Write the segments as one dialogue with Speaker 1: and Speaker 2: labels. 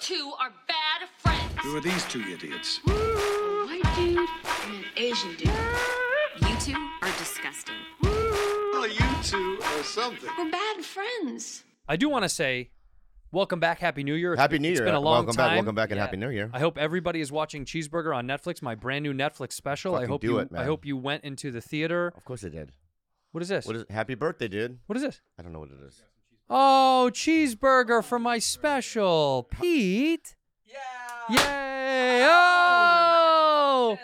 Speaker 1: two are bad friends.
Speaker 2: Who are these two idiots?
Speaker 1: White dude and an Asian dude.
Speaker 3: You two are disgusting.
Speaker 2: Well, you two are something.
Speaker 1: We're bad friends.
Speaker 4: I do want to say, welcome back, Happy New Year. It's
Speaker 5: Happy
Speaker 4: been-
Speaker 5: New Year.
Speaker 4: It's been a long
Speaker 5: welcome
Speaker 4: time.
Speaker 5: back. Welcome back and Happy New Year.
Speaker 4: I hope everybody is watching Cheeseburger on Netflix, my brand new Netflix special. I
Speaker 5: Fucking
Speaker 4: hope
Speaker 5: do
Speaker 4: you.
Speaker 5: it, man.
Speaker 4: I hope you went into the theater.
Speaker 5: of course I did.
Speaker 4: What is this?
Speaker 5: What is Happy birthday, dude.
Speaker 4: what is this?
Speaker 5: I don't know what it is.
Speaker 4: Oh, cheeseburger for my special, Pete. Yeah. Yay! Oh,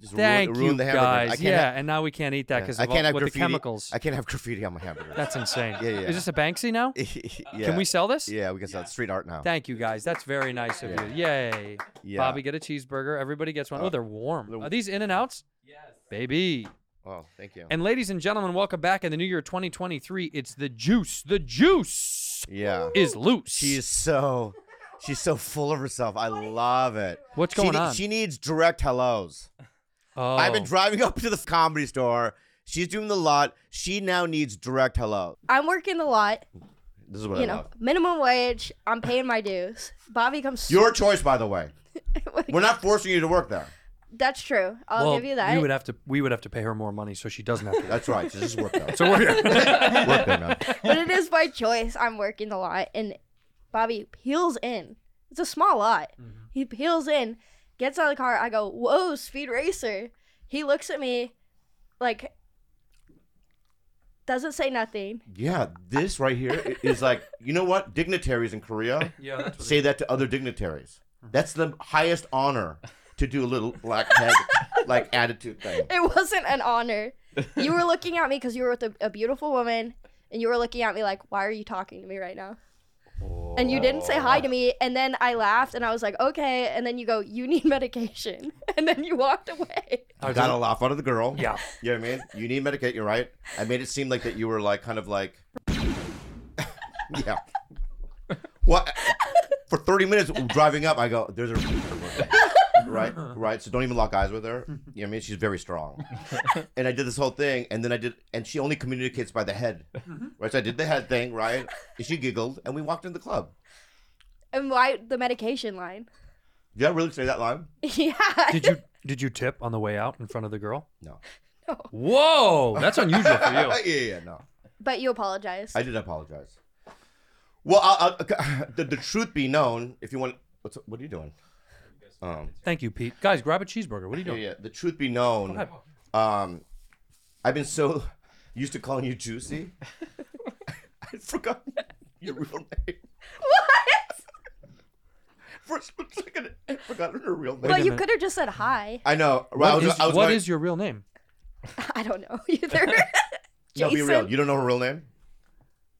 Speaker 5: Just ru-
Speaker 4: thank
Speaker 5: ruined
Speaker 4: you
Speaker 5: the hamburger. I
Speaker 4: guys.
Speaker 5: can't
Speaker 4: Yeah,
Speaker 5: have-
Speaker 4: and now we can't eat that
Speaker 5: yeah.
Speaker 4: because
Speaker 5: I can't have
Speaker 4: with the
Speaker 5: graffiti.
Speaker 4: chemicals.
Speaker 5: I can't have graffiti on my hamburger.
Speaker 4: That's insane.
Speaker 5: Yeah, yeah.
Speaker 4: Is this a Banksy now?
Speaker 5: yeah.
Speaker 4: Can we sell this?
Speaker 5: Yeah, we can sell it. street art now.
Speaker 4: Thank you guys. That's very nice of you. Yay.
Speaker 5: Yeah. Uh,
Speaker 4: Bobby, get a cheeseburger. Everybody gets one. Oh, they're warm.
Speaker 5: the-
Speaker 4: Are these in and outs? Yes. Baby.
Speaker 5: Oh, thank you.
Speaker 4: And ladies and gentlemen, welcome back in the new year 2023. It's the juice. The juice
Speaker 5: yeah.
Speaker 4: is loose.
Speaker 5: She's so she's so full of herself. I love it.
Speaker 4: What's
Speaker 5: She
Speaker 4: going
Speaker 5: ne-
Speaker 4: on?
Speaker 5: She needs direct hellos.
Speaker 4: oh.
Speaker 5: I've been driving up to the comedy store. She's doing the lot. She now needs direct hello.
Speaker 6: I'm working a lot,
Speaker 5: This is what
Speaker 6: you
Speaker 5: I
Speaker 6: know,
Speaker 5: love.
Speaker 6: minimum wage. I'm paying my dues. Bobby comes.
Speaker 5: Your choice, by the way. We're not forcing you to work there.
Speaker 6: That's true. I'll
Speaker 4: well,
Speaker 6: give you that.
Speaker 4: We would have to we would have to pay her more money so she doesn't have to.
Speaker 5: That's right. Just work there.
Speaker 4: so we're
Speaker 5: work there, man.
Speaker 6: but it is by choice. I'm working a lot, and Bobby peels in. It's a small lot. He peels in, gets out of the car. I go, "Whoa, speed racer!" He looks at me, like, doesn't say nothing.
Speaker 5: Yeah, this right here i- is like you know what dignitaries in Korea
Speaker 4: Yeah, that's what Hmm.
Speaker 5: say that to other dignitaries. That's the highest honor to do a little black tag like attitude thing.
Speaker 6: It wasn't an honor. You were looking at me because you were with a, a beautiful woman, and you were looking at me like, "Why are you talking to me right now?" And you didn't say hi to me, and then I laughed, and I was like, "Okay." And then you go, "You need medication," and then you walked away.
Speaker 5: I got a laugh out of the girl.
Speaker 4: Yeah.
Speaker 5: You know what I mean? You need Medicaid, you're right. I made it seem like that you were like kind of like Yeah. What for thirty minutes driving up, I go, there's a right, right. So don't even lock eyes with her. You know what I mean? She's very strong. and I did this whole thing, and then I did, and she only communicates by the head, right? So I did the head thing, right? And she giggled, and we walked in the club.
Speaker 6: And why the medication line?
Speaker 5: Did I really say that line?
Speaker 6: yeah.
Speaker 4: Did you did you tip on the way out in front of the girl?
Speaker 5: No.
Speaker 4: Whoa, that's unusual for you.
Speaker 5: yeah, yeah, no.
Speaker 6: But you apologized.
Speaker 5: I did apologize. Well, I'll, I'll, the, the truth be known, if you want, what's, what are you doing? Um,
Speaker 4: Thank you, Pete. Guys, grab a cheeseburger. What are you
Speaker 5: yeah,
Speaker 4: doing?
Speaker 5: yeah. The truth be known, um, I've been so used to calling you Juicy, I forgot your real name.
Speaker 6: what?
Speaker 5: For a split second, I forgot her real name.
Speaker 6: But you
Speaker 4: minute.
Speaker 6: could have just said hi.
Speaker 5: I know. Well, I
Speaker 4: What
Speaker 5: was,
Speaker 4: is-
Speaker 5: I was
Speaker 4: what
Speaker 5: going,
Speaker 4: is your real name?
Speaker 6: I don't know either.
Speaker 5: No, be real.
Speaker 6: Jason?
Speaker 5: You don't know her real name?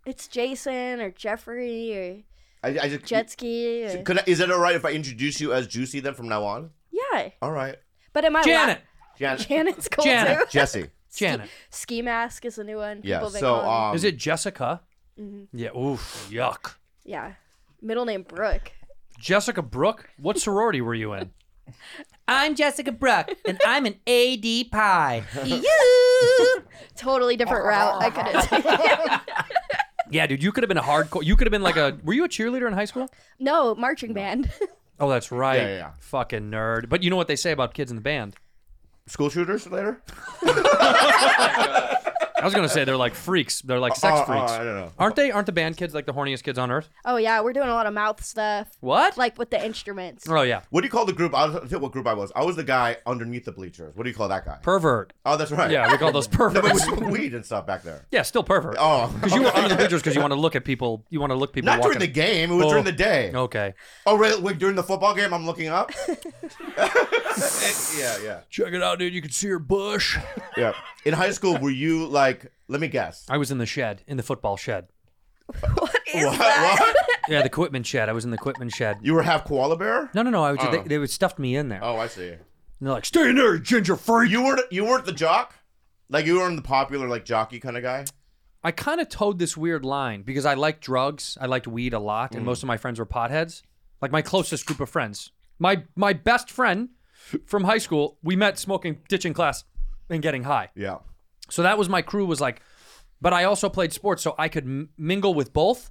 Speaker 6: It's Jason or Jeffrey or
Speaker 5: I, I just
Speaker 6: Jet Ski. Or...
Speaker 5: Could I, is it all right if I introduce you as Juicy then from now on?
Speaker 6: Yeah.
Speaker 5: All right,
Speaker 6: But am I?
Speaker 4: Janet.
Speaker 5: Jan-
Speaker 6: Janet's cool
Speaker 4: Janet.
Speaker 6: too.
Speaker 5: Jesse.
Speaker 4: Janet.
Speaker 6: Ski mask is the new one.
Speaker 5: Yeah.
Speaker 6: People have been
Speaker 5: So,
Speaker 6: calling me.
Speaker 5: um,
Speaker 4: Is it Jessica? Yeah. Oof. Yuck.
Speaker 6: yeah. Middle name Brooke.
Speaker 4: Jessica Brooke. What sorority were you in?
Speaker 7: I'm Jessica Brooke, and I'm an AD Pi.
Speaker 6: Totally different route. I couldn't.
Speaker 4: Yeah, dude, you could have been a hardcore. You could have been like a. Were you a cheerleader in high school?
Speaker 6: no marching band.
Speaker 4: Oh, that's right.
Speaker 5: Yeah, yeah, yeah.
Speaker 4: Fucking nerd. But you know what they say about kids in the band?
Speaker 5: School shooters later?
Speaker 4: I was gonna say they're like freaks. They're like sex
Speaker 5: Oh, oh,
Speaker 4: freaks.
Speaker 5: I don't know.
Speaker 4: Aren't they? Aren't the band kids like the horniest kids on earth?
Speaker 6: oh yeah, we're doing a lot of mouth stuff.
Speaker 4: What?
Speaker 6: Like with the instruments.
Speaker 4: Oh yeah.
Speaker 5: What do you call the group? I'll tell you what group I was. I was the guy underneath the bleachers. What do you call that guy?
Speaker 4: Pervert.
Speaker 5: oh, that's right.
Speaker 4: Yeah, we call those
Speaker 5: No, but we
Speaker 4: perverts.
Speaker 5: smoked weed and stuff back there.
Speaker 4: yeah, still pervert.
Speaker 5: Oh,
Speaker 4: Because you were under the bleachers because you want to look at people. You want to look people.
Speaker 5: not during
Speaker 4: walking.
Speaker 5: the game. It was during
Speaker 4: Oh.
Speaker 5: the day.
Speaker 4: Okay.
Speaker 5: Oh, really? Wait, during the football game, I'm looking up. Eh, yeah, yeah,
Speaker 4: Check it out, dude. You can see her bush.
Speaker 5: yeah. In high school, were you like? Let me guess.
Speaker 4: I was in the shed, in the football shed.
Speaker 5: What? what?
Speaker 4: Yeah, the equipment shed. I was in the equipment shed.
Speaker 5: You were half koala bear?
Speaker 4: No, no, no. I was, they, they would stuffed me in there.
Speaker 5: Oh, I see.
Speaker 4: And they're like, stay in there, you ginger freak.
Speaker 5: You weren't. You weren't the jock. Like you weren't the popular like jockey kind of guy.
Speaker 4: I kind of towed this weird line because I liked drugs. I liked weed a lot,
Speaker 5: Mm.
Speaker 4: and most of my friends were potheads. Like my closest group of friends, my my best friend from high school, we met smoking, ditching class, and getting high.
Speaker 5: Yeah.
Speaker 4: So that was my crew. Was like, but I also played sports, so I could m- mingle with both.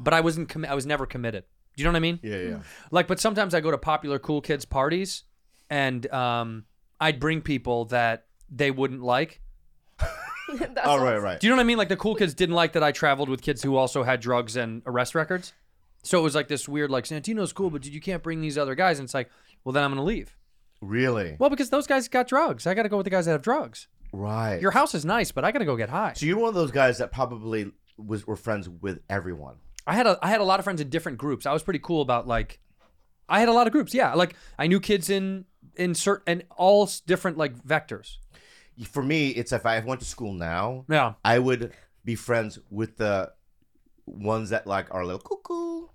Speaker 4: But I wasn't. commi- I was never committed. Do you know what I mean?
Speaker 8: Yeah, yeah.
Speaker 4: Like, but sometimes I go to popular cool kids parties, and um, I'd bring people that they wouldn't like.
Speaker 6: That's
Speaker 5: Oh, right, right.
Speaker 4: Do you know what I mean? Like the cool kids didn't like that I traveled with kids who also had drugs and arrest records. So it was like this weird, like Santino's cool, but dude, you can't bring these other guys. And it's like, well, then I'm gonna leave.
Speaker 5: Really?
Speaker 4: Well, because those guys got drugs. I gotta go with the guys that have drugs.
Speaker 5: Right.
Speaker 4: Your house is nice, but I gotta go get high.
Speaker 5: so you're one of those guys that probably was were friends with everyone.
Speaker 4: I had a I had a lot of friends in different groups. I was pretty cool about like I had a lot of groups. Yeah, like I knew kids in in certain and all s- different like vectors.
Speaker 5: For me, it's if I went to school now,
Speaker 4: Yeah.
Speaker 5: I would be friends with the ones that like are a little cuckoo,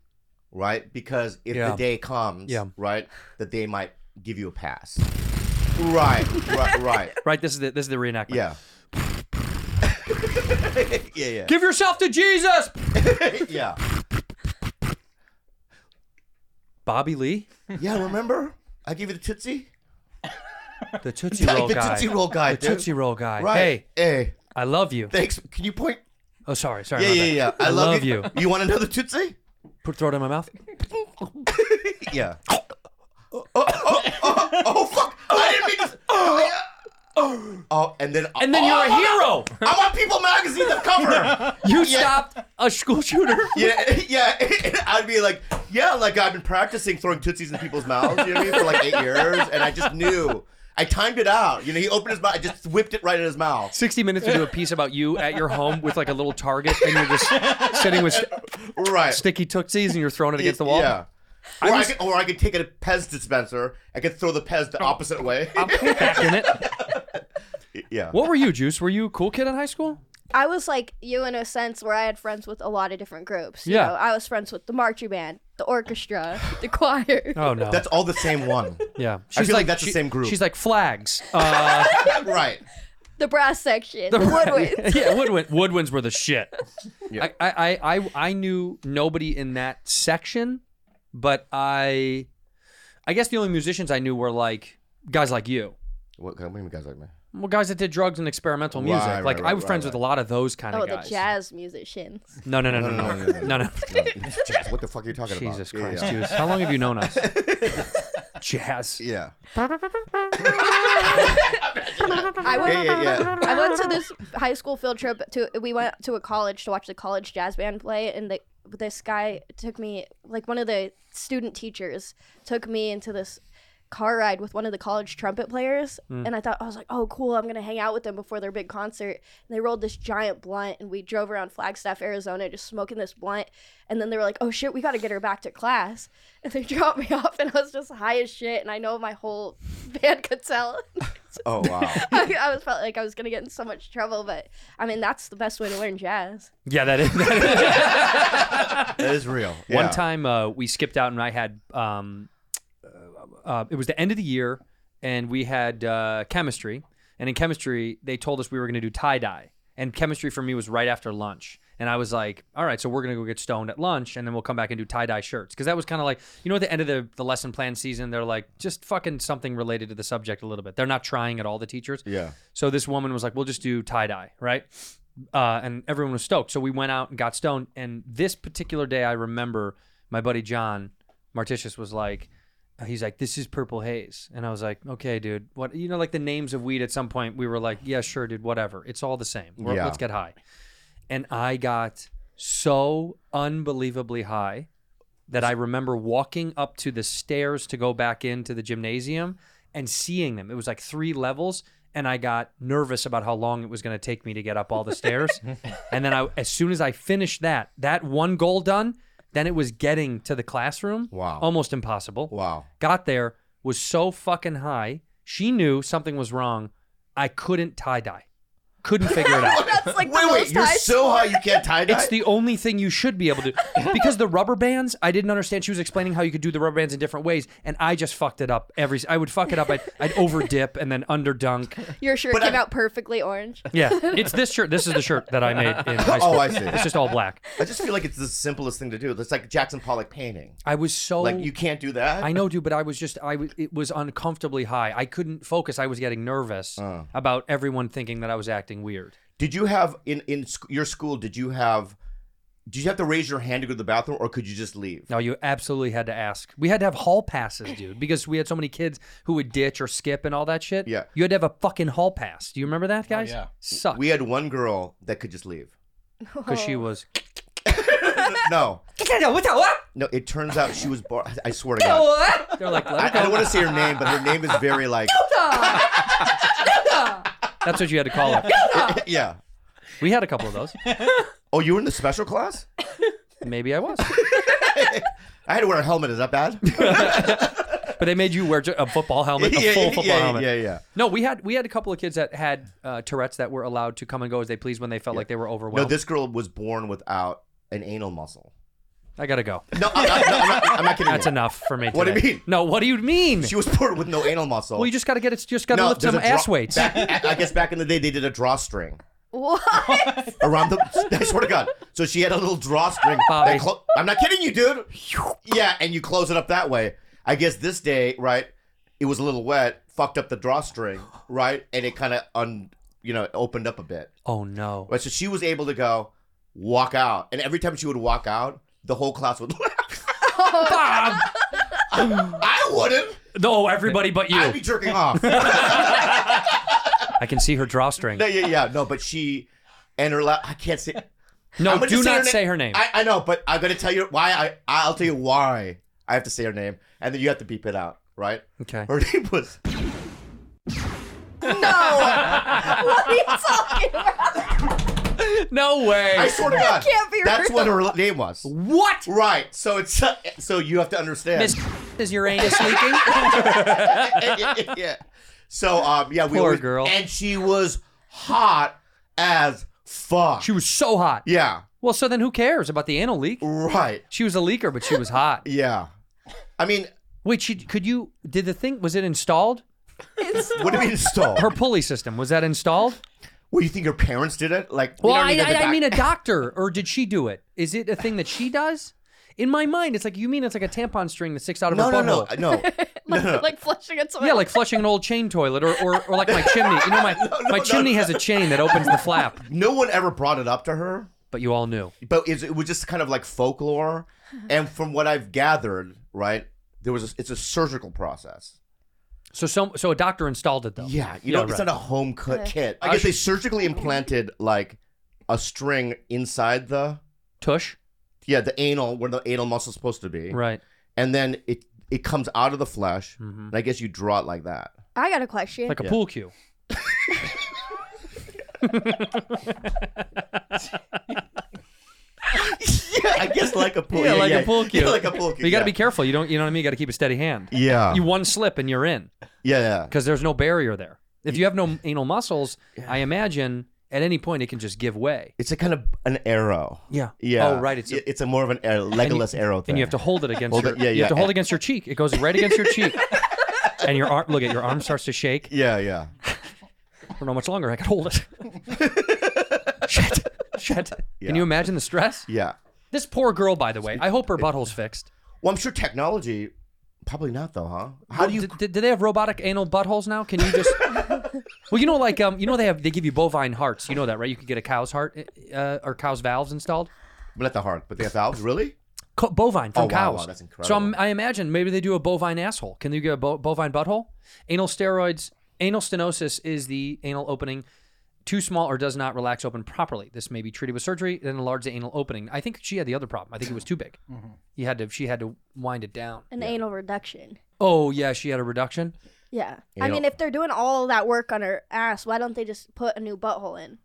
Speaker 5: right? Because if
Speaker 4: Yeah.
Speaker 5: the day comes,
Speaker 4: Yeah.
Speaker 5: right, that they might give you a pass. Right, right, right.
Speaker 4: Right. This is the this is the reenactment.
Speaker 5: Yeah. yeah, yeah.
Speaker 4: Give yourself to Jesus,
Speaker 5: yeah.
Speaker 4: Bobby Lee,
Speaker 5: Yeah, remember? I gave you the Tootsie?
Speaker 4: the Tootsie Roll
Speaker 5: the
Speaker 4: guy.
Speaker 5: Tootsie Roll guy.
Speaker 4: The
Speaker 5: dude.
Speaker 4: Tootsie Roll guy.
Speaker 5: Right.
Speaker 4: Hey,
Speaker 5: Hey,
Speaker 4: I love you.
Speaker 5: thanks. Can you point?
Speaker 4: Oh, sorry, sorry.
Speaker 5: Yeah,
Speaker 4: my
Speaker 5: yeah,
Speaker 4: bad.
Speaker 5: yeah.
Speaker 4: I
Speaker 5: I, love,
Speaker 4: love
Speaker 5: you.
Speaker 4: you.
Speaker 5: You want another Tootsie?
Speaker 4: Put throw it in my mouth.
Speaker 5: Yeah. oh, oh, oh, oh, oh, fuck. I didn't mean to. Oh, yeah. Oh, and then.
Speaker 4: And then
Speaker 5: oh,
Speaker 4: you're
Speaker 5: I
Speaker 4: a
Speaker 5: want-
Speaker 4: hero.
Speaker 5: I want People Magazine the cover.
Speaker 4: You
Speaker 5: Yeah.
Speaker 4: stopped a school shooter.
Speaker 5: yeah, yeah. I'd be like, yeah, like I've been practicing throwing Tootsies in people's mouths, you know what I mean, for like eight years, and I just knew. I timed it out. You know, he opened his mouth, I just whipped it right in his mouth.
Speaker 4: 60 minutes to do a piece about you at your home with like a little target and you're just sitting with st-
Speaker 5: Right.
Speaker 4: sticky tootsies and you're throwing it against the wall.
Speaker 5: Yeah. Or I,
Speaker 4: was- Oh.
Speaker 5: could, or I could take a Pez dispenser. I could throw the Pez the opposite way.
Speaker 4: I'm picking it.
Speaker 5: yeah.
Speaker 4: What were you, Juice? Were you a cool kid in high school?
Speaker 6: I was like you in a sense where I had friends with a lot of different groups. You
Speaker 4: Yeah.
Speaker 6: know, I was friends with the marching band, the orchestra, the choir.
Speaker 4: Oh no.
Speaker 5: That's all the same one.
Speaker 4: yeah.
Speaker 5: I feel like that's the same group.
Speaker 4: She's like flags. Uh,
Speaker 5: right.
Speaker 6: the brass section, the, woodwinds.
Speaker 4: yeah, woodwind. Woodwinds were the shit. I, I, I, I, I knew nobody in that section, but I, I guess the only musicians I knew were like guys like you.
Speaker 5: What kind of guys like me?
Speaker 4: Well, guys that did drugs and experimental music.
Speaker 5: Right,
Speaker 4: like
Speaker 5: right,
Speaker 4: I
Speaker 5: right,
Speaker 4: was friends
Speaker 5: right,
Speaker 4: with a lot of those kind
Speaker 6: Oh,
Speaker 4: of
Speaker 6: the
Speaker 4: guys.
Speaker 6: jazz musicians.
Speaker 4: No, no, no, no, no, no, no, no.
Speaker 5: Jazz, what the fuck are you talking about?
Speaker 4: Jesus
Speaker 5: Yeah,
Speaker 4: Christ,
Speaker 5: yeah.
Speaker 4: Juice. How long have you known us? Jazz.
Speaker 5: Yeah.
Speaker 6: I went,
Speaker 5: Yeah, yeah, yeah.
Speaker 6: I went to this high school field trip to. We went to a college to watch the college jazz band play, and the, this guy took me, like one of the student teachers, took me into this car ride with one of the college trumpet players, and I thought I was like, oh, cool, I'm gonna hang out with them before their big concert. And they rolled this giant blunt, and we drove around Flagstaff, Arizona, just smoking this blunt. And then they were like, oh shit, we gotta get her back to class. And they dropped me off, and I was just high as shit, and I know my whole band could tell.
Speaker 5: Oh wow.
Speaker 6: I, I was felt like I was gonna get in so much trouble, but I mean that's the best way to learn jazz.
Speaker 4: Yeah, that is. That is.
Speaker 5: That is real.
Speaker 4: One
Speaker 5: Yeah.
Speaker 4: time uh, we skipped out and I had um, uh, it was the end of the year and we had uh, chemistry. And in chemistry, they told us we were going to do tie dye. And chemistry for me was right after lunch. And I was like, all right, so we're going to go get stoned at lunch and then we'll come back and do tie dye shirts. Because that was kind of like, you know, at the end of the, the lesson plan season, they're like, just fucking something related to the subject a little bit. They're not trying at all, the teachers.
Speaker 5: Yeah.
Speaker 4: So this woman was like, "We'll just do tie dye, right?" Uh, and everyone was stoked. So we went out and got stoned. And this particular day, I remember my buddy John Marticius was like, uh, "He's like, this is purple haze," and I was like, "Okay, dude, what? You know, like the names of weed." At some point, we were like, "Yeah, sure, dude, whatever. It's all the same. We're-
Speaker 5: Yeah.
Speaker 4: Let's get high." And I got so unbelievably high that I remember walking up to the stairs to go back into the gymnasium and seeing them. It was like three levels, and I got nervous about how long it was going to take me to get up all the stairs. and then I, as soon as I finished that, that one goal done, then it was getting to the classroom.
Speaker 5: Wow.
Speaker 4: Almost impossible.
Speaker 5: Wow.
Speaker 4: Got there, was so fucking high. She knew something was wrong. I couldn't tie dye. Couldn't figure it out.
Speaker 6: That's like
Speaker 5: Wait,
Speaker 6: the
Speaker 5: wait.
Speaker 6: most
Speaker 5: You're
Speaker 6: high
Speaker 5: so high you can't tie dye.
Speaker 4: It's the only thing you should be able to because the rubber bands. I didn't understand. She was explaining how you could do the rubber bands in different ways, and I just fucked it up every. I would fuck it up. I'd, I'd over dip and then under dunk.
Speaker 6: Your shirt
Speaker 5: But
Speaker 6: came
Speaker 5: I-
Speaker 6: out perfectly orange.
Speaker 4: Yeah, it's this shirt. This is the shirt that I made in high school.
Speaker 5: oh, I see.
Speaker 4: It's just all black.
Speaker 5: I just feel like it's the simplest thing to do. It's like Jackson Pollock painting.
Speaker 4: I was so.
Speaker 5: Like you can't do that.
Speaker 4: Oh. I know, dude, but I was just I was it was uncomfortably high. I couldn't focus. I was getting nervous
Speaker 5: Oh.
Speaker 4: about everyone thinking that I was acting weird.
Speaker 5: Did you have in in sc- your school? Did you have Did you have to raise your hand to go to the bathroom, or could you just leave?
Speaker 4: No, you absolutely had to ask. We had to have hall passes, dude, because we had so many kids who would ditch or skip and all that shit.
Speaker 5: Yeah.
Speaker 4: You had to have a fucking hall pass. Do you remember that, guys?
Speaker 8: yeah.
Speaker 4: Suck.
Speaker 5: We had one girl that could just leave.
Speaker 4: Because she was.
Speaker 5: no,
Speaker 7: What's that? What?
Speaker 5: no. It turns out she was bar. I swear to God.
Speaker 7: What?
Speaker 4: They're like,
Speaker 5: I,
Speaker 4: "Let
Speaker 5: I
Speaker 4: her
Speaker 5: don't
Speaker 4: go."
Speaker 5: want to say her name, but her name is very like.
Speaker 4: That's what you had to call her.
Speaker 5: yeah.
Speaker 4: We had a couple of those.
Speaker 5: Oh, you were in the special class?
Speaker 4: Maybe I was.
Speaker 5: I had to wear a helmet. Is that bad?
Speaker 4: But they made you wear ju- a football helmet, a full football
Speaker 5: yeah,
Speaker 4: helmet.
Speaker 5: yeah, yeah.
Speaker 4: No, we had we had a couple of kids that had uh, Tourette's that were allowed to come and go as they pleased when they felt like they were
Speaker 5: No,
Speaker 4: overwhelmed.
Speaker 5: this girl was born without an anal muscle.
Speaker 4: I gotta go.
Speaker 5: No, I, I, no I'm, not, I'm not kidding.
Speaker 4: That's
Speaker 5: you.
Speaker 4: enough for me.
Speaker 5: What do you
Speaker 4: today.
Speaker 5: mean?
Speaker 4: No, what do you mean?
Speaker 5: She was born with no anal muscle.
Speaker 4: well, you just gotta get it. Just gotta
Speaker 5: No,
Speaker 4: lift
Speaker 5: there's
Speaker 4: some
Speaker 5: a draw-
Speaker 4: ass weights.
Speaker 5: back- I I guess back in the day they did a drawstring
Speaker 6: What?
Speaker 5: around the. I swear to God. So she had a little drawstring. that
Speaker 4: Bobby.
Speaker 5: clo- I'm not kidding you, dude. Yeah, and you close it up that way. I guess this day, right? It was a little wet, fucked up the drawstring, right? And it kind of un, you know, opened up a bit.
Speaker 4: oh no.
Speaker 5: Right, so she was able to go walk out, and every time she would walk out, the whole class would laugh.
Speaker 4: Bob!
Speaker 5: I wouldn't.
Speaker 4: No, everybody but
Speaker 5: I'd
Speaker 4: you.
Speaker 5: be jerking off. no,
Speaker 4: I can see her drawstring.
Speaker 5: yeah, yeah, no, but she and her. La- I can't say.
Speaker 4: No,
Speaker 5: I'm gonna
Speaker 4: Oh, do not
Speaker 5: na-
Speaker 4: say her name.
Speaker 5: I, I know, but I'm gonna tell you why. I I'll tell you why I have to say her name, and then you have to beep it out, right?
Speaker 4: Okay.
Speaker 5: Her name was.
Speaker 6: what are you talking about?
Speaker 4: No way.
Speaker 5: I swear to God,
Speaker 6: can't be
Speaker 5: that's
Speaker 6: real.
Speaker 5: what her name was.
Speaker 4: what?
Speaker 5: Right. So it's so you have to understand.
Speaker 4: Miss is your anus leaking?
Speaker 5: yeah. So um yeah, we
Speaker 4: Poor
Speaker 5: were
Speaker 4: girl.
Speaker 5: and she was hot as fuck.
Speaker 4: she was so hot.
Speaker 5: yeah.
Speaker 4: Well, so then who cares about the anal leak?
Speaker 5: Right.
Speaker 4: She was a leaker, but she was hot.
Speaker 5: Yeah. I mean,
Speaker 4: Wait, she, could you? Did the thing was it installed?
Speaker 5: what do you mean install?
Speaker 4: Her pulley system was that installed?
Speaker 5: what do you think your parents did it? Like, we
Speaker 4: Well,
Speaker 5: don't
Speaker 4: I,
Speaker 5: need to go
Speaker 4: I, I
Speaker 5: back-
Speaker 4: mean a doctor, or did she do it? Is it a thing that she does? In my mind, it's like you mean it's like a tampon string that sticks out of
Speaker 5: no,
Speaker 4: her
Speaker 5: no,
Speaker 4: butthole.
Speaker 5: no, no, no, no.
Speaker 6: Like flushing a toilet.
Speaker 4: Yeah, like flushing an old chain toilet, or, or, or like my chimney. You know, my
Speaker 5: no,
Speaker 4: my
Speaker 5: no.
Speaker 4: chimney has a chain that opens the flap.
Speaker 5: No one ever brought it up to her,
Speaker 4: But you all knew.
Speaker 5: but it's, it was just kind of like folklore. And from what I've gathered, right, there was a, it's a surgical process.
Speaker 4: So some so a doctor installed it though.
Speaker 5: Yeah, you know,
Speaker 4: right.
Speaker 5: it's not a home cut kit. I guess they surgically implanted like a string inside the
Speaker 4: tush.
Speaker 5: yeah the anal where the anal muscle's supposed to be,
Speaker 4: Right. Mm-hmm.
Speaker 5: and then it it comes out of the flesh, and I guess you draw it like that.
Speaker 6: I got a question.
Speaker 4: Like a pool cue.
Speaker 5: yeah, I guess like a pool.
Speaker 4: Yeah, like a pool
Speaker 5: Yeah,
Speaker 4: cue.
Speaker 5: like a pool cue.
Speaker 4: But you got to
Speaker 5: yeah.
Speaker 4: be careful. You don't you know what I mean? You got to keep a steady hand.
Speaker 5: Yeah,
Speaker 4: You one slip and you're in
Speaker 5: yeah, yeah.
Speaker 4: because there's no barrier there. If you have no anal muscles, I imagine at any point it can just give way.
Speaker 5: It's a kind of an arrow.
Speaker 4: Yeah.
Speaker 5: Yeah.
Speaker 4: Oh, right. It's
Speaker 5: It's
Speaker 4: a-
Speaker 5: a, it's a more of an arrow, legolas arrow thing.
Speaker 4: And you have to hold it against
Speaker 5: Hold
Speaker 4: your
Speaker 5: it- yeah,
Speaker 4: you have to
Speaker 5: yeah.
Speaker 4: hold it against your cheek. It goes right against your cheek. And your arm look at your arm starts to shake.
Speaker 5: Yeah, yeah.
Speaker 4: I don't know how much longer I could hold it. Shit. Shit.
Speaker 5: Yeah.
Speaker 4: Can you imagine the stress?
Speaker 5: Yeah.
Speaker 4: This poor girl, by the way. I hope her butthole's fixed.
Speaker 5: Well, I'm sure technology. Probably not though, huh? How do you?
Speaker 4: Do, do they have robotic anal buttholes now? Can you just? well, you know, like um, you know, they have they give you bovine hearts. You know that, right? You can get a cow's heart uh, or cow's valves installed.
Speaker 5: But not the heart, but the valves. Really?
Speaker 4: Co- bovine from
Speaker 5: Oh, wow, wow,
Speaker 4: cows.
Speaker 5: that's
Speaker 4: So I'm,
Speaker 5: incredible.
Speaker 4: I imagine maybe they do a bovine asshole. Can you get a bo- bovine butthole? Anal steroids. Anal stenosis is the anal opening too small or does not relax open properly. This may be treated with surgery. Then enlarge the anal opening. I think she had the other problem. I think it was too big.
Speaker 5: Mm-hmm.
Speaker 4: You had to. She had to wind it down.
Speaker 6: An anal reduction.
Speaker 4: Oh yeah, she had a reduction.
Speaker 6: Yeah. I
Speaker 5: Anal-
Speaker 6: mean, if they're doing all that work on her ass, why don't they just put a new butthole in?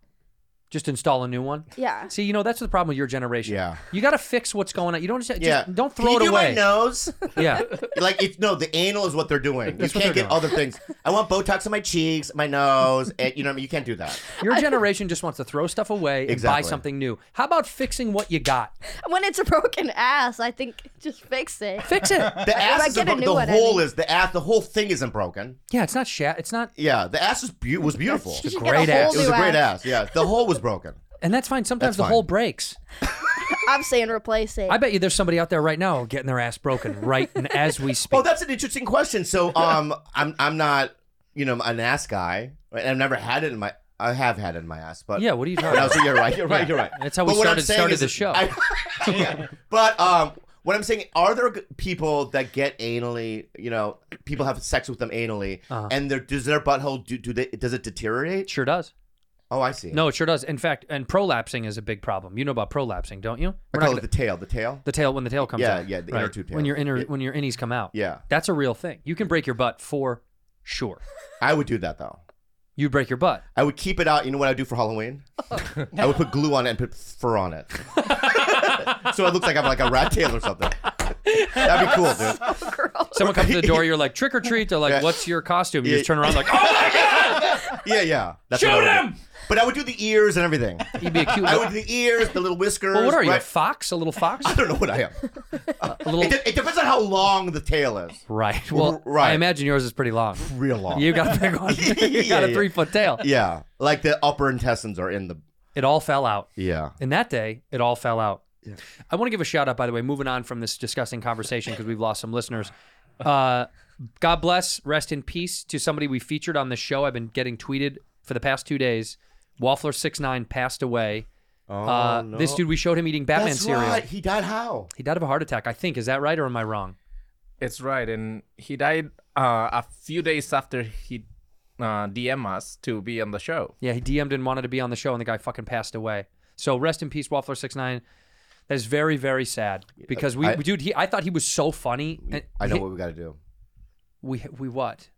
Speaker 4: Just install a new one.
Speaker 6: Yeah.
Speaker 4: See, you know that's the problem with your generation.
Speaker 5: Yeah.
Speaker 4: you got to fix what's going on. You don't just,
Speaker 5: Yeah.
Speaker 4: just don't
Speaker 5: Can
Speaker 4: throw
Speaker 5: you
Speaker 4: it
Speaker 5: do
Speaker 4: away.
Speaker 5: My nose.
Speaker 4: Yeah,
Speaker 5: like it's no, the anal is what they're doing.
Speaker 4: That's
Speaker 5: you
Speaker 4: what
Speaker 5: can't
Speaker 4: they're
Speaker 5: get
Speaker 4: doing.
Speaker 5: other things. I want Botox on my cheeks, my nose, and you know what I mean. You can't do that.
Speaker 4: your generation just wants to throw stuff away and buy
Speaker 5: Exactly.
Speaker 4: something new. How about fixing what you got?
Speaker 6: When it's a broken ass, I think just fix it.
Speaker 4: Fix it.
Speaker 5: The ass
Speaker 6: I
Speaker 5: isn't
Speaker 6: get a
Speaker 5: broken.
Speaker 6: new
Speaker 5: The
Speaker 6: one, I
Speaker 5: hole
Speaker 6: mean.
Speaker 5: is the ass. The whole thing isn't broken.
Speaker 4: yeah, it's not shat. It's not,
Speaker 5: Yeah, the ass is beau- was beautiful.
Speaker 6: She
Speaker 5: It
Speaker 6: should
Speaker 4: great
Speaker 6: get a whole
Speaker 4: ass.
Speaker 6: new
Speaker 5: was a great ass. Yeah, the hole was broken.
Speaker 4: and that's fine. Sometimes
Speaker 5: That's
Speaker 4: the hole
Speaker 5: fine.
Speaker 4: breaks.
Speaker 6: I'm saying replace it.
Speaker 4: I bet you there's somebody out there right now getting their ass broken right and as we speak.
Speaker 5: Oh, that's an interesting question. So, um, I'm I'm not, you know, an ass guy. Right? I've never had it in my. I have had it in my ass, but
Speaker 4: Yeah, what are you talking
Speaker 5: When I was-
Speaker 4: about?
Speaker 5: you're right. You're right. You're right.
Speaker 4: That's how we
Speaker 5: But what I'm
Speaker 4: started-
Speaker 5: saying
Speaker 4: started
Speaker 5: is-
Speaker 4: the show.
Speaker 5: I- yeah. But um, what I'm saying are there g- people that get anally, you know, people have sex with them anally,
Speaker 4: Uh-huh.
Speaker 5: and their does their butthole do, do they does it deteriorate?
Speaker 4: Sure does.
Speaker 5: Oh, I see.
Speaker 4: No, it sure does. In fact, and prolapsing is a big problem. You know about prolapsing, don't you?
Speaker 5: I
Speaker 4: We're
Speaker 5: call
Speaker 4: not
Speaker 5: it the
Speaker 4: gonna-
Speaker 5: tail. The tail.
Speaker 4: the tail when the tail comes
Speaker 5: Yeah,
Speaker 4: out.
Speaker 5: yeah, the
Speaker 4: right.
Speaker 5: inner tube tail.
Speaker 4: When your inner
Speaker 5: Yeah.
Speaker 4: when your innies come out.
Speaker 5: Yeah.
Speaker 4: That's a real thing. You can break your butt for sure.
Speaker 5: I would do that though.
Speaker 4: You break your butt.
Speaker 5: I would keep it out. You know what I would do for Halloween? I would put glue on it and put fur on it, so it looks like I'm like a rat tail or something. That'd be cool, dude.
Speaker 4: Someone comes to the door, you're like, trick or treat. They're like,
Speaker 5: Yeah.
Speaker 4: what's your costume? You
Speaker 5: Yeah.
Speaker 4: just turn around like, oh,
Speaker 5: Yeah, yeah. That's what I
Speaker 4: Shoot
Speaker 5: would do.
Speaker 4: him!
Speaker 5: But I would do the ears and everything.
Speaker 4: you'd be a cute
Speaker 5: I
Speaker 4: little-
Speaker 5: would do the ears, the little whiskers.
Speaker 4: Well, what are you, a
Speaker 5: right-
Speaker 4: fox? A little fox?
Speaker 5: I don't know what I am.
Speaker 4: A little...
Speaker 5: It, de- it depends on how long the tail is.
Speaker 4: Right. Well,
Speaker 5: right.
Speaker 4: I imagine yours is pretty long.
Speaker 5: Real long.
Speaker 4: You got a big one. you
Speaker 5: Yeah,
Speaker 4: got a
Speaker 5: yeah.
Speaker 4: three foot tail.
Speaker 5: Yeah, like the upper intestines are in the.
Speaker 4: It all fell out.
Speaker 5: Yeah.
Speaker 4: And that day, it all fell out. I want to give a shout out, by the way, moving on from this disgusting conversation because we've lost some listeners. Uh, God bless, rest in peace to somebody we featured on the show. I've been getting tweeted for the past two days. Waffler69 passed away.
Speaker 5: Oh,
Speaker 4: Uh,
Speaker 5: no.
Speaker 4: This dude, we showed him eating Batman
Speaker 5: That's
Speaker 4: cereal.
Speaker 5: right. He died how?
Speaker 4: He died of a heart attack, I think. Is that right or am I wrong?
Speaker 8: It's right, and he died uh, a few days after he uh, DM us to be on the show.
Speaker 4: Yeah, he DM'd and wanted to be on the show, and the guy fucking passed away. So rest in peace, Waffler69. That is very, very sad because we,
Speaker 5: I-
Speaker 4: dude, he, I thought he was so funny. and
Speaker 5: I know
Speaker 4: he-
Speaker 5: what we got to do.
Speaker 4: we, we what?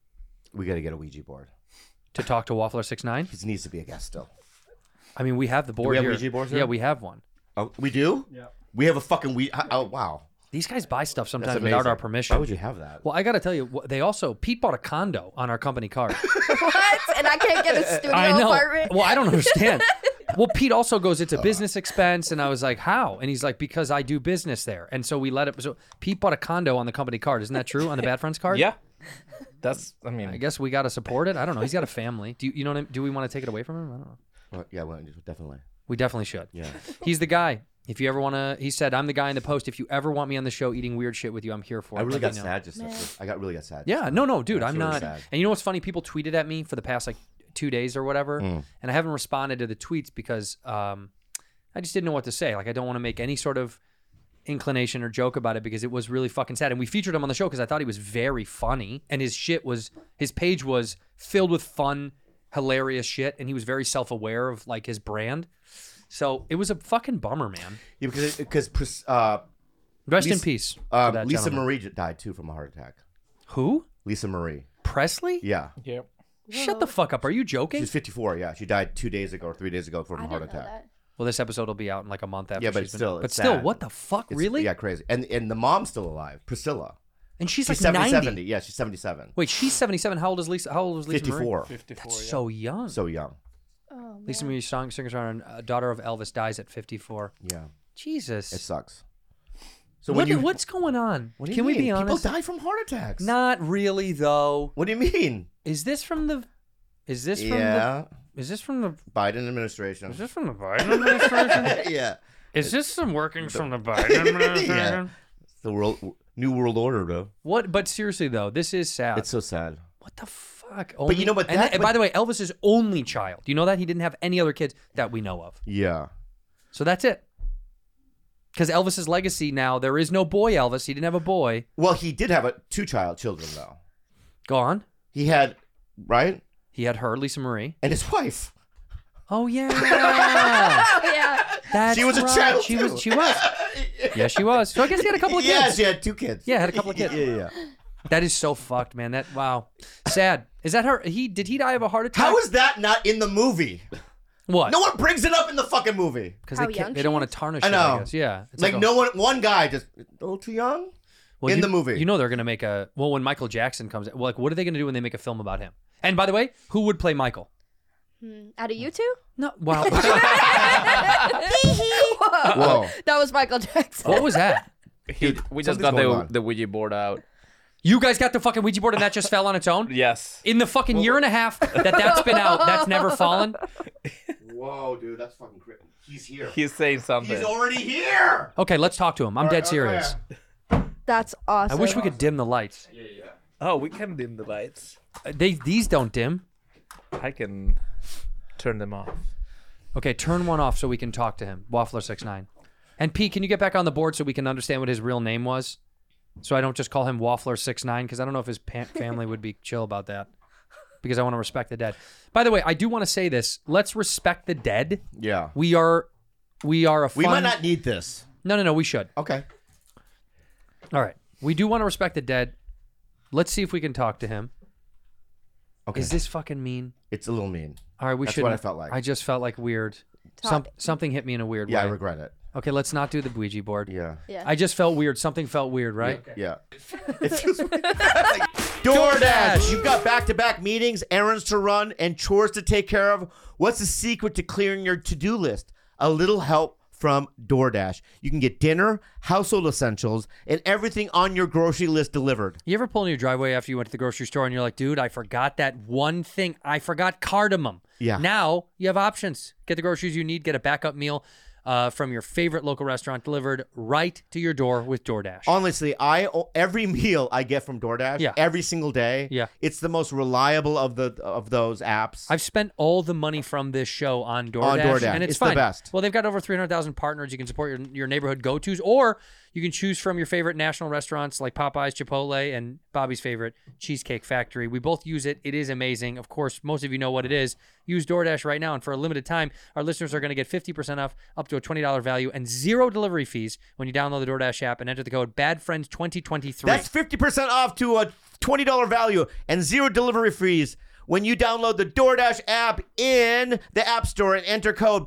Speaker 5: We got to get a Ouija board.
Speaker 4: to talk to Waffler69?
Speaker 5: He needs to be a guest still.
Speaker 4: I mean, we have the board
Speaker 5: we have
Speaker 4: here.
Speaker 5: Ouija boards here?
Speaker 4: Yeah, we have one.
Speaker 5: Oh, we do? Yeah. We have a fucking Ouija. Oh, wow.
Speaker 4: These guys buy stuff
Speaker 5: That's
Speaker 4: sometimes
Speaker 5: amazing.
Speaker 4: without our
Speaker 5: Why
Speaker 4: permission.
Speaker 5: would you have that?
Speaker 4: well, I got to tell you, wh- they also Pete bought a condo on our company card.
Speaker 6: What? And I can't get a studio
Speaker 4: I know.
Speaker 6: apartment.
Speaker 4: Well, I don't understand. well, Pete also goes,
Speaker 5: Oh.
Speaker 4: it's a business expense, and I was like, how? And he's like, because I do business there, and so we let it. So Pete bought a condo on the company card. Isn't that true on the Bad Friends card?
Speaker 8: Yeah, that's. I mean,
Speaker 4: I guess we got to support it. I don't know. He's got a family. Do you, you know? What I mean? Do we want to take it away from him? I don't know.
Speaker 5: Well, yeah, well, definitely.
Speaker 4: We definitely should. Yeah. He's the guy. If you ever want to, he said, I'm the guy in the post. If you ever want me on the show eating weird shit with you, I'm here for
Speaker 5: I
Speaker 4: it.
Speaker 5: really
Speaker 4: Let
Speaker 5: got
Speaker 4: me know."
Speaker 5: sad just. I got really got sad.
Speaker 4: Yeah, no, no, dude,
Speaker 5: That's
Speaker 4: I'm
Speaker 5: really
Speaker 4: not.
Speaker 5: sad.
Speaker 4: And you know what's funny? People tweeted at me for the past like two days or whatever,
Speaker 5: Mm.
Speaker 4: and I haven't responded to the tweets because um, I just didn't know what to say. Like, I don't want to make any sort of inclination or joke about it because it was really fucking sad. And we featured him on the show because I thought he was very funny, and his shit was his page was filled with fun, hilarious shit, and he was very self aware of like his brand. So it was a fucking bummer, man.
Speaker 5: Yeah, because because Pris- uh,
Speaker 4: Rest in
Speaker 5: Lisa-
Speaker 4: peace. to
Speaker 5: uh,
Speaker 4: that
Speaker 5: Lisa
Speaker 4: gentleman.
Speaker 5: Marie died too from a heart attack.
Speaker 4: Who?
Speaker 5: Lisa Marie.
Speaker 4: Presley?
Speaker 5: Yeah.
Speaker 8: yeah.
Speaker 4: Shut the fuck up. Are you joking?
Speaker 5: She's 54. Yeah, she died two days ago or three days ago from a
Speaker 6: I
Speaker 5: heart
Speaker 6: didn't know
Speaker 5: attack.
Speaker 6: that.
Speaker 4: Well, this episode will be out in like a month after.
Speaker 5: Yeah, but
Speaker 4: she's been-
Speaker 5: still,
Speaker 4: but
Speaker 5: it's
Speaker 4: still,
Speaker 5: sad.
Speaker 4: what the fuck,
Speaker 5: It's-
Speaker 4: really?
Speaker 5: Yeah, crazy. And and the mom's still alive, Priscilla.
Speaker 4: And she's,
Speaker 5: She's
Speaker 4: like
Speaker 5: 70,
Speaker 4: 90.
Speaker 5: 70. Yeah, she's 77.
Speaker 4: Wait, she's 77. How old is Lisa? How old is Lisa? Marie?
Speaker 5: 54.
Speaker 4: That's so young.
Speaker 5: So young.
Speaker 4: Lisa Marie, song singer, songwriter, and, uh, daughter of Elvis, dies at 54.
Speaker 5: Yeah,
Speaker 4: Jesus.
Speaker 5: it sucks. So
Speaker 4: what,
Speaker 5: when you
Speaker 4: what's going on?
Speaker 5: what do you
Speaker 4: Can we
Speaker 5: mean?
Speaker 4: be honest?
Speaker 5: People die from heart attacks.
Speaker 4: Not really, though.
Speaker 5: What do you mean?
Speaker 4: Is this from the? Is this from
Speaker 5: yeah,
Speaker 4: the? Is this from the?
Speaker 5: Biden administration.
Speaker 4: Is this from the Biden administration?
Speaker 5: yeah,
Speaker 4: is this some workings from the Biden administration?
Speaker 5: yeah. It's the world new world order, though.
Speaker 4: What? But seriously, though, this is sad.
Speaker 5: It's so sad.
Speaker 4: What the fuck?
Speaker 5: you know what,
Speaker 4: And,
Speaker 5: that-
Speaker 4: and by the way, Elvis's only child. You know that he didn't have any other kids that we know of.
Speaker 5: Yeah.
Speaker 4: So that's it. Because Elvis's legacy now, there is no boy Elvis. He didn't have a boy.
Speaker 5: Well, he did have a two child children though.
Speaker 4: Gone.
Speaker 5: He had right
Speaker 4: He had her, Lisa Marie.
Speaker 5: and his wife.
Speaker 4: Oh yeah,
Speaker 6: Oh yeah.
Speaker 4: that's
Speaker 5: She was a
Speaker 4: right.
Speaker 5: child,
Speaker 4: She
Speaker 5: too.
Speaker 4: was. She was. yeah, she was. So I guess he had a couple of
Speaker 5: yeah,
Speaker 4: kids.
Speaker 5: she had two kids.
Speaker 4: Yeah, had a couple of kids.
Speaker 5: yeah, yeah.
Speaker 4: That is so fucked, man. That wow, sad. Is that her? He did he die of a heart attack?
Speaker 5: How is that not in the movie?
Speaker 4: what?
Speaker 5: No one brings it up in the fucking movie.
Speaker 4: because
Speaker 6: How
Speaker 4: they, can't-
Speaker 6: young
Speaker 4: they
Speaker 6: she
Speaker 4: don't want
Speaker 6: is?
Speaker 4: to tarnish.
Speaker 5: I
Speaker 4: it, I
Speaker 5: know.
Speaker 4: guess. Yeah, It's
Speaker 5: like
Speaker 4: a-
Speaker 5: no one, one guy just a little too young.
Speaker 4: Well,
Speaker 5: in
Speaker 4: you-
Speaker 5: the movie.
Speaker 4: You know they're gonna make a well when Michael Jackson comes. well, Like, what are they gonna do when they make a film about him? And by the way, who would play Michael?
Speaker 6: Out of you two?
Speaker 4: No, wow,
Speaker 6: Whoa.
Speaker 5: Whoa.
Speaker 6: That was Michael Jackson.
Speaker 4: what was that?
Speaker 8: He, we
Speaker 5: something's
Speaker 8: just got
Speaker 5: going
Speaker 8: the
Speaker 5: on.
Speaker 8: the Ouija board out.
Speaker 4: You guys got the fucking Ouija board and that just fell on its own.
Speaker 8: Yes.
Speaker 4: In the fucking year and a half that that's been out, that's never fallen.
Speaker 5: Whoa, dude, that's fucking crazy. He's here.
Speaker 8: He's saying something.
Speaker 5: He's already here.
Speaker 4: Okay, let's talk to him. I'm dead
Speaker 5: right,
Speaker 4: serious.
Speaker 6: That's
Speaker 4: I
Speaker 6: awesome.
Speaker 4: wish we could dim the lights.
Speaker 8: Oh, we can dim the lights.
Speaker 4: Uh, They these don't dim.
Speaker 8: I can turn them off.
Speaker 4: Okay, turn one off so we can talk to him. Waffler69. And Pete, can you get back on the board so we can understand what his real name was? So I don't just call him Waffler69 because I don't know if his pa- family would be chill about that because I want to respect the dead. By the way, I do want to say this. Let's respect the dead.
Speaker 5: Yeah.
Speaker 4: We are we are a
Speaker 5: We
Speaker 4: fun-
Speaker 5: might not need this.
Speaker 4: No, no, no, we should.
Speaker 5: Okay.
Speaker 4: All right. We do want to respect the dead. Let's see if we can talk to him.
Speaker 5: Okay.
Speaker 4: Is this fucking mean?
Speaker 5: It's a little mean.
Speaker 4: All right, we
Speaker 5: That's
Speaker 4: should
Speaker 5: what I felt like.
Speaker 4: I just felt like weird. Some, something hit me in a weird
Speaker 5: Yeah, I
Speaker 4: way.
Speaker 5: regret it.
Speaker 4: Okay, let's not do the Ouija board.
Speaker 5: Yeah.
Speaker 6: Yeah.
Speaker 4: I just felt weird. Something felt weird, right?
Speaker 5: Yeah. It's just- DoorDash, you've got back-to-back meetings, errands to run, and chores to take care of. What's the secret to clearing your to-do list? A little help from DoorDash. You can get dinner, household essentials, and everything on your grocery list delivered.
Speaker 4: You ever pull in your driveway after you went to the grocery store and you're like, dude, I forgot that one thing. I forgot cardamom.
Speaker 5: Yeah.
Speaker 4: Now you have options. Get the groceries you need, get a backup meal uh, from your favorite local restaurant delivered right to your door with DoorDash.
Speaker 5: Honestly, I every meal I get from DoorDash,
Speaker 4: Yeah.
Speaker 5: every single day,
Speaker 4: Yeah.
Speaker 5: it's the most reliable of the of those apps.
Speaker 4: I've spent all the money from this show on DoorDash,
Speaker 5: DoorDash.
Speaker 4: and it's,
Speaker 5: It's the
Speaker 4: fine.
Speaker 5: best.
Speaker 4: Well, they've got over 300,000 partners. You can support your, your neighborhood go-tos, or you can choose from your favorite national restaurants like Popeyes, Chipotle, and Bobby's favorite, Cheesecake Factory. We both use it. It is amazing. Of course, most of you know what it is. Use DoorDash right now, and for a limited time, our listeners are going to get 50% off up to a $20 value and zero delivery fees when you download the DoorDash app and enter the code BADFRIENDS2023.
Speaker 5: That's 50% off to a $20 value and zero delivery fees when you download the DoorDash app in the App Store and enter code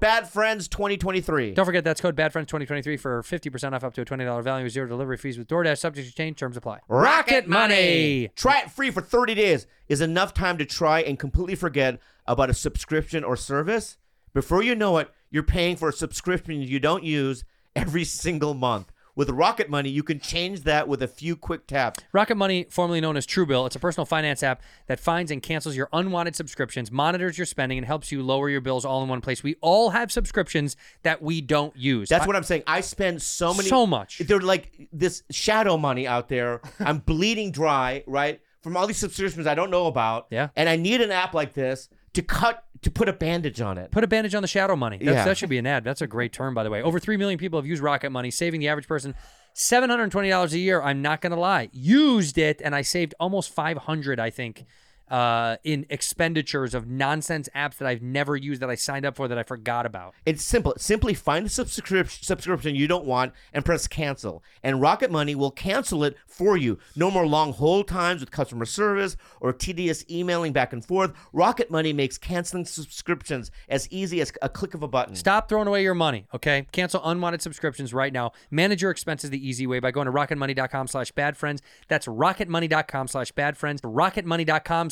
Speaker 5: BADFRIENDS2023.
Speaker 4: Don't forget that's code BADFRIENDS2023 for 50% off up to a $20 value, zero delivery fees with DoorDash. Subject to change, terms apply.
Speaker 5: Rocket money! Try it free for 30 days is enough time to try and completely forget about a subscription or service. Before you know it, you're paying for a subscription you don't use every single month. With Rocket Money, you can change that with a few quick taps.
Speaker 4: Rocket Money, formerly known as Truebill, it's a personal finance app that finds and cancels your unwanted subscriptions, monitors your spending, and helps you lower your bills all in one place. We all have subscriptions that we don't use.
Speaker 5: That's what I'm saying. I spend so many,
Speaker 4: So much.
Speaker 5: They're like this shadow money out there. I'm bleeding dry, right, from all these subscriptions I don't know about.
Speaker 4: Yeah.
Speaker 5: and I need an app like this to cut to put a bandage on it.
Speaker 4: Put a bandage on the shadow money. That's,
Speaker 5: Yeah.
Speaker 4: That should be an ad. That's a great term, by the way. Over 3 million people have used Rocket Money, saving the average person $720 a year. I'm not going to lie. Used it, and I saved almost 500 I think, uh, in expenditures of nonsense apps that I've never used that I signed up for that I forgot about.
Speaker 5: It's simple. Simply find a subscription subscription you don't want and press cancel. And Rocket Money will cancel it for you. No more long hold times with customer service or tedious emailing back and forth. Rocket Money makes canceling subscriptions as easy as a click of a button.
Speaker 4: Stop throwing away your money, okay? Cancel unwanted subscriptions right now. Manage your expenses the easy way by going to rocketmoney.com slash badfriends. That's rocketmoney.com slash badfriends. Rocketmoney.com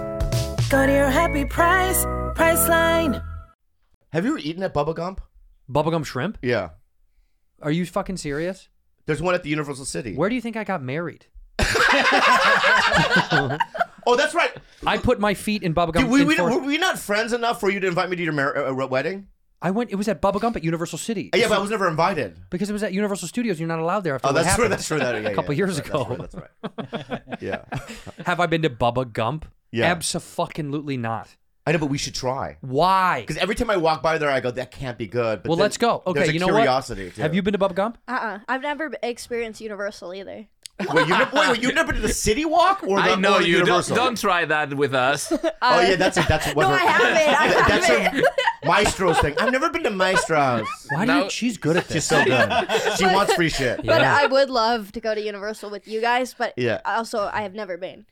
Speaker 9: Go to your happy price, Priceline.
Speaker 5: Have you ever eaten at Bubba Gump?
Speaker 4: Bubblegum shrimp?
Speaker 5: Yeah.
Speaker 4: Are you fucking serious?
Speaker 5: There's one at the Universal City.
Speaker 4: Where do you think I got married?
Speaker 5: Oh, that's right.
Speaker 4: I put my feet in Bubblegum.
Speaker 5: Dude, we,
Speaker 4: in
Speaker 5: we,
Speaker 4: Fort-
Speaker 5: were we not friends enough for you to invite me to your mar- uh, wedding?
Speaker 4: I went, it was at Bubblegum at Universal City.
Speaker 5: Uh, Yeah, but I was never invited.
Speaker 4: because it was at Universal Studios. You're not allowed there after
Speaker 5: Oh,
Speaker 4: what
Speaker 5: that's true.
Speaker 4: happened.
Speaker 5: That's true. That, yeah,
Speaker 4: a couple
Speaker 5: yeah,
Speaker 4: years
Speaker 5: that's
Speaker 4: ago.
Speaker 5: right, That's right. That's right. yeah.
Speaker 4: Have I been to Bubba Gump?
Speaker 5: Yeah.
Speaker 4: Absolutely not.
Speaker 5: I know, but we should try.
Speaker 4: Why?
Speaker 5: Because every time I walk by there, I go, that can't be good. But
Speaker 4: Well,
Speaker 5: then
Speaker 4: let's go.
Speaker 5: there's
Speaker 4: Okay,
Speaker 5: a
Speaker 4: you know
Speaker 5: curiosity
Speaker 4: what?
Speaker 5: too.
Speaker 4: Have you been to Bubba Gump?
Speaker 6: Uh uh-uh. uh. i have never b- experienced Universal either.
Speaker 5: Wait, you never, wait, wait, you never did the City Walk or the
Speaker 8: I know
Speaker 5: or
Speaker 8: you. Don't,
Speaker 5: Universal?
Speaker 8: don't try that with us.
Speaker 5: Oh yeah, that's it. That's what.
Speaker 6: No,
Speaker 5: her-
Speaker 6: I haven't. I
Speaker 5: that- that's
Speaker 6: haven't.
Speaker 5: her Maestro's thing. I've never been to Maestro's.
Speaker 4: Why do
Speaker 8: No.
Speaker 4: you? She's good at
Speaker 5: She's
Speaker 4: this.
Speaker 5: so good. She wants free shit.
Speaker 6: But I would love to go to Universal with you guys, but
Speaker 5: Yeah.
Speaker 6: also I have never been.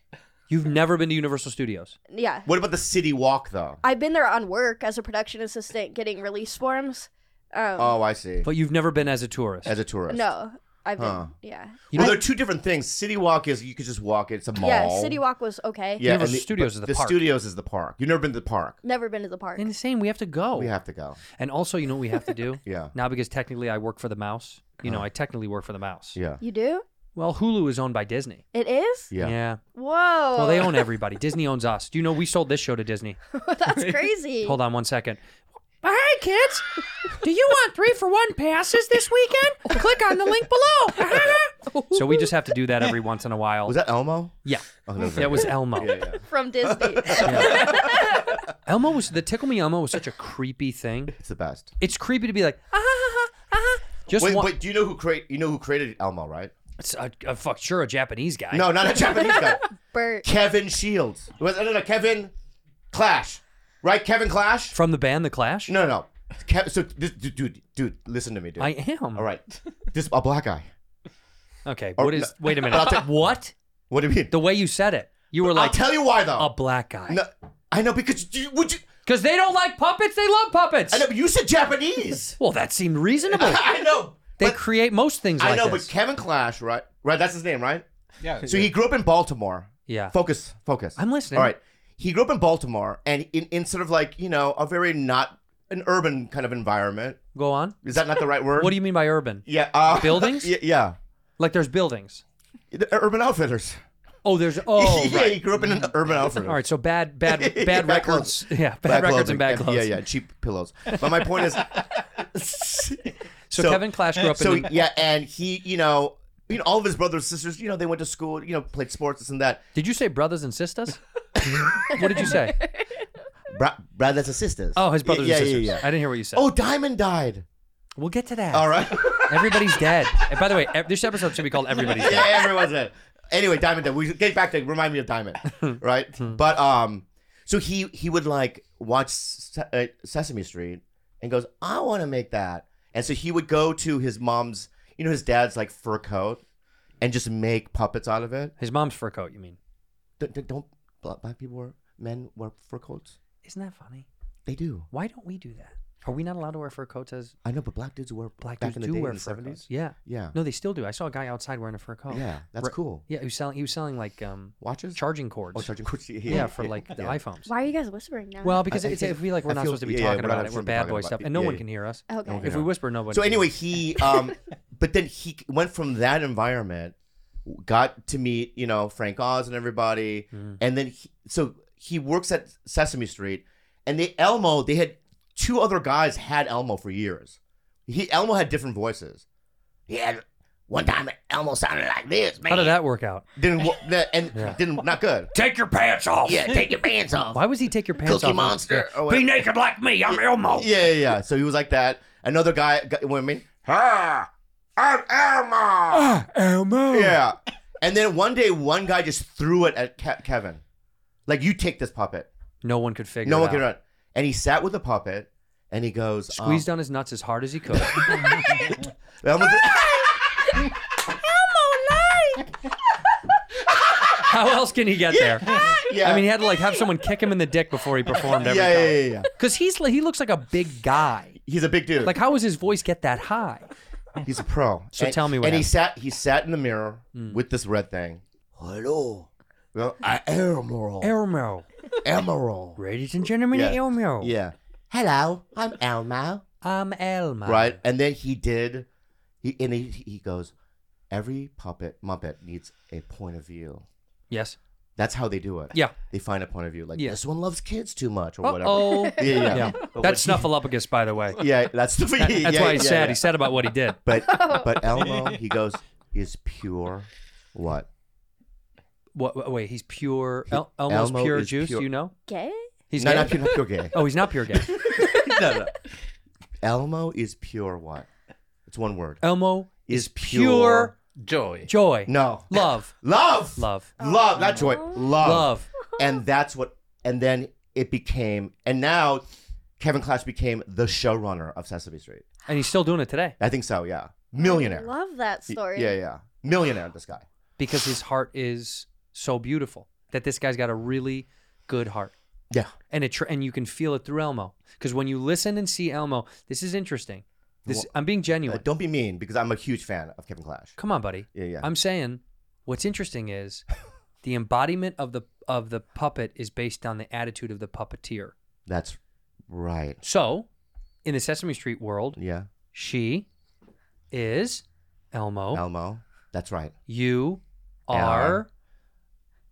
Speaker 4: You've never been to Universal Studios.
Speaker 6: Yeah.
Speaker 5: What about the City Walk though?
Speaker 6: I've been there on work as a production assistant getting release forms. Um,
Speaker 5: Oh, I see.
Speaker 4: But you've never been as a tourist.
Speaker 5: As a tourist.
Speaker 6: no. I've been.
Speaker 5: Huh.
Speaker 6: Yeah.
Speaker 5: Well, there are two different things. City Walk is you could just walk it. It's a mall.
Speaker 6: Yeah. City Walk was okay.
Speaker 5: Yeah,
Speaker 4: Universal
Speaker 5: and
Speaker 4: Studios is
Speaker 5: but
Speaker 4: the
Speaker 5: the
Speaker 4: park.
Speaker 5: studios is the park. You've never been to the park.
Speaker 6: Never been to the park.
Speaker 4: Insane. We have to go.
Speaker 5: We have to go.
Speaker 4: And also, you know what we have to do?
Speaker 5: Yeah. Uh-huh.
Speaker 4: Now, because technically I work for the mouse, you know, I technically work for the mouse.
Speaker 5: Yeah.
Speaker 6: You do?
Speaker 4: Well, Hulu is owned by Disney.
Speaker 6: It is?
Speaker 5: Yeah.
Speaker 6: Whoa.
Speaker 4: Well, they own everybody. Disney owns us. Do you know we sold this show to Disney?
Speaker 6: That's crazy.
Speaker 4: Hold on one second.
Speaker 7: Hey, kids! Do you want three for one passes this weekend? Click on the link below.
Speaker 4: So we just have to do that every once in a while.
Speaker 5: Was that Elmo?
Speaker 4: Yeah.
Speaker 5: Oh, that was
Speaker 4: That was Elmo.
Speaker 6: From Disney.
Speaker 4: Elmo was the Tickle Me Elmo was such a creepy thing.
Speaker 5: It's the best.
Speaker 4: It's creepy to be like, ah, ah, ah, ah. just
Speaker 5: Wait,
Speaker 4: one.
Speaker 5: wait, do you know who create? You know who created Elmo, right?
Speaker 4: It's a, a fuck, sure, a Japanese guy.
Speaker 5: No, not a Japanese guy.
Speaker 6: Bert.
Speaker 5: Kevin Shields. Was no, no, Kevin Clash, right? Kevin Clash.
Speaker 4: From the band The Clash?
Speaker 5: No, no. Kev, so, this, dude, dude, dude, listen to me, dude.
Speaker 4: I am.
Speaker 5: All right, this a black guy.
Speaker 4: Okay.
Speaker 5: Or-
Speaker 4: What is,
Speaker 5: no.
Speaker 4: wait a
Speaker 5: I'll
Speaker 4: minute.
Speaker 5: tell-
Speaker 4: what?
Speaker 5: What do you mean?
Speaker 4: The way you said it, you were
Speaker 5: I'll
Speaker 4: like,
Speaker 5: tell you why though.
Speaker 4: a black guy.
Speaker 5: No, I know because you, would you?
Speaker 4: Because they don't like puppets, they love puppets.
Speaker 5: I know, but you said Japanese.
Speaker 4: Well, that seemed reasonable.
Speaker 5: I know.
Speaker 4: They
Speaker 5: but-
Speaker 4: create most things like
Speaker 5: I know,
Speaker 4: this.
Speaker 5: but Kevin Clash, right? Right, that's his name, right?
Speaker 2: Yeah.
Speaker 5: So he grew up in Baltimore.
Speaker 4: Yeah.
Speaker 5: Focus, focus.
Speaker 4: I'm listening.
Speaker 5: All right. He grew up in Baltimore and in, in sort of like, you know, a very not an urban kind of environment.
Speaker 4: Go on.
Speaker 5: Is that not the right word?
Speaker 4: What do you mean by urban?
Speaker 5: Yeah. Uh,
Speaker 4: Buildings?
Speaker 5: Yeah. yeah.
Speaker 4: Like there's buildings.
Speaker 5: The uh, Urban Outfitters.
Speaker 4: Oh, there's oh
Speaker 5: yeah, he
Speaker 4: right.
Speaker 5: grew up in an Urban Outfitters.
Speaker 4: All right, so bad, bad, bad,
Speaker 5: Yeah,
Speaker 4: records.
Speaker 5: clothes.
Speaker 4: Yeah, bad, records
Speaker 5: clothing.
Speaker 4: and bad clothes.
Speaker 5: Yeah, yeah, cheap pillows. But my point is,
Speaker 4: So,
Speaker 5: So-
Speaker 4: Kevin Clash grew up
Speaker 5: so
Speaker 4: in. The,
Speaker 5: yeah, and he, you know, you know, all of his brothers, sisters, you know, they went to school, you know, played sports, this and that.
Speaker 4: Did you say brothers and sisters? what did you say?
Speaker 5: Bra- brothers and sisters.
Speaker 4: Oh, his brothers
Speaker 5: yeah,
Speaker 4: and sisters.
Speaker 5: Yeah, yeah,
Speaker 4: I didn't hear what you said.
Speaker 5: Oh, Diamond died.
Speaker 4: we'll get to that.
Speaker 5: All right.
Speaker 4: Everybody's dead. And by the way, ev- this episode should be called Everybody's
Speaker 5: yeah,
Speaker 4: Dead.
Speaker 5: everyone's dead. Anyway, Diamond died. We get back to remind me of Diamond, right?
Speaker 4: Hmm.
Speaker 5: but um, so he he would like watch Se- uh, Sesame Street and goes, I want to make that. And so he would go to his mom's, you know, his dad's like fur coat, and just make puppets out of it.
Speaker 4: His mom's fur coat. You mean?
Speaker 5: Don't, don't- don't black black people wear men wear fur coats?
Speaker 4: Isn't that funny?
Speaker 5: They do.
Speaker 4: Why don't we do that? Are we not allowed to wear fur coats as
Speaker 5: I know, but black dudes wear
Speaker 4: black
Speaker 5: back
Speaker 4: dudes
Speaker 5: in
Speaker 4: do
Speaker 5: the day
Speaker 4: wear
Speaker 5: in the
Speaker 4: fur coats?
Speaker 5: seventies.
Speaker 4: Yeah.
Speaker 5: Yeah.
Speaker 4: No, they still do. I saw a guy outside wearing a fur coat.
Speaker 5: Yeah, that's
Speaker 4: Re-
Speaker 5: cool.
Speaker 4: Yeah, he was selling. He was selling like um,
Speaker 5: Watches.
Speaker 4: charging cords.
Speaker 5: Oh, charging cords. Yeah,
Speaker 4: yeah, for like the
Speaker 5: Yeah.
Speaker 4: iPhones.
Speaker 6: Why are you guys whispering now?
Speaker 4: Well, because
Speaker 5: I- I
Speaker 4: it's, I
Speaker 5: feel-
Speaker 4: feel like we're
Speaker 5: I
Speaker 4: not
Speaker 5: feel-
Speaker 4: supposed to be
Speaker 5: yeah, yeah,
Speaker 4: talking
Speaker 5: we're not
Speaker 4: about it. We're
Speaker 5: supposed to be
Speaker 4: bad
Speaker 5: talking
Speaker 4: boy
Speaker 5: about
Speaker 4: stuff,
Speaker 5: it.
Speaker 4: and no
Speaker 5: Yeah,
Speaker 4: one
Speaker 5: yeah.
Speaker 4: can hear us.
Speaker 6: Okay.
Speaker 4: If we whisper, nobody.
Speaker 5: So
Speaker 4: can
Speaker 5: anyway,
Speaker 4: hear.
Speaker 5: he um, but then he went from that environment, got to meet you know Frank Oz and everybody,
Speaker 4: Mm.
Speaker 5: and then he, so he works at Sesame Street, and they Elmo they had two other guys had Elmo for years. He Elmo had different voices. He had one time Elmo sounded like this, man.
Speaker 4: how did that work out?
Speaker 5: Didn't wo- that- and didn't not good.
Speaker 4: Take your pants off.
Speaker 5: Yeah, take your pants off.
Speaker 4: Why was he take your pants
Speaker 5: Cookie
Speaker 4: off?
Speaker 5: Monster.
Speaker 4: Yeah.
Speaker 5: or
Speaker 4: Be
Speaker 5: whatever.
Speaker 4: naked like me. I'm Elmo.
Speaker 5: Oh, Yeah, yeah, yeah. So he was like that. Another guy, got- you know what I mean? Ha! I'm Elmo.
Speaker 4: Elmo.
Speaker 5: Yeah. And then one day, one guy just threw it at Ke- Kevin. Like, you take this puppet.
Speaker 4: No one could figure.
Speaker 5: No
Speaker 4: it
Speaker 5: one can
Speaker 4: out.
Speaker 5: run. And he sat with the puppet and he goes, um,
Speaker 4: Squeezed down his nuts as hard as he could.
Speaker 5: Elmo,
Speaker 4: How else can he get there?
Speaker 5: yeah.
Speaker 4: I mean, he had to like have someone kick him in the dick before he performed
Speaker 5: yeah,
Speaker 4: every
Speaker 5: yeah,
Speaker 4: time.
Speaker 5: yeah, yeah.
Speaker 4: Because he's like- he looks like a big guy.
Speaker 5: He's a big dude.
Speaker 4: Like, how does his voice get that high?
Speaker 5: He's a pro.
Speaker 4: So
Speaker 5: And-
Speaker 4: tell me what
Speaker 5: And he
Speaker 4: happened. Hmm.
Speaker 5: sat. He sat in the mirror with this red thing. Hello. Well, I Emerald.
Speaker 4: Elmo,
Speaker 5: Emerald.
Speaker 4: ladies and gentlemen,
Speaker 5: Yeah.
Speaker 4: Elmo.
Speaker 5: Yeah. Hello, I'm Elmo.
Speaker 4: I'm Elmo.
Speaker 5: right? And then he did, he and he, he goes, every puppet Muppet needs a point of view.
Speaker 4: Yes.
Speaker 5: That's how they do it.
Speaker 4: Yeah.
Speaker 5: they find a point of view. Like
Speaker 4: Yeah.
Speaker 5: this one loves kids too much or whatever.
Speaker 4: Oh.
Speaker 5: Yeah, yeah,
Speaker 4: Yeah.
Speaker 5: yeah. But
Speaker 4: That's
Speaker 5: what
Speaker 4: Snuffleupagus, by the way.
Speaker 5: he- Yeah, that's the.
Speaker 4: That-
Speaker 5: yeah,
Speaker 4: that's why
Speaker 5: yeah,
Speaker 4: he's
Speaker 5: yeah,
Speaker 4: sad.
Speaker 5: yeah.
Speaker 4: He's sad about what he did.
Speaker 5: But but Elmo, he goes, is pure. What?
Speaker 4: What, what- wait, he's pure. El- Elmo's
Speaker 5: Elmo
Speaker 4: pure
Speaker 5: is
Speaker 4: juice.
Speaker 5: pure-
Speaker 4: You know,
Speaker 6: Gay?
Speaker 4: he's
Speaker 5: no,
Speaker 4: gay?
Speaker 5: not pure, not pure gay.
Speaker 4: Oh, he's not pure gay.
Speaker 5: no, no. Elmo is pure. What? It's one word.
Speaker 4: Elmo
Speaker 5: Is
Speaker 4: is pure
Speaker 8: Joy.
Speaker 4: joy,
Speaker 5: No.
Speaker 4: love,
Speaker 5: Love.
Speaker 4: love,
Speaker 5: Love. Not joy.
Speaker 4: love.
Speaker 5: and that's what and then it became and now kevin clash became the showrunner of sesame street
Speaker 4: And he's still doing it today
Speaker 5: i think so yeah millionaire
Speaker 6: Love that story.
Speaker 5: yeah yeah millionaire this guy
Speaker 4: because his heart is so beautiful that this guy's got a really good heart.
Speaker 5: yeah
Speaker 4: and it tr- and you can feel it through Elmo because when you listen and see Elmo, this is interesting. This I'm being
Speaker 5: Uh,
Speaker 4: genuine.
Speaker 5: don't be mean because I'm a huge fan of Kevin Clash.
Speaker 4: Come on, buddy.
Speaker 5: Yeah, yeah.
Speaker 4: I'm saying what's interesting is the embodiment of the of the puppet is based on the attitude of the puppeteer.
Speaker 5: That's right.
Speaker 4: So, in the Sesame Street world,
Speaker 5: Yeah.
Speaker 4: she is Elmo.
Speaker 5: Elmo. That's right.
Speaker 4: you are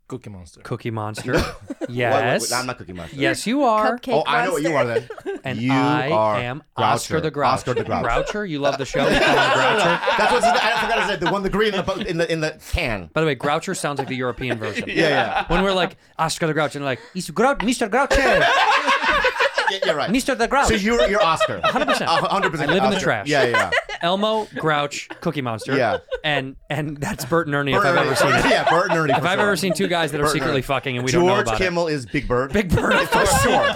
Speaker 8: Cookie Monster.
Speaker 4: Cookie Monster.
Speaker 5: Wait, wait, wait,
Speaker 4: yes.
Speaker 5: I'm not Cookie Monster.
Speaker 4: Yes, you are.
Speaker 6: Cupcake
Speaker 5: Oh, I know what you
Speaker 6: monster.
Speaker 5: are then.
Speaker 4: And
Speaker 5: you
Speaker 4: I
Speaker 5: are
Speaker 4: am
Speaker 5: Groucher.
Speaker 4: Oscar the Grouch.
Speaker 5: Oscar the Grouch.
Speaker 4: you love the show. You call him Groucher.
Speaker 5: That's what's. I forgot to say the one the green in the bu- in the in the can.
Speaker 4: By the way, Groucher sounds like the European version.
Speaker 5: Yeah, yeah.
Speaker 4: When we're like Oscar the Grouch and like "It's Grou- Mr. Groucher,
Speaker 5: yeah you're right.
Speaker 4: Mr. the Grouch,
Speaker 5: So you're you're Oscar.
Speaker 4: 100%.
Speaker 5: hundred percent.
Speaker 4: I live in the
Speaker 5: Oscar.
Speaker 4: trash.
Speaker 5: Yeah, yeah.
Speaker 4: Elmo, Grouch, Cookie Monster.
Speaker 5: Yeah.
Speaker 4: and and that's Bert and Ernie
Speaker 5: Bert
Speaker 4: if I've
Speaker 5: and
Speaker 4: ever
Speaker 5: Ernie.
Speaker 4: seen it.
Speaker 5: Yeah, Bert and Ernie.
Speaker 4: If I've ever seen two guys that are
Speaker 5: Bert and
Speaker 4: secretly
Speaker 5: Ernie.
Speaker 4: fucking and we
Speaker 5: George
Speaker 4: don't know about
Speaker 5: Kimmel is Big Bird.
Speaker 4: it, Big Bird,
Speaker 5: for sure.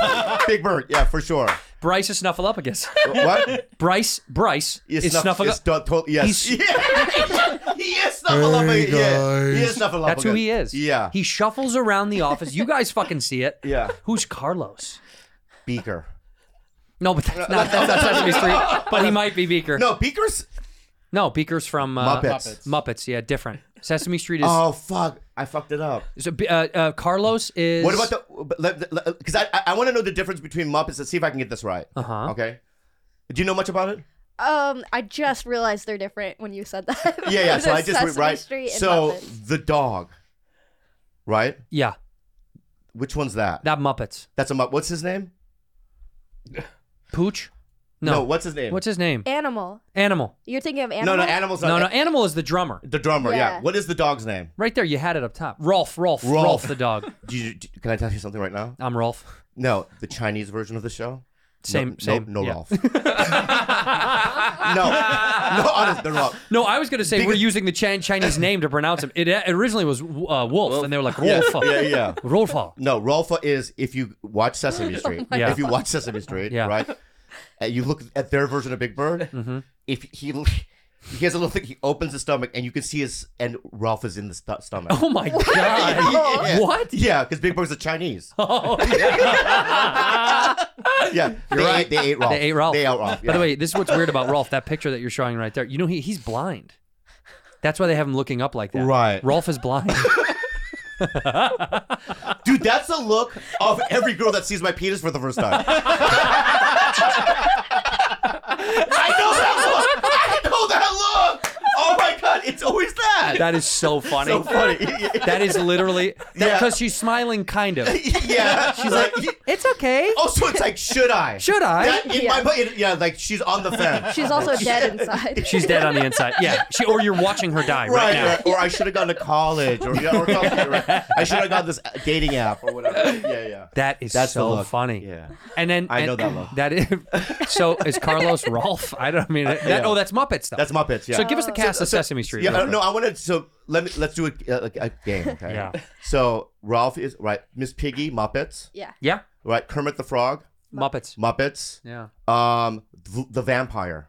Speaker 5: Big Bird. Yeah, for sure.
Speaker 4: Bryce is Snuffleupagus.
Speaker 5: What?
Speaker 4: Bryce, Bryce
Speaker 5: He
Speaker 4: is
Speaker 5: snuff-
Speaker 4: Snuffleupagus.
Speaker 5: is du- to- yes.
Speaker 4: He's-
Speaker 5: Yeah. he is Snuffleupagus. yeah. He is Snuffleupagus.
Speaker 4: That's who he is.
Speaker 5: Yeah.
Speaker 4: He shuffles around the office. You guys fucking see it.
Speaker 5: Yeah.
Speaker 4: Who's Carlos?
Speaker 5: Beaker.
Speaker 4: No, but that's not, that's not Sesame Street. But he might be Beaker.
Speaker 5: No, Beaker's
Speaker 4: No, Beaker's from uh,
Speaker 5: Muppets.
Speaker 4: Muppets, yeah, different. Sesame Street is.
Speaker 5: Oh fuck! I fucked it up.
Speaker 4: so, uh, uh, Carlos is.
Speaker 5: What about the? Because I I, I want to know the difference between Muppets. Let's see if I can get this right.
Speaker 4: Uh huh.
Speaker 5: Okay. Do you know much about it?
Speaker 6: Um, I just realized they're different when you said that.
Speaker 5: Yeah, yeah. So I
Speaker 6: There's
Speaker 5: just went
Speaker 6: Sesame
Speaker 5: right.
Speaker 6: Street and
Speaker 5: So
Speaker 6: Muppets.
Speaker 5: the dog, right?
Speaker 4: Yeah,
Speaker 5: Which one's that?
Speaker 4: that Muppets.
Speaker 5: That's a Muppet. What's his name?
Speaker 4: Pooch? No.
Speaker 5: No. what's his name?
Speaker 4: What's his name?
Speaker 6: animal.
Speaker 4: Animal.
Speaker 6: You're thinking of
Speaker 5: no,
Speaker 6: animal.
Speaker 5: no, animals.
Speaker 4: No, no, Animal is the drummer.
Speaker 5: The drummer. Yeah.
Speaker 6: Yeah.
Speaker 5: What is the dog's name?
Speaker 4: Right there, you had it up top. Rolf, Rolf, Rolf,
Speaker 5: Rolf.
Speaker 4: the dog.
Speaker 5: Do you, do- can I tell you something right now?
Speaker 4: I'm Rolf.
Speaker 5: No, the Chinese version of the show.
Speaker 4: Same,
Speaker 5: no,
Speaker 4: same.
Speaker 5: No, no
Speaker 4: yeah.
Speaker 5: Rolf. no, no, honest, they're Rolf.
Speaker 4: No, I was gonna say we're
Speaker 5: Because-
Speaker 4: using the Chan- Chinese name to pronounce him. It, it originally was uh, Wolf, and they were like
Speaker 5: Yeah,
Speaker 4: Rolfa,
Speaker 5: yeah, yeah.
Speaker 4: Rolfa.
Speaker 5: No, Rolfa is if you watch
Speaker 6: Oh
Speaker 5: Sesame Street.
Speaker 4: my Yeah.
Speaker 5: If you watch Sesame Street,
Speaker 4: Yeah. Mm-hmm.
Speaker 5: right? And you look at their version of Big Bird. If he he has a little thing, he opens his stomach, and you can see his and Rolf is in the stu- stomach.
Speaker 4: Oh my god!
Speaker 5: Yeah.
Speaker 4: What?
Speaker 5: Yeah, because Big Bird's a Chinese.
Speaker 4: Oh.
Speaker 5: Yeah, they, ate, they ate Rolf.
Speaker 4: They ate Rolf.
Speaker 5: They ate Rolf.
Speaker 4: By the
Speaker 5: yeah.
Speaker 4: way, this is what's weird about Rolf. That picture that you're showing right there. You know he, he's blind. That's why they have him looking up like that.
Speaker 5: Right.
Speaker 4: Rolf is blind.
Speaker 5: dude, that's the look of every girl that sees my penis for the first time. I know that look. I know that look. Oh my god, it's always that.
Speaker 4: that is so funny.
Speaker 5: so funny.
Speaker 4: That is literally
Speaker 5: Yeah.
Speaker 4: because she's smiling, kind of.
Speaker 5: yeah, she's like.
Speaker 4: It's okay.
Speaker 5: Oh, so it's like, should I?
Speaker 4: Should I?
Speaker 5: That- in
Speaker 6: Yeah.
Speaker 5: my mind, yeah, like she's on the fence.
Speaker 6: She's also dead inside.
Speaker 4: She's dead on the inside. Yeah. She or you're watching her die right,
Speaker 5: Right,
Speaker 4: now.
Speaker 5: right, or I should have gone to college, or, yeah, or something, right. I should have gone this dating app or whatever. Yeah, yeah.
Speaker 4: That is
Speaker 5: That's the
Speaker 4: so
Speaker 5: look.
Speaker 4: funny.
Speaker 5: Yeah.
Speaker 4: And then
Speaker 5: I know
Speaker 4: and-
Speaker 5: that look.
Speaker 4: That is so is Carlos Rolf. I don't I mean that,
Speaker 5: Yeah.
Speaker 4: oh that's Muppets stuff.
Speaker 5: That's Muppets. Yeah.
Speaker 4: So give us the cast of Sesame Street.
Speaker 5: yeah,
Speaker 4: real
Speaker 5: uh, no, I want to. So let me let's do a, a, a game. Okay.
Speaker 4: Yeah.
Speaker 5: So Ralph is right. Miss Piggy, Muppets.
Speaker 6: yeah.
Speaker 4: Yeah.
Speaker 5: Right. Kermit the Frog,
Speaker 4: Muppets.
Speaker 5: Muppets.
Speaker 4: Yeah.
Speaker 5: Um, the, the vampire.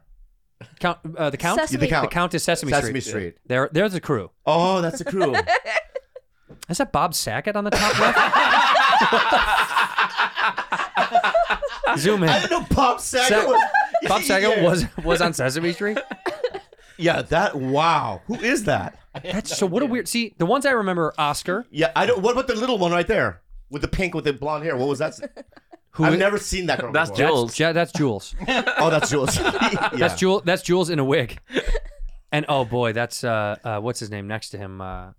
Speaker 4: Count uh, the count.
Speaker 6: Sesame.
Speaker 5: You think
Speaker 4: The count is Sesame,
Speaker 5: Sesame
Speaker 4: Street.
Speaker 5: Street.
Speaker 4: They're they're the crew.
Speaker 5: Oh, that's the crew.
Speaker 4: Is that Bob Sackett on the top left? Zoom in.
Speaker 5: I didn't know Bob Saget
Speaker 4: Sa-
Speaker 5: was.
Speaker 4: Bob Saget
Speaker 5: Yeah.
Speaker 4: was was on Sesame Street.
Speaker 5: Yeah, that. Wow. Who is that?
Speaker 4: That's so. What a weird. See, the ones I remember are Oscar.
Speaker 5: Yeah, I don't. What about the little one right there with the pink with the blonde hair? What was that?
Speaker 4: Who
Speaker 5: I've never seen that girl.
Speaker 8: That's
Speaker 5: before.
Speaker 8: Jules.
Speaker 4: Yeah, that's Jules.
Speaker 5: Oh, that's Jules. yeah.
Speaker 4: That's Jules. That's Jules in a wig. And oh boy, that's uh, uh what's his name next to him? Uh,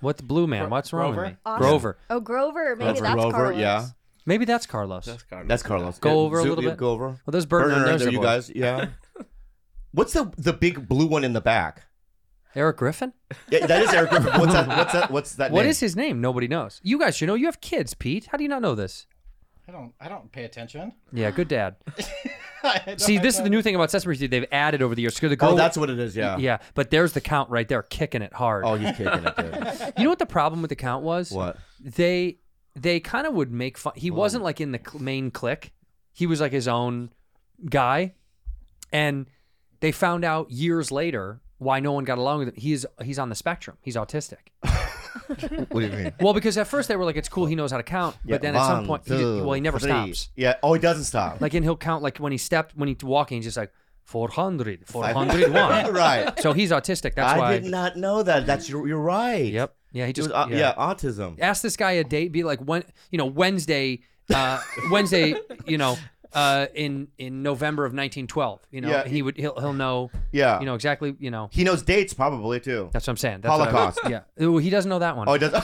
Speaker 4: what the blue man? What's wrong
Speaker 8: Grover?
Speaker 4: with me?
Speaker 6: Awesome.
Speaker 4: Grover.
Speaker 6: Oh, Grover. Maybe
Speaker 5: Grover.
Speaker 6: that's
Speaker 5: Grover,
Speaker 6: Carlos.
Speaker 5: yeah.
Speaker 4: Maybe that's Carlos. Well,
Speaker 8: Carlos.
Speaker 5: That's Carlos.
Speaker 4: Go
Speaker 5: Yeah,
Speaker 4: over a
Speaker 5: zoom-
Speaker 4: little
Speaker 5: yeah,
Speaker 4: bit.
Speaker 5: Go over.
Speaker 4: there's Bert
Speaker 5: Burner,
Speaker 4: and
Speaker 5: there,
Speaker 4: there's
Speaker 5: you guys. Yeah. What's the the big blue one in the back?
Speaker 4: Eric Griffin.
Speaker 5: Yeah, that is Eric Griffin. What's that? What's that? What's that?
Speaker 4: What
Speaker 5: name?
Speaker 4: is his name? Nobody knows. You guys should know. You have kids, Pete. How do you not know this?
Speaker 10: I don't. I don't pay attention.
Speaker 4: Yeah, good dad.
Speaker 10: I don't-
Speaker 4: See,
Speaker 10: I
Speaker 4: this is the
Speaker 10: don't-
Speaker 4: new thing about Sesame Street they've added over the years. 'Cause The girl,
Speaker 5: Oh, that's what it is. Yeah.
Speaker 4: yeah, but there's the count right there, kicking it hard.
Speaker 5: Oh, he's kicking it. Dude.
Speaker 4: You know what the problem with the count was?
Speaker 5: What?
Speaker 4: They they kind of would make fun. He wasn't like in the cl- main clique. He was like his own guy, and they found out years later why no one got along with him. He's he's on the spectrum. He's autistic.
Speaker 5: What do you mean?
Speaker 4: Well, because at first they were like, it's cool, he knows how to count, but then at some point, he, did- well, he never stops.
Speaker 5: Yeah. Oh, he doesn't stop.
Speaker 4: Like, and he'll count like when he stepped, when he walking, he's just like 400, 401.
Speaker 5: Right.
Speaker 4: So he's autistic. That's
Speaker 5: I
Speaker 4: why.
Speaker 5: did not know that. That's you're, you're right. Yep.
Speaker 4: Yeah, he just
Speaker 5: yeah. autism.
Speaker 4: Ask this guy a date. Be like, when you know Wednesday, uh, Wednesday, you know, uh, in in November of 1912. You know,
Speaker 5: Yeah.
Speaker 4: he would he'll he'll know.
Speaker 5: Yeah.
Speaker 4: you know exactly. You know,
Speaker 5: He knows dates probably too.
Speaker 4: That's what I'm saying. That's what I-
Speaker 5: Holocaust.
Speaker 4: yeah, Ooh, he doesn't know that one.
Speaker 5: Oh, he doesn't.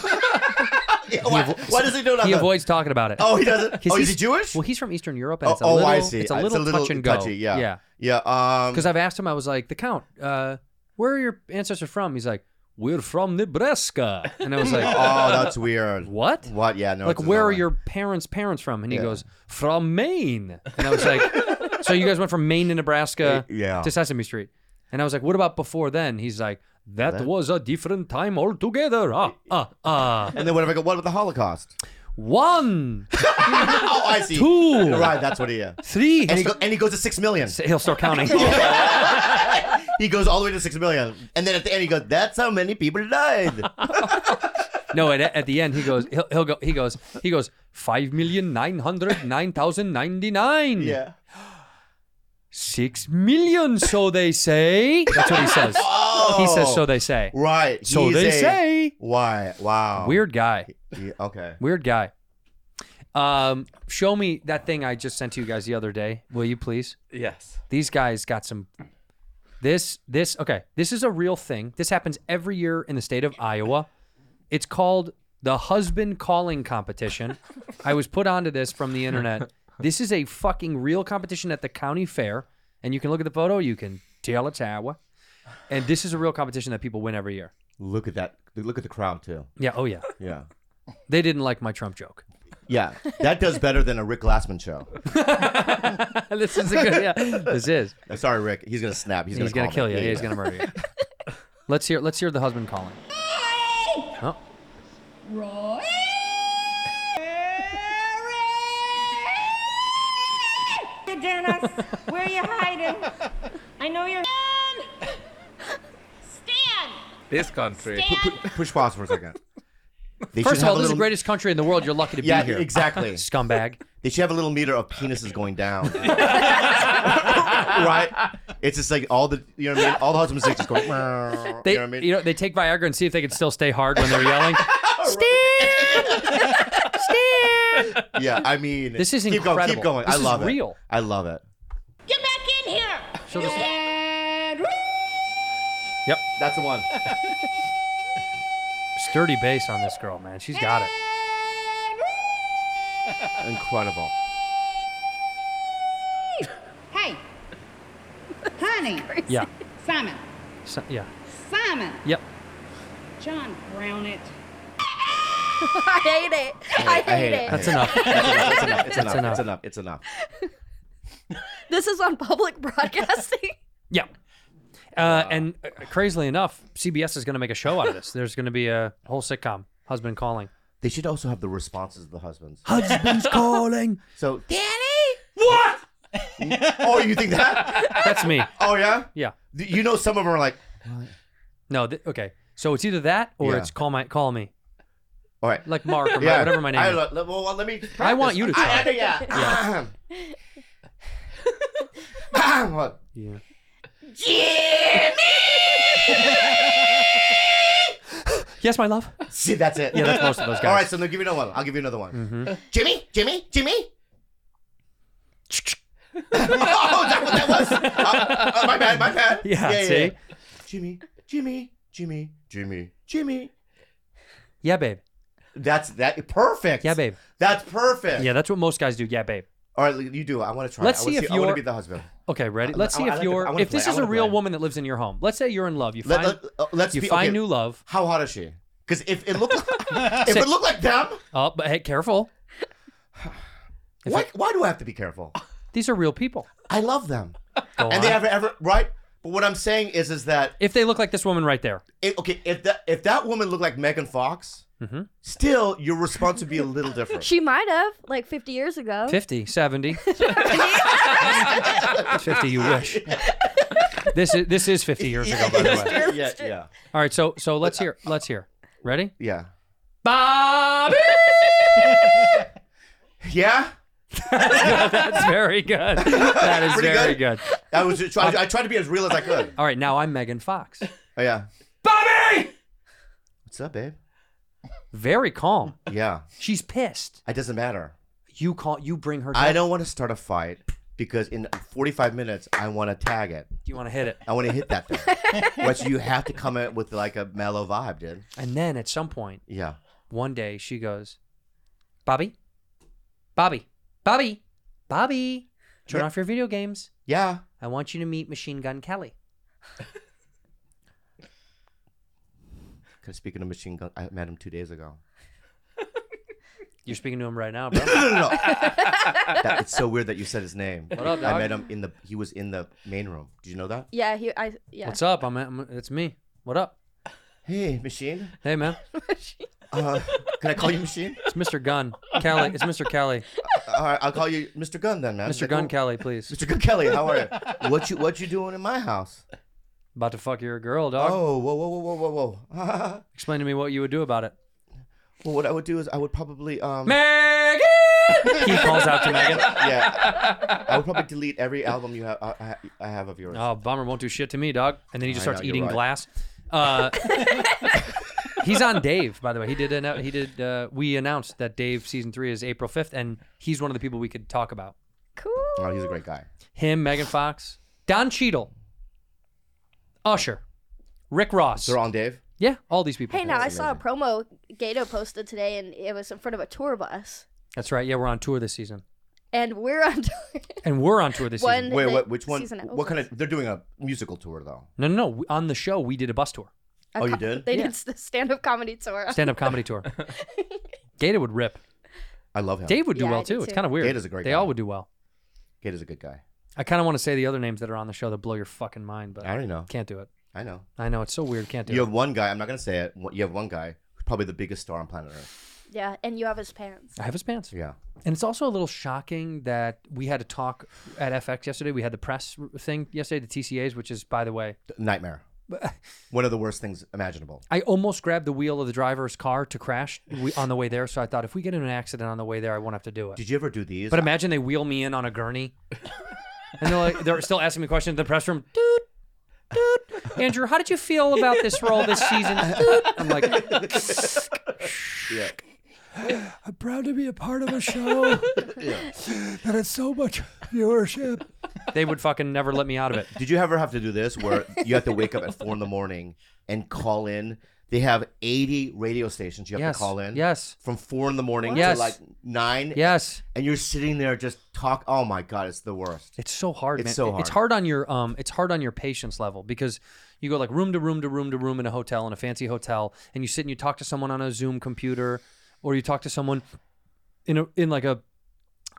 Speaker 5: Yeah, why, why does he know that?
Speaker 4: He avoids talking about it.
Speaker 5: Oh, he doesn't.
Speaker 4: 'Cause
Speaker 5: Oh, is he
Speaker 4: he's-
Speaker 5: Jewish?
Speaker 4: Well, he's from Eastern Europe. And
Speaker 5: Oh,
Speaker 4: it's a
Speaker 5: oh,
Speaker 4: little,
Speaker 5: I see.
Speaker 4: It's a little, touch and go.
Speaker 5: touchy, Yeah.
Speaker 4: yeah.
Speaker 5: Yeah. Um,
Speaker 4: Because I've asked him, I was like, the Count, uh, where are your ancestors from? He's like, we're from Nebraska. And I was like,
Speaker 5: oh, that's weird.
Speaker 4: What?
Speaker 5: What? Yeah. No.
Speaker 4: like,
Speaker 5: it's
Speaker 4: where
Speaker 5: not
Speaker 4: are
Speaker 5: right.
Speaker 4: your parents' parents from? And he
Speaker 5: Yeah.
Speaker 4: goes, from Maine. And I was like, so you guys went from Maine to Nebraska
Speaker 5: Eh, yeah.
Speaker 4: to Sesame Street. And I was like, what about before then? He's like, that,
Speaker 5: That-
Speaker 4: was a different time altogether. Ah, ah, ah.
Speaker 5: And then what if I go? What about the Holocaust?
Speaker 4: One.
Speaker 5: oh, I see.
Speaker 4: Two.
Speaker 5: Right. That's what he is.
Speaker 4: Three.
Speaker 5: And he, go, and he goes to six million.
Speaker 4: He'll start counting.
Speaker 5: he goes all the way to six million, and then at the end he goes, "That's how many people died."
Speaker 4: No, at, at the end he goes. He'll, he'll go. He goes. He goes. Five million nine hundred nine thousand ninety nine.
Speaker 5: Yeah.
Speaker 4: Six million, so they say. That's what he says. He says, so they say.
Speaker 5: Right.
Speaker 4: So
Speaker 5: He's
Speaker 4: they
Speaker 5: a- Oh.
Speaker 4: say.
Speaker 5: Why? Wow.
Speaker 4: Weird guy.
Speaker 5: Yeah, okay.
Speaker 4: Weird guy. Um, show me that thing I just sent to you guys the other day. Will you please?
Speaker 8: Yes.
Speaker 4: These guys got some. This this okay. This is a real thing. This happens every year in the state of Iowa. It's called the husband calling competition. I was put onto this from the internet. This is a fucking real competition at the county fair, and you can look at the photo. You can tell it's Iowa, and this is a real competition that people win every year.
Speaker 5: Look at that. Look at the crowd too.
Speaker 4: Yeah. Oh yeah.
Speaker 5: Yeah.
Speaker 4: They didn't like my Trump joke.
Speaker 5: Yeah. That does better than a Rick Glassman show.
Speaker 4: this is a good. Yeah. This is.
Speaker 5: I'm Uh, sorry, Rick. He's gonna snap. He's
Speaker 4: He's, gonna,
Speaker 5: gonna. call
Speaker 4: kill
Speaker 5: me.
Speaker 4: you. Yeah, he's gonna murder you. let's hear. Let's hear the husband calling. Oh.
Speaker 11: Roy?
Speaker 12: Dennis, where are you hiding? I know you're. Stan!
Speaker 8: This country.
Speaker 5: Pu- pu- push pause for a second. They should
Speaker 4: First of
Speaker 5: have
Speaker 4: all,
Speaker 5: a
Speaker 4: this is the
Speaker 5: little-
Speaker 4: greatest country in the world. You're lucky to be
Speaker 5: Yeah,
Speaker 4: here.
Speaker 5: exactly.
Speaker 4: Scumbag.
Speaker 5: They should have a little meter of penises going down. right? It's just like all the you know what I mean. All the husbands just going. "Meow,"
Speaker 4: They,
Speaker 5: you know what I mean?
Speaker 4: they take Viagra and see if they can still stay hard when they're yelling.
Speaker 5: Stan! Yeah, I mean,
Speaker 4: This is
Speaker 5: keep Going,
Speaker 4: incredible.
Speaker 5: keep going.
Speaker 4: This
Speaker 5: I
Speaker 4: is
Speaker 5: love
Speaker 4: real.
Speaker 5: it. I love it.
Speaker 11: Get back in here!
Speaker 4: She'll just-
Speaker 11: And
Speaker 4: Yep.
Speaker 5: That's the one.
Speaker 4: Sturdy bass on this girl, man. She's got it.
Speaker 5: Incredible.
Speaker 12: Hey, honey,
Speaker 4: Yeah.
Speaker 12: Simon,
Speaker 4: So- yeah.
Speaker 12: Simon,
Speaker 4: Yep.
Speaker 12: John Brown it.
Speaker 6: I hate it. I hate, it.
Speaker 4: That's enough.
Speaker 5: That's enough. It's
Speaker 4: That's
Speaker 5: enough.
Speaker 4: enough.
Speaker 5: It's enough. It's enough.
Speaker 6: This is on public broadcasting.
Speaker 4: Yeah. Uh, And uh, crazily enough, CBS is going to make a show out of this. There's going to be a whole sitcom, Husband Calling.
Speaker 5: They should also have the responses of the husbands.
Speaker 4: Husband's calling.
Speaker 5: So
Speaker 4: What?
Speaker 5: Oh, you think that?
Speaker 4: That's me.
Speaker 5: Oh yeah.
Speaker 4: Yeah.
Speaker 5: Th- You know, some of them are like,
Speaker 4: No. Th- okay. So it's either that or
Speaker 5: Yeah.
Speaker 4: it's call my call me.
Speaker 5: all right.
Speaker 4: Like Mark or my-
Speaker 5: yeah.
Speaker 4: whatever my name
Speaker 5: I,
Speaker 4: is.
Speaker 5: lo- le- well, let me.
Speaker 4: I want you to
Speaker 5: I-
Speaker 4: try.
Speaker 5: I- yeah. What?
Speaker 4: Yeah. Yes, my love.
Speaker 5: See, that's it.
Speaker 4: Yeah, that's most of those guys. Mm-hmm.
Speaker 5: All right, so now give me another one. I'll give you another one. Jimmy, Jimmy, Jimmy. oh, that, that was. Uh, uh, my bad, my bad.
Speaker 4: Yeah, see?
Speaker 5: Jimmy, Jimmy, Jimmy, Jimmy, Jimmy.
Speaker 4: Yeah, babe.
Speaker 5: That's that. Perfect.
Speaker 4: Yeah, babe.
Speaker 5: That's perfect.
Speaker 4: Yeah, that's what most guys do. Yeah, babe.
Speaker 5: All right, you do. it. I want to try.
Speaker 4: Let's
Speaker 5: it. I wanna
Speaker 4: see if
Speaker 5: I want
Speaker 4: you're-
Speaker 5: to be the husband.
Speaker 4: Okay, ready.
Speaker 5: I-
Speaker 4: Let's
Speaker 5: I-
Speaker 4: see
Speaker 5: I
Speaker 4: if
Speaker 5: like to-
Speaker 4: you're
Speaker 5: I wanna
Speaker 4: if this
Speaker 5: play, I
Speaker 4: is a
Speaker 5: wanna
Speaker 4: real
Speaker 5: play.
Speaker 4: woman that lives in your home. Let's say you're in love. You
Speaker 5: Let,
Speaker 4: find
Speaker 5: let, uh, let's
Speaker 4: you
Speaker 5: be,
Speaker 4: find
Speaker 5: okay,
Speaker 4: new love.
Speaker 5: How hot is she? Because if it looked, if
Speaker 4: Sit.
Speaker 5: it looked like them,
Speaker 4: Oh, but hey, careful.
Speaker 5: why, why do I have to be careful?
Speaker 4: These are real people.
Speaker 5: I love them,
Speaker 4: Go
Speaker 5: and they
Speaker 4: on.
Speaker 5: ever ever right. But what I'm saying is, is that
Speaker 4: if they look like this woman right there.
Speaker 5: it, okay, if that if that woman looked like Megan Fox,
Speaker 4: Mm-hmm.
Speaker 5: still your response would be a little different.
Speaker 6: She might have, like 50 years ago.
Speaker 4: 50, 70. 50 you wish. This is this is 50 years ago by the way.
Speaker 5: yeah, yeah,
Speaker 4: All right, so so let's hear let's hear. Ready?
Speaker 5: yeah,
Speaker 4: Bobby.
Speaker 5: yeah.
Speaker 4: That's very good. That is
Speaker 5: Pretty
Speaker 4: very
Speaker 5: good?
Speaker 4: good.
Speaker 5: I was just trying- I tried to be as real as I could.
Speaker 4: All right, now I'm Megan Fox.
Speaker 5: Oh yeah.
Speaker 4: Bobby!
Speaker 5: What's up, babe?
Speaker 4: Very calm.
Speaker 5: Yeah.
Speaker 4: She's pissed.
Speaker 5: It doesn't matter.
Speaker 4: You call. You bring her.
Speaker 5: I
Speaker 4: down.
Speaker 5: don't want to start a fight because in 45 minutes I want to tag it.
Speaker 4: You want to hit it.
Speaker 5: I want to hit that thing. Which you have to come in with like a mellow vibe, dude.
Speaker 4: And then at some point,
Speaker 5: Yeah.
Speaker 4: one day she goes, Bobby, Bobby, Bobby, Bobby, turn
Speaker 5: Yeah.
Speaker 4: off your video games.
Speaker 5: Yeah.
Speaker 4: I want you to meet Machine Gun Kelly.
Speaker 5: Because speaking of machine gun, I met him two days ago.
Speaker 4: You're speaking to him right now, bro.
Speaker 5: No, no, no. That- it's so weird that you said his name.
Speaker 4: What up,
Speaker 5: I
Speaker 4: dog?
Speaker 5: met him in the. He was in the main room. Did you know that?
Speaker 6: Yeah, he. I. Yeah.
Speaker 4: What's up? I'm, I'm- It's me. What up?
Speaker 5: Hey, Machine.
Speaker 4: Hey, man.
Speaker 5: Uh, can I call you Machine?
Speaker 4: It's Mr. Gun Kelly. It's Mr. Kelly.
Speaker 5: All right, I'll call you Mr. Gun then, man.
Speaker 4: Mr. Gun Kelly,
Speaker 5: Kelly.
Speaker 4: please.
Speaker 5: Mr. Gun Kelly, how are you? What you What you doing in my house?
Speaker 4: About to fuck your girl, dog.
Speaker 5: Oh, whoa, whoa, whoa, whoa, whoa, whoa.
Speaker 4: Explain to me what you would do about it.
Speaker 5: Well, what I would do is I would probably um.
Speaker 4: Megan. he calls out to Megan.
Speaker 5: yeah, I would probably delete every album you have. I, I I have of yours.
Speaker 4: Oh, bummer won't do shit to me, dog. And then he just
Speaker 5: I
Speaker 4: starts
Speaker 5: know, you're
Speaker 4: eating
Speaker 5: right.
Speaker 4: glass. Uh, he's on Dave, by the way. He did. annou- He did. Uh, we announced that Dave season three is April fifth, and he's one of the people we could talk about.
Speaker 5: Oh, he's a great guy.
Speaker 4: Him, Megan Fox, Don Cheadle, Usher, Rick Ross.
Speaker 5: They're on Dave.
Speaker 4: Yeah, all these people.
Speaker 6: Hey, now I saw a promo Gato posted today, and it was in front of a tour bus,
Speaker 4: That's right. Yeah, we're on tour this season,
Speaker 6: and we're on.
Speaker 4: and we're on tour this
Speaker 6: When
Speaker 4: season.
Speaker 5: Wait,
Speaker 6: the
Speaker 5: what? Which one?
Speaker 6: season
Speaker 5: What kind of? They're doing a musical tour though.
Speaker 4: No, no, no. We- On the show, we did a bus tour,
Speaker 5: Oh, you did?
Speaker 6: They did the stand-up comedy tour.
Speaker 4: stand-up comedy tour. Gator would rip.
Speaker 5: I love him.
Speaker 4: Dave would do
Speaker 6: Yeah, I
Speaker 4: well
Speaker 6: do
Speaker 4: too. It's
Speaker 6: too.
Speaker 4: kind of weird.
Speaker 5: Gator's a great
Speaker 4: They
Speaker 5: guy.
Speaker 4: all would do well.
Speaker 5: Kid is a good guy.
Speaker 4: I kind of want to say the other names that are on the show that blow your fucking mind, but
Speaker 5: I already know.
Speaker 4: can't do it.
Speaker 5: I know.
Speaker 4: I know it's so weird. Can't do
Speaker 5: You
Speaker 4: it.
Speaker 5: have one guy. I'm not gonna say it. wh- You have one guy who's probably the biggest star on planet Earth.
Speaker 6: Yeah, and you have his pants.
Speaker 4: I have his pants.
Speaker 5: Yeah.
Speaker 4: And it's also a little shocking that we had to talk at FX yesterday. We had the press r- thing yesterday, the TCAs, which is, by the way,
Speaker 5: Nightmare. one of the worst things imaginable.
Speaker 4: I almost grabbed the wheel of the driver's car to crash we, on the way there. So I thought if we get in an accident on the way there, I won't have to do it.
Speaker 5: Did you ever do these?
Speaker 4: But imagine they wheel me in on a gurney, and they're like, they're still asking me questions in the press room. Dude, dude, Andrew, how did you feel about this role this season? Dude. I'm like,
Speaker 5: yeah.
Speaker 4: I'm proud to be a part of a show that has so much viewership. They would fucking never let me out of it.
Speaker 5: Did you ever have to do this where you have to wake up at four in the morning and call in? They have 80 radio stations you have
Speaker 4: Yes.
Speaker 5: to call in.
Speaker 4: Yes.
Speaker 5: From four in the morning
Speaker 4: Yes.
Speaker 5: to like nine.
Speaker 4: Yes.
Speaker 5: And you're sitting there just talk. Oh my God, it's the worst.
Speaker 4: It's so hard,
Speaker 5: It's
Speaker 4: man.
Speaker 5: so
Speaker 4: It- It's
Speaker 5: hard.
Speaker 4: hard on your um it's hard on your patience level because you go like room to room to room to room in a hotel in a fancy hotel and you sit and you talk to someone on a Zoom computer or you talk to someone in a in like a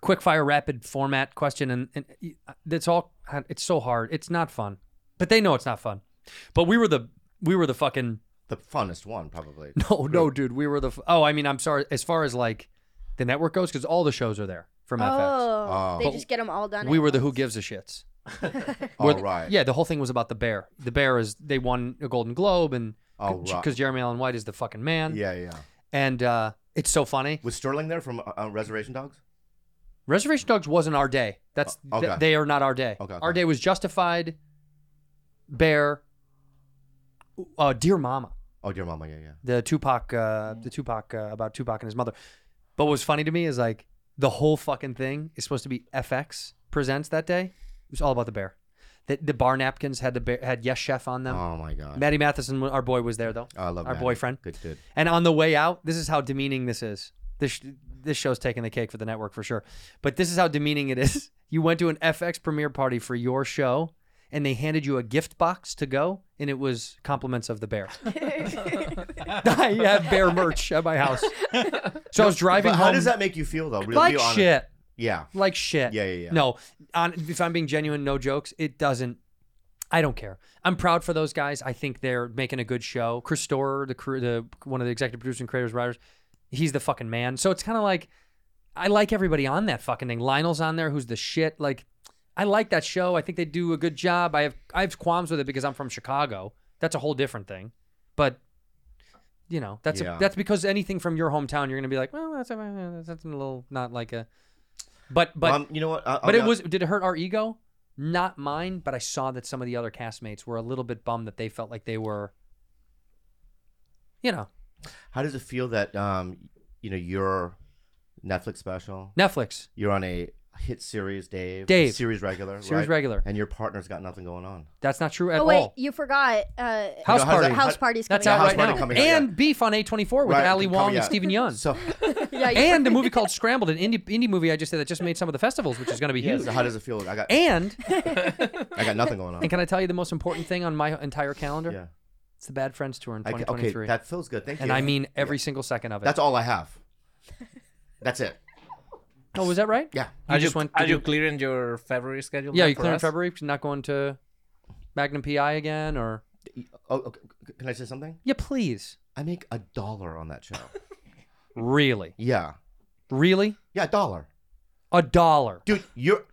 Speaker 4: quick fire rapid format question and, and it's all uh, it's so hard. It's not fun. But they know it's not fun. But we were the we were the fucking
Speaker 5: The funnest one, probably.
Speaker 4: No, no, dude. We were the. F- oh, I mean, I'm sorry. As far as like the network goes, because all the shows are there from FX.
Speaker 6: Oh, they
Speaker 4: But
Speaker 6: just get them all done.
Speaker 4: We
Speaker 6: at
Speaker 4: were the
Speaker 6: once.
Speaker 4: Who Gives a Shits.
Speaker 5: All Oh, right.
Speaker 4: Yeah, the whole thing was about the bear. The bear is they won a Golden Globe and because
Speaker 5: Oh, right.
Speaker 4: Jeremy Allen White is the fucking man.
Speaker 5: Yeah, yeah.
Speaker 4: and uh, it's so funny.
Speaker 5: Was Sterling there from uh, uh, Reservation Dogs?
Speaker 4: Reservation Dogs wasn't our day. That's
Speaker 5: Oh,
Speaker 4: th-
Speaker 5: okay.
Speaker 4: they are not our day.
Speaker 5: Okay,
Speaker 4: Our
Speaker 5: okay.
Speaker 4: day was Justified, Bear, uh, Dear Mama.
Speaker 5: Oh, dear mama. Yeah, yeah.
Speaker 4: the Tupac, uh, the Tupac uh, about Tupac and his mother. But what was funny to me is like the whole fucking thing is supposed to be FX presents that day. It was all about the bear. The, the bar napkins had the bear, had Yes Chef on them.
Speaker 5: Oh my God.
Speaker 4: Matty Matheson, our boy, was there though.
Speaker 5: Oh, I love
Speaker 4: our
Speaker 5: Matty.
Speaker 4: boyfriend.
Speaker 5: Good, good.
Speaker 4: And on the way out, this is how demeaning this is. This sh- this show's taking the cake for the network for sure. But this is how demeaning it is. You went to an FX premiere party for your show, and they handed you a gift box to go, and it was compliments of the bear. I have bear merch at my house. So I was driving
Speaker 5: But
Speaker 4: home.
Speaker 5: how does that make you feel though? Really,
Speaker 4: like
Speaker 5: be honest.
Speaker 4: shit?
Speaker 5: Yeah.
Speaker 4: Like shit.
Speaker 5: Yeah, yeah, yeah.
Speaker 4: No, on, if I'm being genuine, no jokes. It doesn't. I don't care. I'm proud for those guys. I think they're making a good show. Chris Storer, the crew, the one of the executive producers and creators, writers, he's the fucking man. So it's kind of like I like everybody on that fucking thing. Lionel's on there, who's the shit. Like I like that show. I think they do a good job. I have I have qualms with it because I'm from Chicago. That's a whole different thing. But you know, that's a,
Speaker 5: Yeah.
Speaker 4: that's because anything from your hometown, you're gonna be like, well, that's a, that's a little not like a But but
Speaker 5: Mom, you know what? I- I'll
Speaker 4: but
Speaker 5: be
Speaker 4: it
Speaker 5: hon-
Speaker 4: was did it hurt our ego? Not mine, but I saw that some of the other castmates were a little bit bummed that they felt like they were, you know,
Speaker 5: How does it feel that um, you know, your Netflix special?
Speaker 4: Netflix.
Speaker 5: You're on a hit series, Dave.
Speaker 4: Dave.
Speaker 5: Series regular.
Speaker 4: Series
Speaker 5: right?
Speaker 4: regular.
Speaker 5: And your partner's got nothing going on.
Speaker 4: that's not true at
Speaker 6: Oh wait,
Speaker 4: all.
Speaker 6: you forgot. Uh,
Speaker 4: House party,
Speaker 6: House party's coming
Speaker 4: That's out
Speaker 6: up.
Speaker 4: right now. and beef on A24 with
Speaker 5: Right,
Speaker 4: Ali
Speaker 5: coming
Speaker 4: Wong and
Speaker 5: out.
Speaker 4: Stephen Young.
Speaker 5: So,
Speaker 6: yeah, you-
Speaker 4: and a movie called Scrambled, an indie indie movie I just said that just made some of the festivals, which is going to be
Speaker 5: Yeah,
Speaker 4: huge.
Speaker 5: so how does it feel? I got
Speaker 4: and
Speaker 5: I got nothing going on.
Speaker 4: And can I tell you the most important thing on my entire calendar?
Speaker 5: Yeah.
Speaker 4: It's the Bad Friends tour in
Speaker 5: I ca- okay,
Speaker 4: 2023.
Speaker 5: that feels good. Thank
Speaker 4: And
Speaker 5: you.
Speaker 4: I mean every single second of it.
Speaker 5: That's all I have. That's it.
Speaker 4: Oh, was that right?
Speaker 5: Yeah.
Speaker 4: I just went.
Speaker 8: Are
Speaker 4: did
Speaker 8: you clearing your February schedule?
Speaker 4: Yeah,
Speaker 8: now
Speaker 4: you
Speaker 8: for
Speaker 4: clear in
Speaker 8: us?
Speaker 4: February. 'cause You're not going to Magnum PI again, or
Speaker 5: Oh, okay. can I say something?
Speaker 4: Yeah, please.
Speaker 5: I make a dollar on that show.
Speaker 4: really?
Speaker 5: Yeah.
Speaker 4: Really?
Speaker 5: Yeah, a dollar.
Speaker 4: A dollar.
Speaker 5: Dude, you're.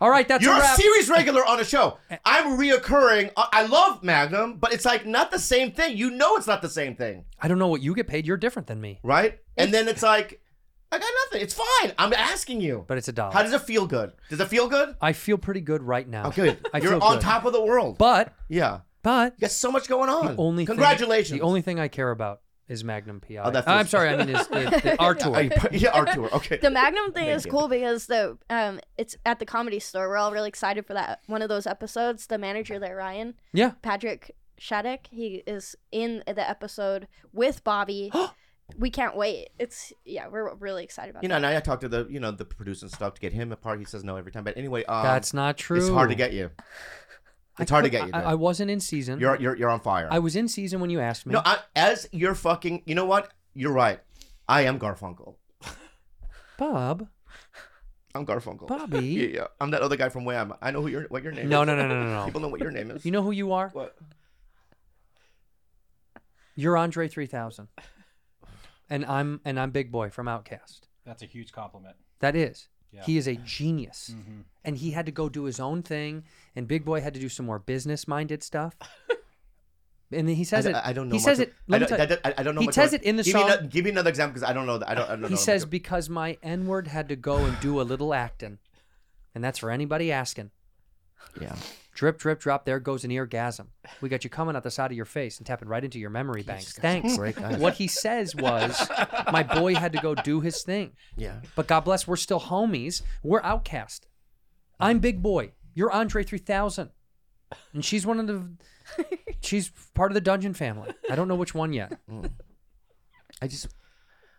Speaker 4: All right, that's
Speaker 5: you're
Speaker 4: a
Speaker 5: a
Speaker 4: wrap. Eh.
Speaker 5: series regular on a show. I'm reoccurring. I I love Magnum, but it's like not the same thing. You know, it's not the same thing,
Speaker 4: I don't know what you get paid. You're different than me.
Speaker 5: right? And then it's like, I got nothing. It's fine. I'm asking you.
Speaker 4: But it's a dollar.
Speaker 5: How does it feel good? Does it feel good?
Speaker 4: I feel pretty good right now.
Speaker 5: I'm good.
Speaker 4: I
Speaker 5: You're
Speaker 4: feel
Speaker 5: on
Speaker 4: good.
Speaker 5: top of the world.
Speaker 4: But
Speaker 5: yeah,
Speaker 4: but
Speaker 5: you got so much going on.
Speaker 4: the only thing-
Speaker 5: congratulations.
Speaker 4: the only thing I care about is Magnum PI.
Speaker 5: Oh, that
Speaker 4: I'm
Speaker 5: feels-
Speaker 4: sorry. I mean, is the, the, our tour.
Speaker 5: Yeah, I- yeah, our tour. Okay.
Speaker 6: The Magnum thing
Speaker 5: Thank
Speaker 6: is
Speaker 5: you.
Speaker 6: cool because the um, it's at the comedy store. We're all really excited for that one of those episodes. The manager there, Ryan.
Speaker 4: Yeah.
Speaker 6: Patrick Shattuck. He is in the episode with Bobby. we can't wait. It's yeah, we're really excited about.
Speaker 5: You know,
Speaker 6: that.
Speaker 5: and I talked to the you know the producer and stuff to get him a part. He says no every time. But anyway, um,
Speaker 4: That's not
Speaker 5: It's
Speaker 4: true.
Speaker 5: hard to get you. It's hard to get you.
Speaker 4: I, I
Speaker 5: Dave.
Speaker 4: wasn't in season.
Speaker 5: you're you're you're on fire.
Speaker 4: I was in season when you asked me.
Speaker 5: No, I, as you're fucking. You know what? You're right. I am Garfunkel.
Speaker 4: Bob.
Speaker 5: I'm Garfunkel.
Speaker 4: Bobby.
Speaker 5: yeah, yeah. I'm that other guy from Wham. I know who your what your name
Speaker 4: No,
Speaker 5: is.
Speaker 4: no, no, no, no, no.
Speaker 5: People know what your name is.
Speaker 4: You know who you are?
Speaker 5: What?
Speaker 4: You're Andre 3000. And I'm and I'm Big Boy from Outcast.
Speaker 10: That's a huge compliment.
Speaker 4: That is.
Speaker 10: Yeah.
Speaker 4: He is a genius. And he had to go do his own thing and Big Boy had to do some more business-minded stuff. And then he says
Speaker 5: I,
Speaker 4: it.
Speaker 5: I don't know.
Speaker 4: He
Speaker 5: much
Speaker 4: says
Speaker 5: of-
Speaker 4: it. Let
Speaker 5: I,
Speaker 4: me
Speaker 5: don't-
Speaker 4: tell you.
Speaker 5: I, don't- I don't know.
Speaker 4: He
Speaker 5: much
Speaker 4: says
Speaker 5: about-
Speaker 4: it in the
Speaker 5: give
Speaker 4: song.
Speaker 5: Me ano- give me another example because I don't know. that- I don't. I don't know.
Speaker 4: he
Speaker 5: much
Speaker 4: says
Speaker 5: of-
Speaker 4: because my n-word had to go and do a little acting and that's for anybody asking
Speaker 5: yeah
Speaker 4: drip drip drop there goes an eargasm we got you coming out the side of your face and tapping right into your memory banks thanks
Speaker 5: great guys.
Speaker 4: what he says was my boy had to go do his thing
Speaker 5: Yeah.
Speaker 4: but god bless we're still homies we're outcast i'm big boy you're andre 3000 and she's one of the she's part of the dungeon family i don't know which one yet
Speaker 5: I just.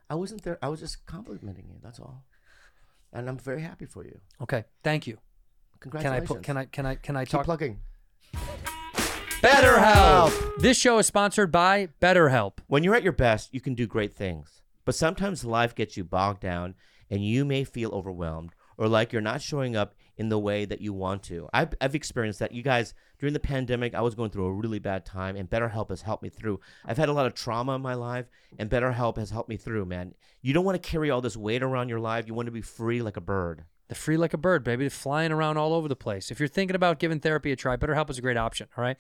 Speaker 5: I wasn't there. I was just complimenting you. That's all. And I'm very happy for you.
Speaker 4: okay thank you can i
Speaker 5: Congratulations.
Speaker 4: put can i can i can i
Speaker 5: Keep
Speaker 4: talk
Speaker 5: plugging.
Speaker 4: BetterHelp. This show is sponsored by BetterHelp.
Speaker 5: When you're at your best, you can do great things. But sometimes life gets you bogged down and you may feel overwhelmed or like you're not showing up in the way that you want to. I've, I've experienced that. You guys, during the pandemic, I was going through a really bad time and BetterHelp has helped me through. I've had a lot of trauma in my life and BetterHelp has helped me through, man. You don't want to carry all this weight around your life. You want to be free like a bird.
Speaker 4: They're free like a bird, baby. They're flying around all over the place. If you're thinking about giving therapy a try, BetterHelp is a great option. All right.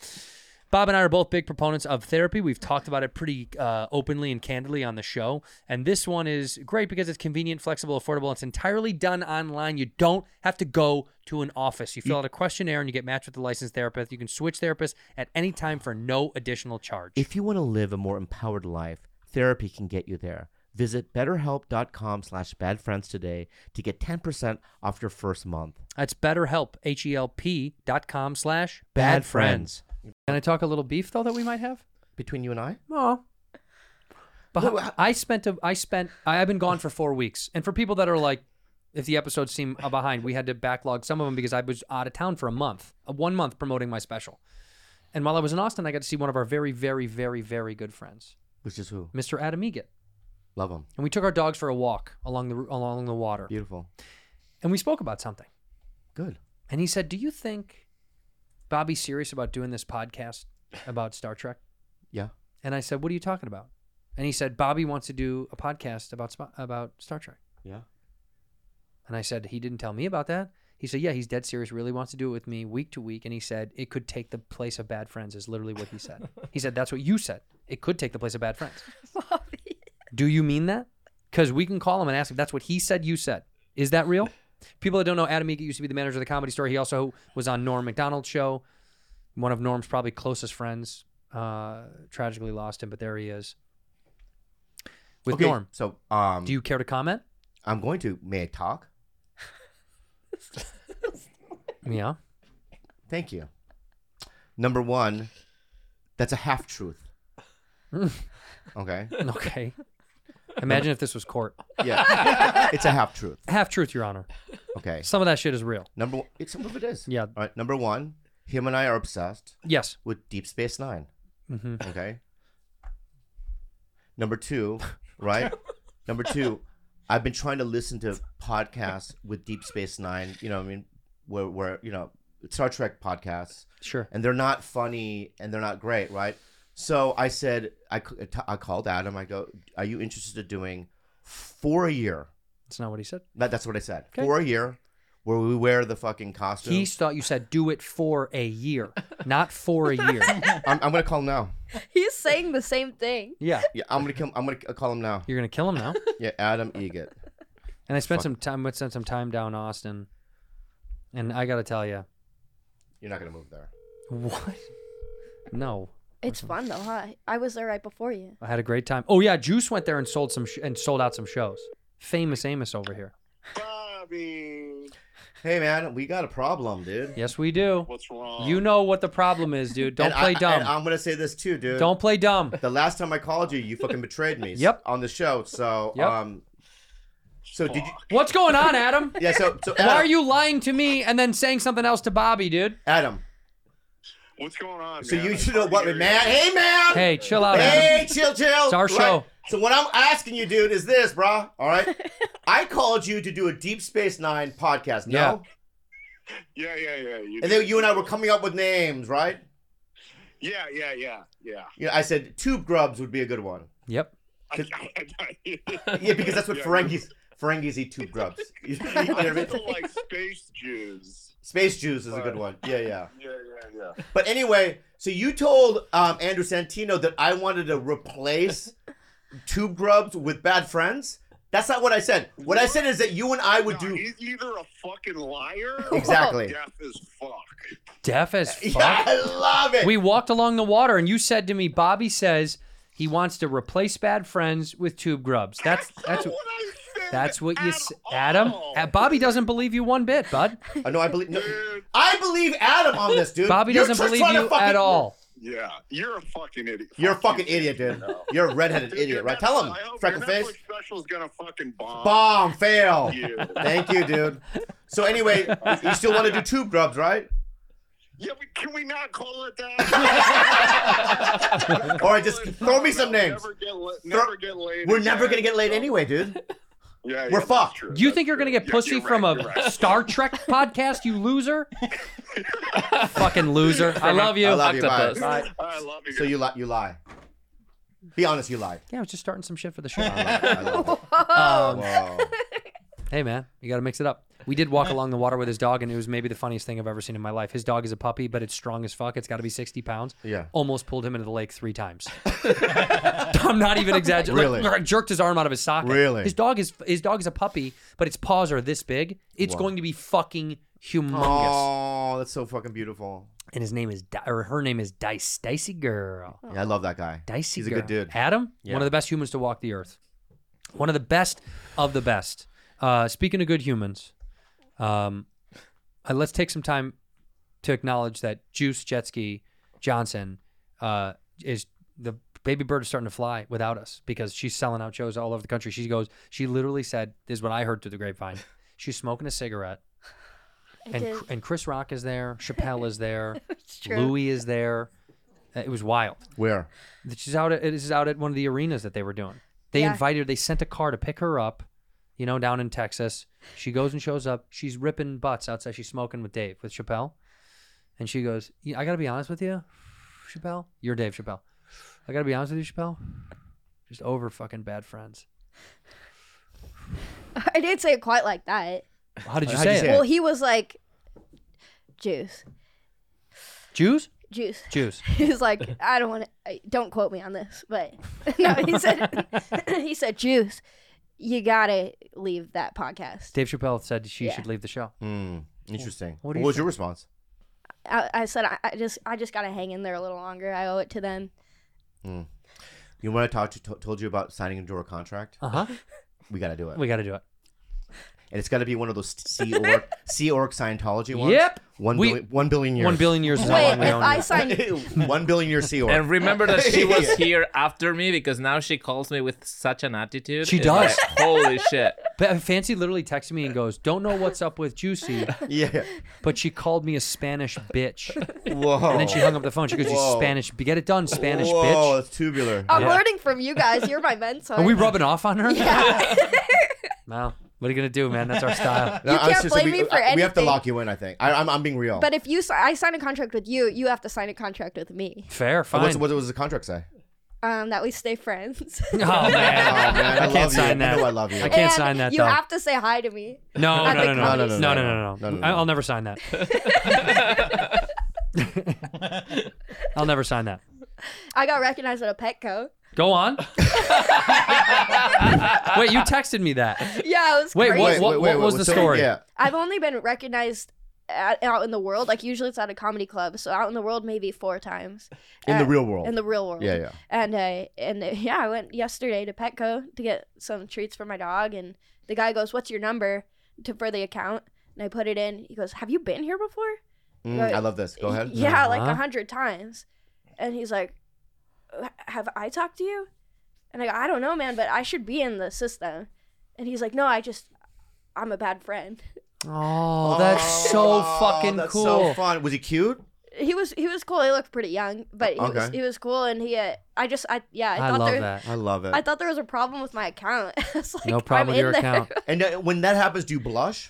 Speaker 4: Bob and I are both big proponents of therapy. We've talked about it pretty uh, openly and candidly on the show. And this one is great because it's convenient, flexible, affordable. It's entirely done online. You don't have to go to an office. You fill out a questionnaire and you get matched with a licensed therapist. You can switch therapists at any time for no additional charge.
Speaker 5: If you want to live a more empowered life, therapy can get you there. Visit betterhelp.com slash badfriends today to get 10% off your first month.
Speaker 4: That's BetterHelp, H-E-L-P dot com slash
Speaker 5: Bad
Speaker 4: bad friends. Can I talk a little beef though that we might have?
Speaker 5: Between you and I?
Speaker 4: Oh. But how- I spent a, I spent I, I've been gone for four weeks, and for people that are like, if the episodes seem uh, behind, we had to backlog some of them because I was out of town for a month, uh, one month promoting my special. And while I was in Austin, I got to see one of our very, very, very, very good friends,
Speaker 5: Which is who?
Speaker 4: Mr. Adam Egan,
Speaker 5: Love him.
Speaker 4: and we took our dogs for a walk along the along the water,
Speaker 5: Beautiful.
Speaker 4: and we spoke about something.
Speaker 5: Good.
Speaker 4: And he said, "Do you think Bobby's serious about doing this podcast about Star Trek?"
Speaker 5: Yeah.
Speaker 4: And I said, "What are you talking about?" And he said, "Bobby wants to do a podcast about Sp- about Star Trek."
Speaker 5: Yeah.
Speaker 4: And I said, "He didn't tell me about that." He said, "Yeah, he's dead serious. Really wants to do it with me week to week." And he said, "It could take the place of Bad Friends." Is literally what he said. he said, "That's what you said. It could take the place of Bad Friends." Do you mean that? Because we can call him and ask him. That's what he said. You said. Is that real? People that don't know, Adam Eka used to be the manager of the Comedy Store. He also was on Norm Macdonald's show. One of Norm's probably closest friends. Uh, tragically lost him, but there he is. With
Speaker 5: Okay,
Speaker 4: Norm.
Speaker 5: So, um, do
Speaker 4: you care to comment?
Speaker 5: I'm going to. May I talk?
Speaker 4: yeah.
Speaker 5: Thank you. Number one, that's a half truth. okay.
Speaker 4: Okay. Imagine if this was court.
Speaker 5: Yeah. It's a half truth.
Speaker 4: Half truth, Your Honor.
Speaker 5: Okay.
Speaker 4: Some of that shit is real.
Speaker 5: Number one, it's some of it is.
Speaker 4: Yeah. All
Speaker 5: right. Number one, him and I are obsessed.
Speaker 4: Yes.
Speaker 5: With Deep Space 9
Speaker 4: Mhm.
Speaker 5: Okay. Number two, right? number two, I've been trying to listen to podcasts with Deep Space Nine. You know, what I mean, where where you know Star Trek podcasts.
Speaker 4: Sure.
Speaker 5: And they're not funny and they're not great, right? So I said, I, c- I called Adam. I go, are you interested in doing four a year?
Speaker 4: That's not what he said.
Speaker 5: That, that's what I said. Four a year, where we wear the fucking costume.
Speaker 4: He thought you said do it for a year, not for a year.
Speaker 5: I'm, I'm gonna call him now.
Speaker 6: He's saying the same thing.
Speaker 4: Yeah.
Speaker 5: Yeah, I'm gonna come. I'm gonna c- call him now.
Speaker 4: You're gonna kill him now.
Speaker 5: yeah, Adam Egit.
Speaker 4: And I spent
Speaker 5: Fuck.
Speaker 4: some time. I spent some time down Austin, and I gotta tell you,
Speaker 5: You're not gonna move there.
Speaker 4: what? No,
Speaker 6: It's fun though, huh? I was there right before you.
Speaker 4: I had a great time. Oh yeah, Juice went there and sold some sh- and sold out some shows. Famous Amos over here.
Speaker 5: Hey man, we got a problem, dude.
Speaker 4: Yes, we do. What's wrong? You know what the problem is, dude. Don't
Speaker 5: And
Speaker 4: play
Speaker 5: I,
Speaker 4: dumb.
Speaker 5: And I'm gonna say this too, dude.
Speaker 4: Don't play dumb.
Speaker 5: The last time I called you, you fucking betrayed me.
Speaker 4: Yep.
Speaker 5: On the show, so
Speaker 4: Yep.
Speaker 5: um, so did you?
Speaker 4: What's going on, Adam?
Speaker 5: Yeah. So, so
Speaker 4: Why are
Speaker 5: Adam-
Speaker 4: you lying to me and then saying something else to Bobby, dude?
Speaker 5: Adam.
Speaker 2: What's going on?
Speaker 5: So you should know what, man. Hey, man.
Speaker 4: Hey, chill out,
Speaker 5: Hey,
Speaker 4: Adam.
Speaker 5: chill, chill.
Speaker 4: It's our
Speaker 5: Right?
Speaker 4: show.
Speaker 5: So what I'm asking you, dude, is this, brah? All right. I called you to do a Deep Space Nine podcast. No.
Speaker 2: Yeah. Yeah, yeah, yeah. You
Speaker 5: And then you and I were coming up with names, right?
Speaker 2: Yeah, yeah, yeah, yeah.
Speaker 5: You know, I said tube grubs would be a good one.
Speaker 4: Yep.
Speaker 5: yeah, because that's what Ferengis Ferengis eat tube grubs. You know what I mean?
Speaker 2: People like space Jews.
Speaker 5: Space Jews is a good one. Yeah, yeah.
Speaker 2: Yeah, yeah, yeah.
Speaker 5: But anyway, so you told um, Andrew Santino that I wanted to replace tube grubs with bad friends. That's not what I said. What I said is that you and I would do
Speaker 2: He's either a fucking liar
Speaker 5: Exactly.
Speaker 2: or deaf as fuck.
Speaker 4: Deaf as fuck.
Speaker 2: I love it.
Speaker 4: We walked along the water, and you said to me, Bobby says he wants to replace bad friends with tube grubs. That's that's what that's what you said, Adam. Uh, Bobby doesn't believe you one bit, bud.
Speaker 5: Oh, no, I believe. I believe Adam on this, dude.
Speaker 4: Bobby
Speaker 5: You're
Speaker 4: doesn't
Speaker 5: just
Speaker 4: believe
Speaker 5: trying to
Speaker 4: you
Speaker 5: fucking-
Speaker 4: at all.
Speaker 2: Yeah, you're a fucking idiot.
Speaker 5: You're a fucking idiot, dude. You're a redheaded idiot, right? Tell him, freckle face.
Speaker 2: Special's gonna fucking bomb.
Speaker 5: Bomb, fail.
Speaker 2: You.
Speaker 5: Thank you, dude. So anyway, you still want to do tube grubs, right?
Speaker 2: Yeah, we, can we not call it that?
Speaker 5: All right, just throw me some names.
Speaker 2: Never get, la- never get laid.
Speaker 5: We're never
Speaker 2: again.
Speaker 5: gonna get laid anyway, dude.
Speaker 2: Yeah,
Speaker 5: We're
Speaker 2: yeah,
Speaker 5: fucked.
Speaker 4: Do you think you're gonna get pussy from a Star Trek podcast, you loser? Fucking loser. I love you.
Speaker 5: I love you. Bye.
Speaker 4: Octopus. Bye.
Speaker 2: I love you.
Speaker 5: So you lie. You lie. Be honest. You lied.
Speaker 4: Yeah, I was just starting some shit for the show.
Speaker 5: Oh.
Speaker 4: Um, Hey man, you got to mix it up. We did walk along the water with his dog, and it was maybe the funniest thing I've ever seen in my life. His dog is a puppy, but it's strong as fuck. It's got to be sixty pounds.
Speaker 5: Yeah.
Speaker 4: almost pulled him into the lake three times. I'm not even exaggerating. Like,
Speaker 5: Really?
Speaker 4: like, jerked his arm out of his socket.
Speaker 5: Really?
Speaker 4: His dog is his dog is a puppy, but its paws are this big. It's
Speaker 5: Wow.
Speaker 4: going to be fucking humongous.
Speaker 5: Oh, that's so fucking beautiful.
Speaker 4: And his name is Di- or her name is Dice Dicey Girl.
Speaker 5: Yeah, I love that guy.
Speaker 4: Dicey
Speaker 5: He's a
Speaker 4: girl.
Speaker 5: good dude.
Speaker 4: Adam,
Speaker 5: Yeah.
Speaker 4: one of the best humans to walk the earth. One of the best of the best. Uh, speaking of good humans, um, uh, let's take some time to acknowledge that Juice Jetski Johnson uh, is the baby bird is starting to fly without us because she's selling out shows all over the country. She goes, she literally said, "This is what I heard through the grapevine." She's smoking a cigarette,
Speaker 6: I
Speaker 4: and
Speaker 6: did.
Speaker 4: and Chris Rock is there, Chappelle is there,
Speaker 6: true.
Speaker 4: Louis is there. Uh, It was wild.
Speaker 5: Where?
Speaker 4: She's out. At, it is out at one of the arenas that they were doing. They
Speaker 6: Yeah.
Speaker 4: invited her. They sent a car to pick her up. You know, down in Texas, she goes and shows up. She's ripping butts outside. She's smoking with Dave with Chappelle, and she goes, "Yeah, "I gotta be honest with you, Chappelle. You're Dave Chappelle. I gotta be honest with you, Chappelle. Just over fucking bad friends.
Speaker 6: I didn't say it quite like that.
Speaker 4: How did you
Speaker 5: How'd
Speaker 4: say
Speaker 5: you
Speaker 4: it?
Speaker 5: say
Speaker 6: Well, he was like, juice,
Speaker 4: Jews.
Speaker 6: juice.
Speaker 4: Jews.
Speaker 6: He was like, I don't want to. Don't quote me on this, but no, he said, he said, juice. you gotta leave that podcast.
Speaker 4: Dave Chappelle said she
Speaker 6: Yeah.
Speaker 4: should leave the show.
Speaker 5: Hmm, interesting.
Speaker 4: What,
Speaker 5: What,
Speaker 4: do you
Speaker 5: was your
Speaker 4: think?
Speaker 5: response?
Speaker 6: I, I said I, I just I just gotta hang in there a little longer. I owe it to them.
Speaker 5: Mm. You want to talk? To, to- told you about signing into a contract.
Speaker 4: Uh huh.
Speaker 5: We got to do it.
Speaker 4: We got to do it.
Speaker 5: And it's got to be one of those Sea Org, Sea Org Scientology ones.
Speaker 4: Yep.
Speaker 5: One
Speaker 4: We-
Speaker 5: billion- one billion years.
Speaker 4: One billion years is how Wait, long we if own I you.
Speaker 8: sign-
Speaker 5: one billion year Sea Org.
Speaker 8: And remember that she was
Speaker 5: Yeah.
Speaker 8: here after me because now she calls me with such an attitude.
Speaker 4: She
Speaker 8: It's
Speaker 4: does.
Speaker 8: like, Holy shit.
Speaker 4: But Fancy literally texted me and goes, "Don't know what's up with Juicy."
Speaker 5: yeah.
Speaker 4: But she called me a Spanish bitch.
Speaker 5: Whoa.
Speaker 4: And then she hung up the phone. She goes, "You
Speaker 5: Whoa.
Speaker 4: Spanish, get it done, Spanish
Speaker 5: Whoa,
Speaker 4: bitch."
Speaker 5: that's tubular.
Speaker 6: I'm
Speaker 4: Yeah.
Speaker 6: learning from Oh, you guys. You're my mentor.
Speaker 4: Are we rubbing off on her? Well, what are you gonna do, man? That's our style.
Speaker 5: No, I was just-
Speaker 6: can't
Speaker 5: we-
Speaker 6: blame me for
Speaker 5: We have to
Speaker 6: anything.
Speaker 5: lock you in. I think. I, I'm, I'm being real.
Speaker 6: But if you si- I sign a contract with you, you have to sign a contract with me.
Speaker 4: Fair,
Speaker 5: fine. What's, what does the contract say?
Speaker 6: Um, that we stay friends.
Speaker 4: Oh man,
Speaker 5: man, I
Speaker 4: I,
Speaker 5: love
Speaker 4: can't
Speaker 5: you.
Speaker 4: sign
Speaker 5: You
Speaker 4: that.
Speaker 5: know I love you.
Speaker 4: I can't
Speaker 6: And
Speaker 4: sign that
Speaker 6: You
Speaker 4: though.
Speaker 6: have to say hi to me.
Speaker 4: No,
Speaker 6: at
Speaker 4: no, no, no, no,
Speaker 6: the
Speaker 4: no,
Speaker 6: comedy
Speaker 4: no,
Speaker 6: store.
Speaker 4: no, no, no, no. I'll never sign that. I'll never sign that.
Speaker 6: I got recognized at a Petco.
Speaker 4: Go on. Wait, you texted me that.
Speaker 6: Yeah, it was
Speaker 4: Wait,
Speaker 6: crazy.
Speaker 4: what, what, what was the story?
Speaker 6: I've only been recognized at, out in the world. Like usually it's at a comedy club, so out in the world maybe four times.
Speaker 5: In the
Speaker 6: Uh,
Speaker 5: real world.
Speaker 6: In the real world.
Speaker 5: Yeah, yeah.
Speaker 6: And uh, and uh, yeah, I went yesterday to Petco to get some treats for my dog, and the guy goes, "What's your number to for the account?" And I put it in. He goes, "Have you been here before?"
Speaker 5: Mm,
Speaker 6: Right.
Speaker 5: I love this. Go ahead. Uh-huh.
Speaker 6: Yeah, like a hundred times. And he's like, "Uh, "Have I talked to you?" And I go, "I don't know, man, but I should be in the system." And he's like, "No, I just, I'm a bad friend."
Speaker 4: Oh, that's so fucking
Speaker 5: that's
Speaker 4: cool.
Speaker 5: So fun. Was he cute?
Speaker 6: He was he was cool. He looked pretty young, but he was
Speaker 5: Okay.
Speaker 6: he was cool. And he, uh, I just, I yeah, I,
Speaker 5: I
Speaker 6: thought
Speaker 5: love
Speaker 6: there,
Speaker 5: that. I love it.
Speaker 6: I thought there was a problem with my account. It's like, I'm in there.
Speaker 5: And uh, when that happens, do you blush?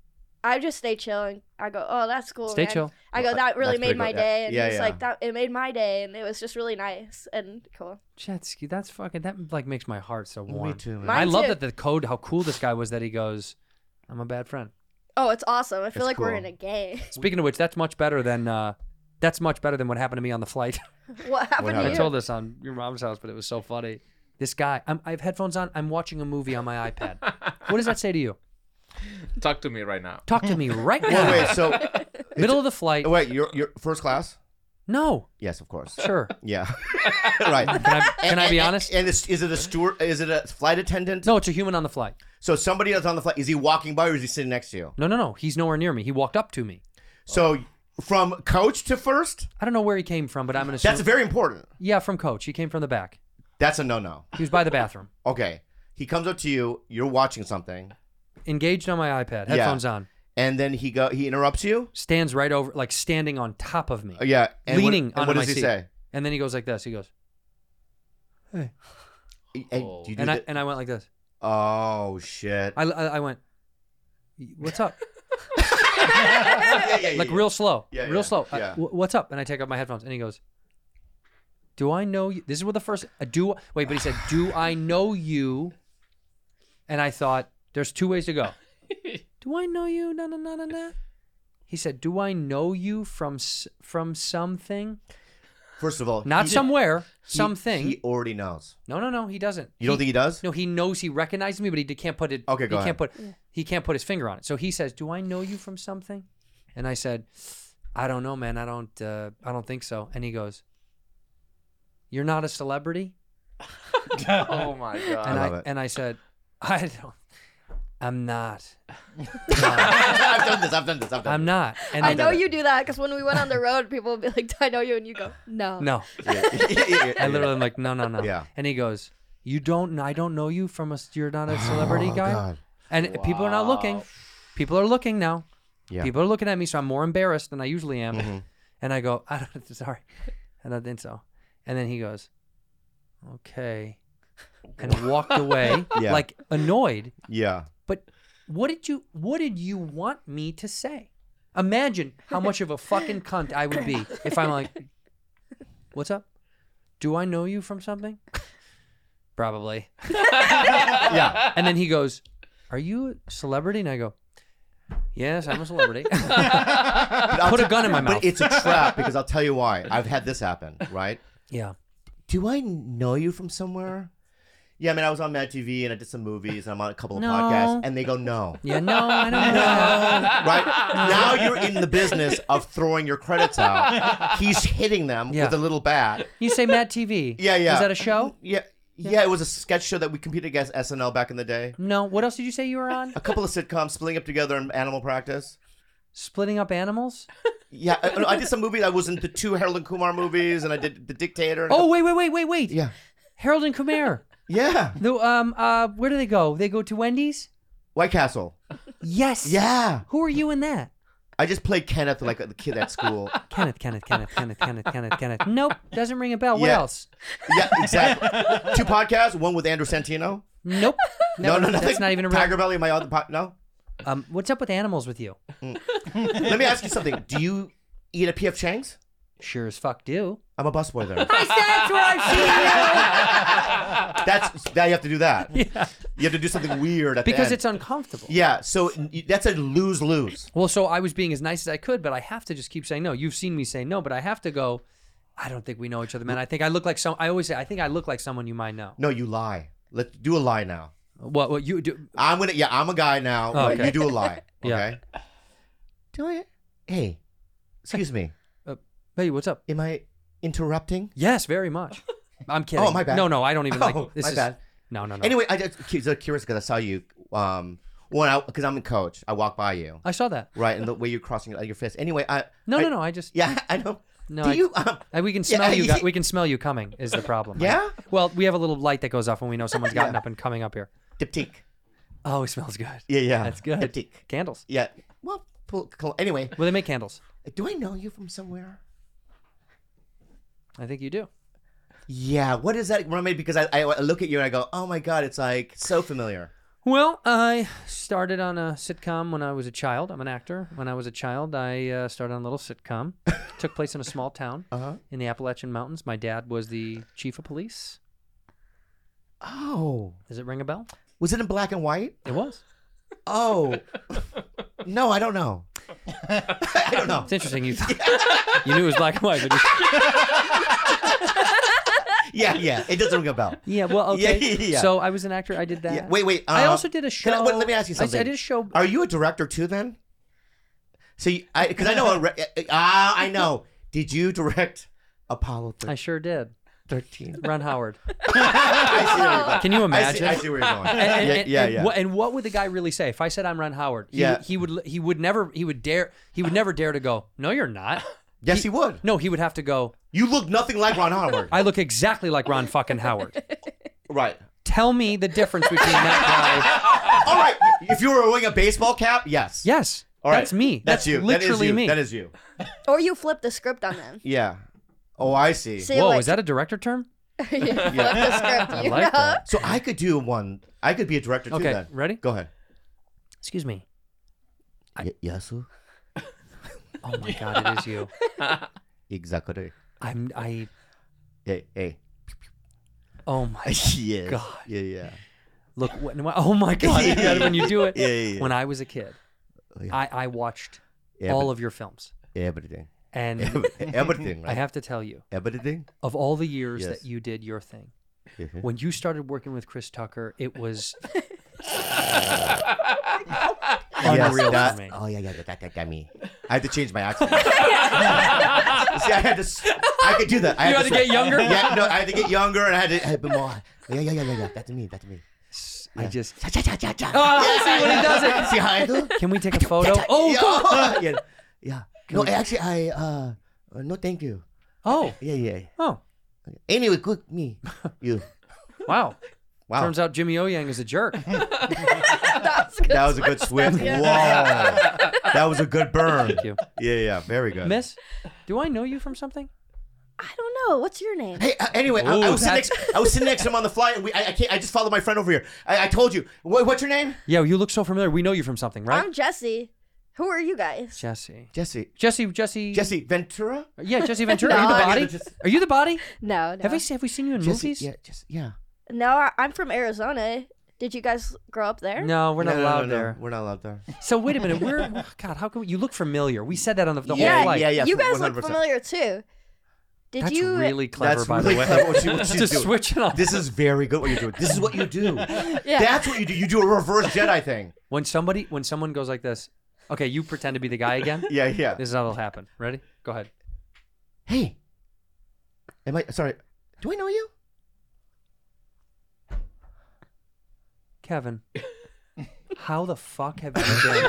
Speaker 6: I just stay chill and I go, oh, that's cool.
Speaker 5: Stay
Speaker 6: man."
Speaker 5: chill.
Speaker 6: I go,
Speaker 5: Well,
Speaker 6: that really
Speaker 5: that's pretty
Speaker 6: made my
Speaker 5: cool. Yeah.
Speaker 6: day, and
Speaker 5: Yeah,
Speaker 6: he's
Speaker 5: yeah.
Speaker 6: like, that it made my day, and it was just really nice and cool.
Speaker 4: Jet ski. That's fucking. That like makes my heart so warm.
Speaker 5: too, man.
Speaker 4: I
Speaker 6: Mine
Speaker 4: love
Speaker 6: too.
Speaker 4: that the code. How cool this guy was that he goes. I'm a bad friend.
Speaker 6: Oh, it's awesome. I feel
Speaker 4: It's
Speaker 6: like we're
Speaker 4: cool.
Speaker 6: in a game.
Speaker 4: Speaking of which, that's much better than. uh That's much better than what happened to me on the flight.
Speaker 6: what happened to
Speaker 4: I
Speaker 6: you?
Speaker 4: told this on your mom's house, but it was so funny. This guy, I'm, I have headphones on. I'm watching a movie on my iPad. what does that say to you?
Speaker 8: Talk to me right now.
Speaker 4: Talk to me right
Speaker 5: Wait,
Speaker 4: now.
Speaker 5: wait, so
Speaker 4: middle of the flight.
Speaker 5: Wait, you're you're first class?
Speaker 4: No.
Speaker 5: Yes, of course.
Speaker 4: Sure.
Speaker 5: Yeah. right.
Speaker 4: Can I, can I be honest?
Speaker 5: And is, is it a steward? Is it a flight attendant?
Speaker 4: No, it's a human on the flight.
Speaker 5: So somebody that's on the flight is he walking by or is he sitting next to you?
Speaker 4: No, no, no. He's nowhere near me. He walked up to me.
Speaker 5: So from coach to first?
Speaker 4: I don't know where he came from, but I'm gonna.
Speaker 5: That's
Speaker 4: assume-
Speaker 5: very important.
Speaker 4: Yeah, from coach. He came from the back.
Speaker 5: That's a no no.
Speaker 4: He was by the bathroom,
Speaker 5: Okay. He comes up to you. You're watching something.
Speaker 4: engaged on my iPad,
Speaker 5: Yeah.
Speaker 4: headphones on.
Speaker 5: And then he go he interrupts you.
Speaker 4: Stands right over, like standing on top of me.
Speaker 5: Uh, yeah. And what-
Speaker 4: leaning
Speaker 5: and
Speaker 4: on
Speaker 5: what
Speaker 4: my
Speaker 5: does he
Speaker 4: seat.
Speaker 5: say?
Speaker 4: And then he goes like this. He goes,
Speaker 5: And, do you do
Speaker 4: and I
Speaker 5: the-
Speaker 4: and I went like this.
Speaker 5: oh shit.
Speaker 4: I, I, I went, what's up?
Speaker 5: yeah, yeah,
Speaker 4: like
Speaker 5: yeah.
Speaker 4: real slow,
Speaker 5: Yeah,
Speaker 4: real
Speaker 5: yeah,
Speaker 4: slow. I-
Speaker 5: yeah.
Speaker 4: "Wh- what's up? And I take off my headphones, and he goes, "Do I know you?" This is what the first uh, do. Wait, but he said, "Do I know you?" And I thought, "There's two ways to go." do I know you? Na na na na na. He said, "Do I know you from s- from something?
Speaker 5: First of all,
Speaker 4: Not
Speaker 5: he-
Speaker 4: somewhere,
Speaker 5: he-
Speaker 4: something."
Speaker 5: He already knows.
Speaker 4: no, no, no. He doesn't.
Speaker 5: You don't think he does?
Speaker 4: No, he knows he recognizes me, but he d- can't put it.
Speaker 5: Okay,
Speaker 4: he
Speaker 5: go
Speaker 4: can't
Speaker 5: ahead.
Speaker 4: put he can't put his finger on it. So he says, "Do I know you from something?" And I said, "I don't know, man. I don't. Uh, I don't think so." And he goes, "You're not a celebrity."
Speaker 8: oh my god.
Speaker 4: and I,
Speaker 5: love it.
Speaker 4: and I said, "I don't. I'm not.
Speaker 5: I've done this. I've done this. I've done
Speaker 4: I'm
Speaker 5: this.
Speaker 4: not." And
Speaker 6: I
Speaker 4: then-
Speaker 6: know you do that because when we went on the road, people would be like, "Do I know you?" And you go, "No."
Speaker 4: No. I literally am like, no, no, no. Yeah. And he goes, you don't. I don't know you from a. You're not a celebrity
Speaker 5: Oh,
Speaker 4: guy.
Speaker 5: God.
Speaker 4: And people are not looking. People are looking now.
Speaker 5: Yeah. Mm-hmm.
Speaker 4: People are looking at me, so I'm more embarrassed than I usually am. And I go, I don't. Sorry, I don't think so. And then he goes, okay, and walked away,
Speaker 5: Yeah.
Speaker 4: like annoyed.
Speaker 5: Yeah.
Speaker 4: But what did you? What did you want me to say? Imagine how much of a fucking cunt I would be if I'm like, What's up? Do I know you from something? Probably. yeah. And then he goes, Are you a celebrity? And I go, Yes, I'm a celebrity.
Speaker 5: I'll
Speaker 4: Put a
Speaker 5: t-
Speaker 4: gun in my mouth.
Speaker 5: But it's a trap because I'll tell you why. I've had this happen, right?
Speaker 4: Yeah.
Speaker 5: Do I know you from somewhere? yeah, I mean, I was on Mad TV and I did some movies and I'm on a couple of
Speaker 4: No.
Speaker 5: podcasts, and they go, no.
Speaker 4: Yeah, no, I don't know.
Speaker 5: right now, you're in the business of throwing your credits out. He's hitting them with a little bat.
Speaker 4: You say Matt TV.
Speaker 5: Yeah, yeah.
Speaker 4: Is that a show?
Speaker 5: Yeah. Yeah. it was a sketch show that we competed against SNL back in the day.
Speaker 4: No. What else did you say you were on?
Speaker 5: A couple of sitcoms splitting up together in animal practice.
Speaker 4: Splitting up animals?
Speaker 5: Yeah, I, I did some movies. I was in the two Harold and Kumar movies, and I did The Dictator. and a
Speaker 4: Oh
Speaker 5: couple-
Speaker 4: wait, wait, wait, wait, wait.
Speaker 5: Yeah.
Speaker 4: Harold and Khmer.
Speaker 5: yeah.
Speaker 4: The um uh where do they go? They go to Wendy's?
Speaker 5: White Castle.
Speaker 4: Yes.
Speaker 5: Yeah.
Speaker 4: Who are you in that?
Speaker 5: I just played Kenneth like the kid at school.
Speaker 4: Kenneth, Kenneth, Kenneth, Kenneth, Kenneth, Kenneth, Kenneth. Nope, doesn't ring a bell. What
Speaker 5: Yeah.
Speaker 4: else?
Speaker 5: Yeah, exactly. Two podcasts, one with Andrew Santino.
Speaker 4: Nope.
Speaker 5: No, no,
Speaker 4: That's
Speaker 5: nothing.
Speaker 4: not even a real.
Speaker 5: Tiger Belly, my other pod. No.
Speaker 4: Um, what's up with animals with you?
Speaker 5: Let me ask you something. Do you eat at PF Chang's?
Speaker 4: Sure as fuck do.
Speaker 5: I'm a busboy there.
Speaker 4: That's where I've seen you.
Speaker 5: That's now you have to do that. You have to do something weird at
Speaker 4: Because
Speaker 5: the end.
Speaker 4: it's uncomfortable.
Speaker 5: yeah. So y- that's a lose lose.
Speaker 4: Well, so I was being as nice as I could, but I have to just keep saying no. You've seen me say no, but I have to go. I don't think we know each other, man. I think I look like some. I always say I think I look like someone you might know.
Speaker 5: No, you lie. Let's do a lie now.
Speaker 4: What? What you do?
Speaker 5: I'm gonna. Yeah, I'm a guy now.
Speaker 4: Oh, okay.
Speaker 5: You do a lie. Okay.
Speaker 4: Do it.
Speaker 5: Hey, excuse me.
Speaker 4: Uh, hey, what's up?
Speaker 5: Am I interrupting?
Speaker 4: Yes, very much. I'm kidding.
Speaker 5: Oh, my bad.
Speaker 4: No, no, I don't even
Speaker 5: Oh,
Speaker 4: like this.
Speaker 5: my
Speaker 4: is,
Speaker 5: bad.
Speaker 4: No, no, no.
Speaker 5: Anyway, I just cu- so curious because I saw you. Um, one because I'm in coach. I walk by you.
Speaker 4: I saw that.
Speaker 5: Right, and the way you're crossing your, your fist. Anyway, I
Speaker 4: Uh, No,
Speaker 5: I-
Speaker 4: no, no. I just
Speaker 5: yeah, I know.
Speaker 4: no.
Speaker 5: Do
Speaker 4: I,
Speaker 5: you? Um,
Speaker 4: I- we can
Speaker 5: yeah,
Speaker 4: smell you.
Speaker 5: yeah.
Speaker 4: gu- We can smell you coming. Is the problem? right?
Speaker 5: Yeah?
Speaker 4: Well, we have a little light that goes off when we know someone's gotten
Speaker 5: Yeah.
Speaker 4: up and coming up here.
Speaker 5: diptyque.
Speaker 4: Oh, it smells good.
Speaker 5: Yeah, yeah.
Speaker 4: That's good.
Speaker 5: Diptyque.
Speaker 4: Candles.
Speaker 5: Yeah. Well, pull, col- anyway,
Speaker 4: Well, they make candles.
Speaker 5: do I know you from somewhere?
Speaker 4: I think you do.
Speaker 5: Yeah. What is that roommate? Because I, I look at you and I go, oh my god, it's like so familiar.
Speaker 4: Well, I started on a sitcom when I was a child. I'm an actor. When I was a child, I uh, started on a little sitcom. Took place in a small town
Speaker 5: Uh-huh.
Speaker 4: in the Appalachian Mountains. My dad was the chief of police.
Speaker 5: Oh,
Speaker 4: Does it ring a bell?
Speaker 5: was it in black and white?
Speaker 4: It was.
Speaker 5: Oh, no, I don't know. I don't know.
Speaker 4: It's interesting. You you knew it was black and white. But you-
Speaker 5: Yeah, yeah. It doesn't ring a bell.
Speaker 4: yeah. Well, okay.
Speaker 5: Yeah, yeah, yeah.
Speaker 4: So I was an actor. I did that.
Speaker 5: Yeah, Wait, wait.
Speaker 4: I
Speaker 5: uh,
Speaker 4: also did a show.
Speaker 5: can I- wait, let me ask
Speaker 4: I
Speaker 5: you
Speaker 4: s-
Speaker 5: something.
Speaker 4: I, did a show.
Speaker 5: Are you a director too? Then. So, you, I because I know. a re- Ah, I know. Did you direct Apollo
Speaker 4: I sure did.
Speaker 5: thirteen?
Speaker 4: Ron Howard.
Speaker 5: I
Speaker 4: Can you
Speaker 5: I see,
Speaker 4: imagine?
Speaker 5: I see where you're going.
Speaker 4: and, and-
Speaker 5: yeah,
Speaker 4: and-
Speaker 5: yeah,
Speaker 4: and
Speaker 5: yeah.
Speaker 4: What, and what would the guy really say if I said I'm Ron Howard? He,
Speaker 5: Yeah.
Speaker 4: he would. He would never. He would dare. He would never dare to go. No, you're not.
Speaker 5: yes, he, would.
Speaker 4: No, he would have to go.
Speaker 5: You look nothing like Ron Howard.
Speaker 4: I look exactly like Ron fucking Howard.
Speaker 5: right.
Speaker 4: Tell me the difference between that guy.
Speaker 5: All right. If you were wearing a baseball cap, yes.
Speaker 4: Yes,
Speaker 5: All right.
Speaker 4: that's me.
Speaker 5: That's, you. That is
Speaker 4: Literally
Speaker 5: you.
Speaker 4: me.
Speaker 5: That is you.
Speaker 6: Or you flip the script on them.
Speaker 5: Yeah. Oh, I see.
Speaker 6: See,
Speaker 4: Whoa,
Speaker 6: like,
Speaker 4: is that a director term?
Speaker 6: you flip the script.
Speaker 4: I
Speaker 6: you
Speaker 4: like
Speaker 6: know?
Speaker 4: that.
Speaker 5: So I could do one. I could be a director too.
Speaker 4: Okay,
Speaker 5: Then.
Speaker 4: ready?
Speaker 5: Go ahead.
Speaker 4: Excuse me.
Speaker 5: Y- yes, sir.
Speaker 4: Oh my god, it is you.
Speaker 5: exactly.
Speaker 4: I'm. I.
Speaker 5: Hey, hey.
Speaker 4: Oh my.
Speaker 5: yes.
Speaker 4: God.
Speaker 5: Yeah, yeah.
Speaker 4: Look. When, when- oh my god. it's better when you do it.
Speaker 5: Yeah, yeah, yeah.
Speaker 4: When I was a kid, I I watched
Speaker 5: Yeah,
Speaker 4: all
Speaker 5: but-
Speaker 4: of your films,
Speaker 5: Everything.
Speaker 4: and
Speaker 5: Everything. Right?
Speaker 4: I have to tell you,
Speaker 5: everything.
Speaker 4: of all the years
Speaker 5: Yes.
Speaker 4: that you did your thing,
Speaker 5: Mhm.
Speaker 4: when you started working with Chris Tucker, it was
Speaker 5: yes,
Speaker 4: unreal
Speaker 5: that-
Speaker 4: for me.
Speaker 5: Oh yeah, yeah, yeah, that, that got me. I had to change my accent. See, I had to. s- I could do that. I
Speaker 13: You had
Speaker 5: to,
Speaker 13: to
Speaker 5: s-
Speaker 13: get younger?
Speaker 5: Yeah, no, I had to get younger, and I had to I had to be more. Yeah, yeah, yeah, yeah, yeah. That's me. That's me.
Speaker 4: I just.
Speaker 5: Cha cha cha cha cha.
Speaker 4: Oh, see when he does it.
Speaker 5: See how I do?
Speaker 4: Can we take a photo? Oh,
Speaker 5: yeah.
Speaker 4: God.
Speaker 5: yeah, yeah. No, actually, I uh, uh, no, thank you.
Speaker 4: oh,
Speaker 5: Yeah, yeah.
Speaker 4: oh,
Speaker 5: Anyway, cook me. You.
Speaker 4: wow.
Speaker 5: Wow.
Speaker 4: Turns out Jimmy O Yang is a jerk.
Speaker 5: that was a good swim. Whoa. That was a good burn.
Speaker 4: Thank you.
Speaker 5: Yeah, yeah, very good.
Speaker 4: Miss, do I know you from something?
Speaker 6: I don't know. What's your name?
Speaker 5: Hey, uh, anyway, I, I
Speaker 4: Ooh,
Speaker 5: was sitting
Speaker 4: that's-
Speaker 5: next. I was sitting next to him on the flight, and we. I, I can't. I just followed my friend over here. I, I told you. What, what's your name?
Speaker 4: Yeah, you look so familiar. We know you from something, right?
Speaker 6: I'm Jesse. Who are you guys?
Speaker 4: Jesse.
Speaker 5: Jesse.
Speaker 4: Jesse, Jesse.
Speaker 5: Jesse Ventura.
Speaker 4: Yeah, Jesse Ventura. Are you
Speaker 6: No,
Speaker 4: the
Speaker 6: I-
Speaker 4: body?
Speaker 5: Jesse-
Speaker 4: Are you the body?
Speaker 6: No, no.
Speaker 4: Have we se- have we seen you in
Speaker 5: Jesse.
Speaker 4: movies?
Speaker 5: Yeah. Jesse. Yeah.
Speaker 6: No, I- I'm from Arizona. Did you guys grow up there?
Speaker 4: No, we're not allowed there.
Speaker 5: We're not allowed there.
Speaker 4: So wait a minute. We're oh God. How can we, you look familiar? We said that on the, the
Speaker 5: Yeah,
Speaker 4: whole flight.
Speaker 5: yeah, yeah.
Speaker 6: You guys look
Speaker 5: 100%.
Speaker 6: familiar too. Did
Speaker 4: That's
Speaker 6: you uh,
Speaker 4: really clever,
Speaker 5: That's
Speaker 4: by
Speaker 5: really
Speaker 4: the way.
Speaker 5: clever what you- what
Speaker 4: to
Speaker 5: you do.
Speaker 4: switch it up.
Speaker 5: This is very good what you're doing. This is what you do.
Speaker 6: Yeah.
Speaker 5: That's what you do. You do a reverse Jedi thing.
Speaker 4: When somebody, when someone goes like this, okay, you pretend to be the guy again.
Speaker 5: Yeah, yeah.
Speaker 4: This is how it'll happen. Ready? Go ahead.
Speaker 5: Hey, am I sorry? Do I know you?
Speaker 4: Kevin, how the fuck have you been?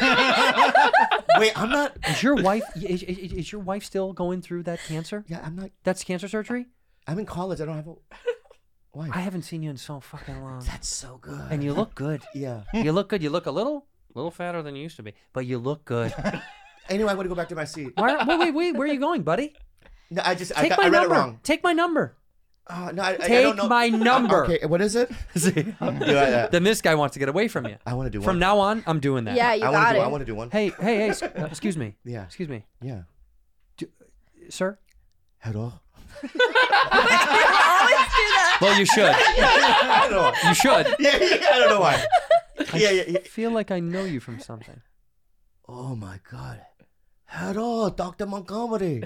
Speaker 5: Wait, I'm not.
Speaker 4: Is your wife is, is, is your wife still going through that cancer?
Speaker 5: Yeah, I'm not.
Speaker 4: That's cancer surgery?
Speaker 5: I'm in college. I don't have a. Why?
Speaker 4: I haven't seen you in so fucking long.
Speaker 5: That's so good.
Speaker 4: And you look good.
Speaker 5: Yeah.
Speaker 4: You look good. You look a little little fatter than you used to be, but you look good.
Speaker 5: Anyway, I want to go back to my seat.
Speaker 4: Why, wait, wait, wait. Where are you going, buddy?
Speaker 5: No, I just I,
Speaker 4: Take
Speaker 5: got,
Speaker 4: my
Speaker 5: I read
Speaker 4: number.
Speaker 5: it wrong.
Speaker 4: Take my number.
Speaker 5: Uh, no, I, I- I
Speaker 4: Take
Speaker 5: don't know.
Speaker 4: my
Speaker 5: Uh,
Speaker 4: number.
Speaker 5: Okay, what is it?
Speaker 4: See?
Speaker 5: Yeah, yeah.
Speaker 4: Then this guy wants to get away from you.
Speaker 5: I want to do one.
Speaker 4: From now on, I'm doing that.
Speaker 6: Yeah, you
Speaker 5: I want
Speaker 6: got
Speaker 5: to do.
Speaker 6: it.
Speaker 5: I want to do one.
Speaker 4: Hey, hey, hey. s- uh, excuse me.
Speaker 5: Yeah.
Speaker 4: Excuse me,
Speaker 5: Yeah.
Speaker 4: sir.
Speaker 5: Hello.
Speaker 4: Well, you should.
Speaker 5: I don't know. why.
Speaker 4: You should.
Speaker 5: Yeah, yeah, I don't know why. Yeah, yeah, yeah.
Speaker 4: I feel like I know you from something.
Speaker 5: Oh my God. Hello, Doctor Montgomery.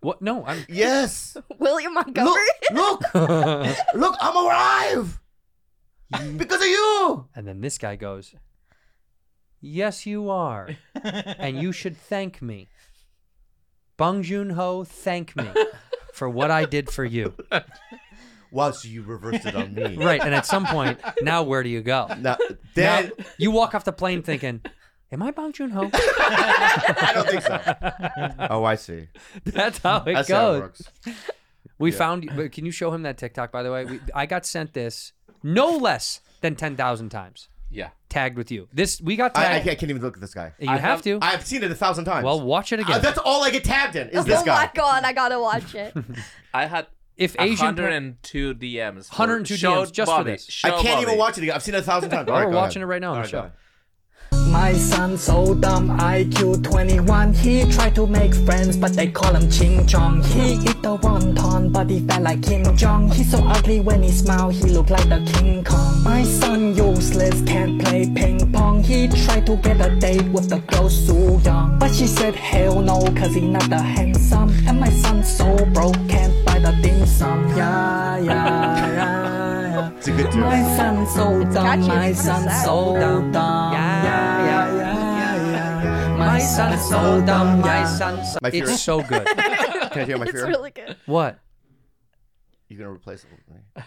Speaker 4: What? No, I'm.
Speaker 5: Yes.
Speaker 6: William Montgomery?
Speaker 5: Look, look, I'm alive because of you.
Speaker 4: And then this guy goes, Yes, you are. and you should thank me. Bong Joon Ho, thank me for what I did for you.
Speaker 5: Wow, so you reversed it on me.
Speaker 4: Right. And at some point, now where do you go?
Speaker 5: Now,
Speaker 4: Now,
Speaker 5: then
Speaker 4: you walk off the plane thinking, Am I Bong Joon Ho?
Speaker 5: I don't think so. Oh, I see.
Speaker 4: That's how it
Speaker 5: That's
Speaker 4: goes.
Speaker 5: how it works.
Speaker 4: We found. but Can you show him that TikTok? By the way, we, I got sent this no less than ten thousand times.
Speaker 8: Yeah.
Speaker 4: Tagged with you. This we got
Speaker 5: I, I
Speaker 4: tagged.
Speaker 5: can't I can't even look at this guy.
Speaker 4: you
Speaker 8: I
Speaker 4: have
Speaker 8: have-
Speaker 4: to.
Speaker 5: I've seen it a thousand times.
Speaker 4: well, watch it
Speaker 5: Uh,
Speaker 4: again.
Speaker 5: that's all I get tagged in is
Speaker 6: oh
Speaker 5: this guy.
Speaker 6: my god, I gotta watch it.
Speaker 8: I had
Speaker 4: if
Speaker 8: a
Speaker 4: Asian,
Speaker 8: hundred and two DMs. for-
Speaker 4: 102
Speaker 8: Show
Speaker 4: DMs just for
Speaker 8: Bobby.
Speaker 4: this. I
Speaker 5: I
Speaker 8: Show
Speaker 5: can't even
Speaker 8: Bobby.
Speaker 5: watch it again. I've seen it a thousand times.
Speaker 4: Oh,
Speaker 5: All right,
Speaker 4: we're
Speaker 5: go
Speaker 4: watching
Speaker 5: ahead.
Speaker 4: it right now on
Speaker 5: All
Speaker 4: the
Speaker 5: right, go
Speaker 4: show.
Speaker 5: ahead.
Speaker 9: My son so dumb, IQ 21. He tried to make friends, but they call him Ching Chong. He eat the wonton, but he felt like Kim Jong. He's so ugly when he smile, he look like the King Kong. My son useless, can't play ping pong. He tried to get a date with the girl Su Young, but she said hell no, cause he not that handsome. And my son so broke, can't buy the dim sum. Yeah, yeah, yeah, yeah.
Speaker 5: It's a good tune.
Speaker 9: My son so dumb,
Speaker 6: catchy,
Speaker 9: my
Speaker 6: it's kinda
Speaker 9: son
Speaker 6: sad.
Speaker 9: so dumb, dumb.
Speaker 4: Yeah, yeah,
Speaker 9: yeah, yeah. My son so dumb, my son.
Speaker 5: My fury.
Speaker 4: It's so good.
Speaker 5: Can I hear my
Speaker 6: it's
Speaker 5: fury?
Speaker 6: really good.
Speaker 4: what,
Speaker 5: You're gonna replace it with me.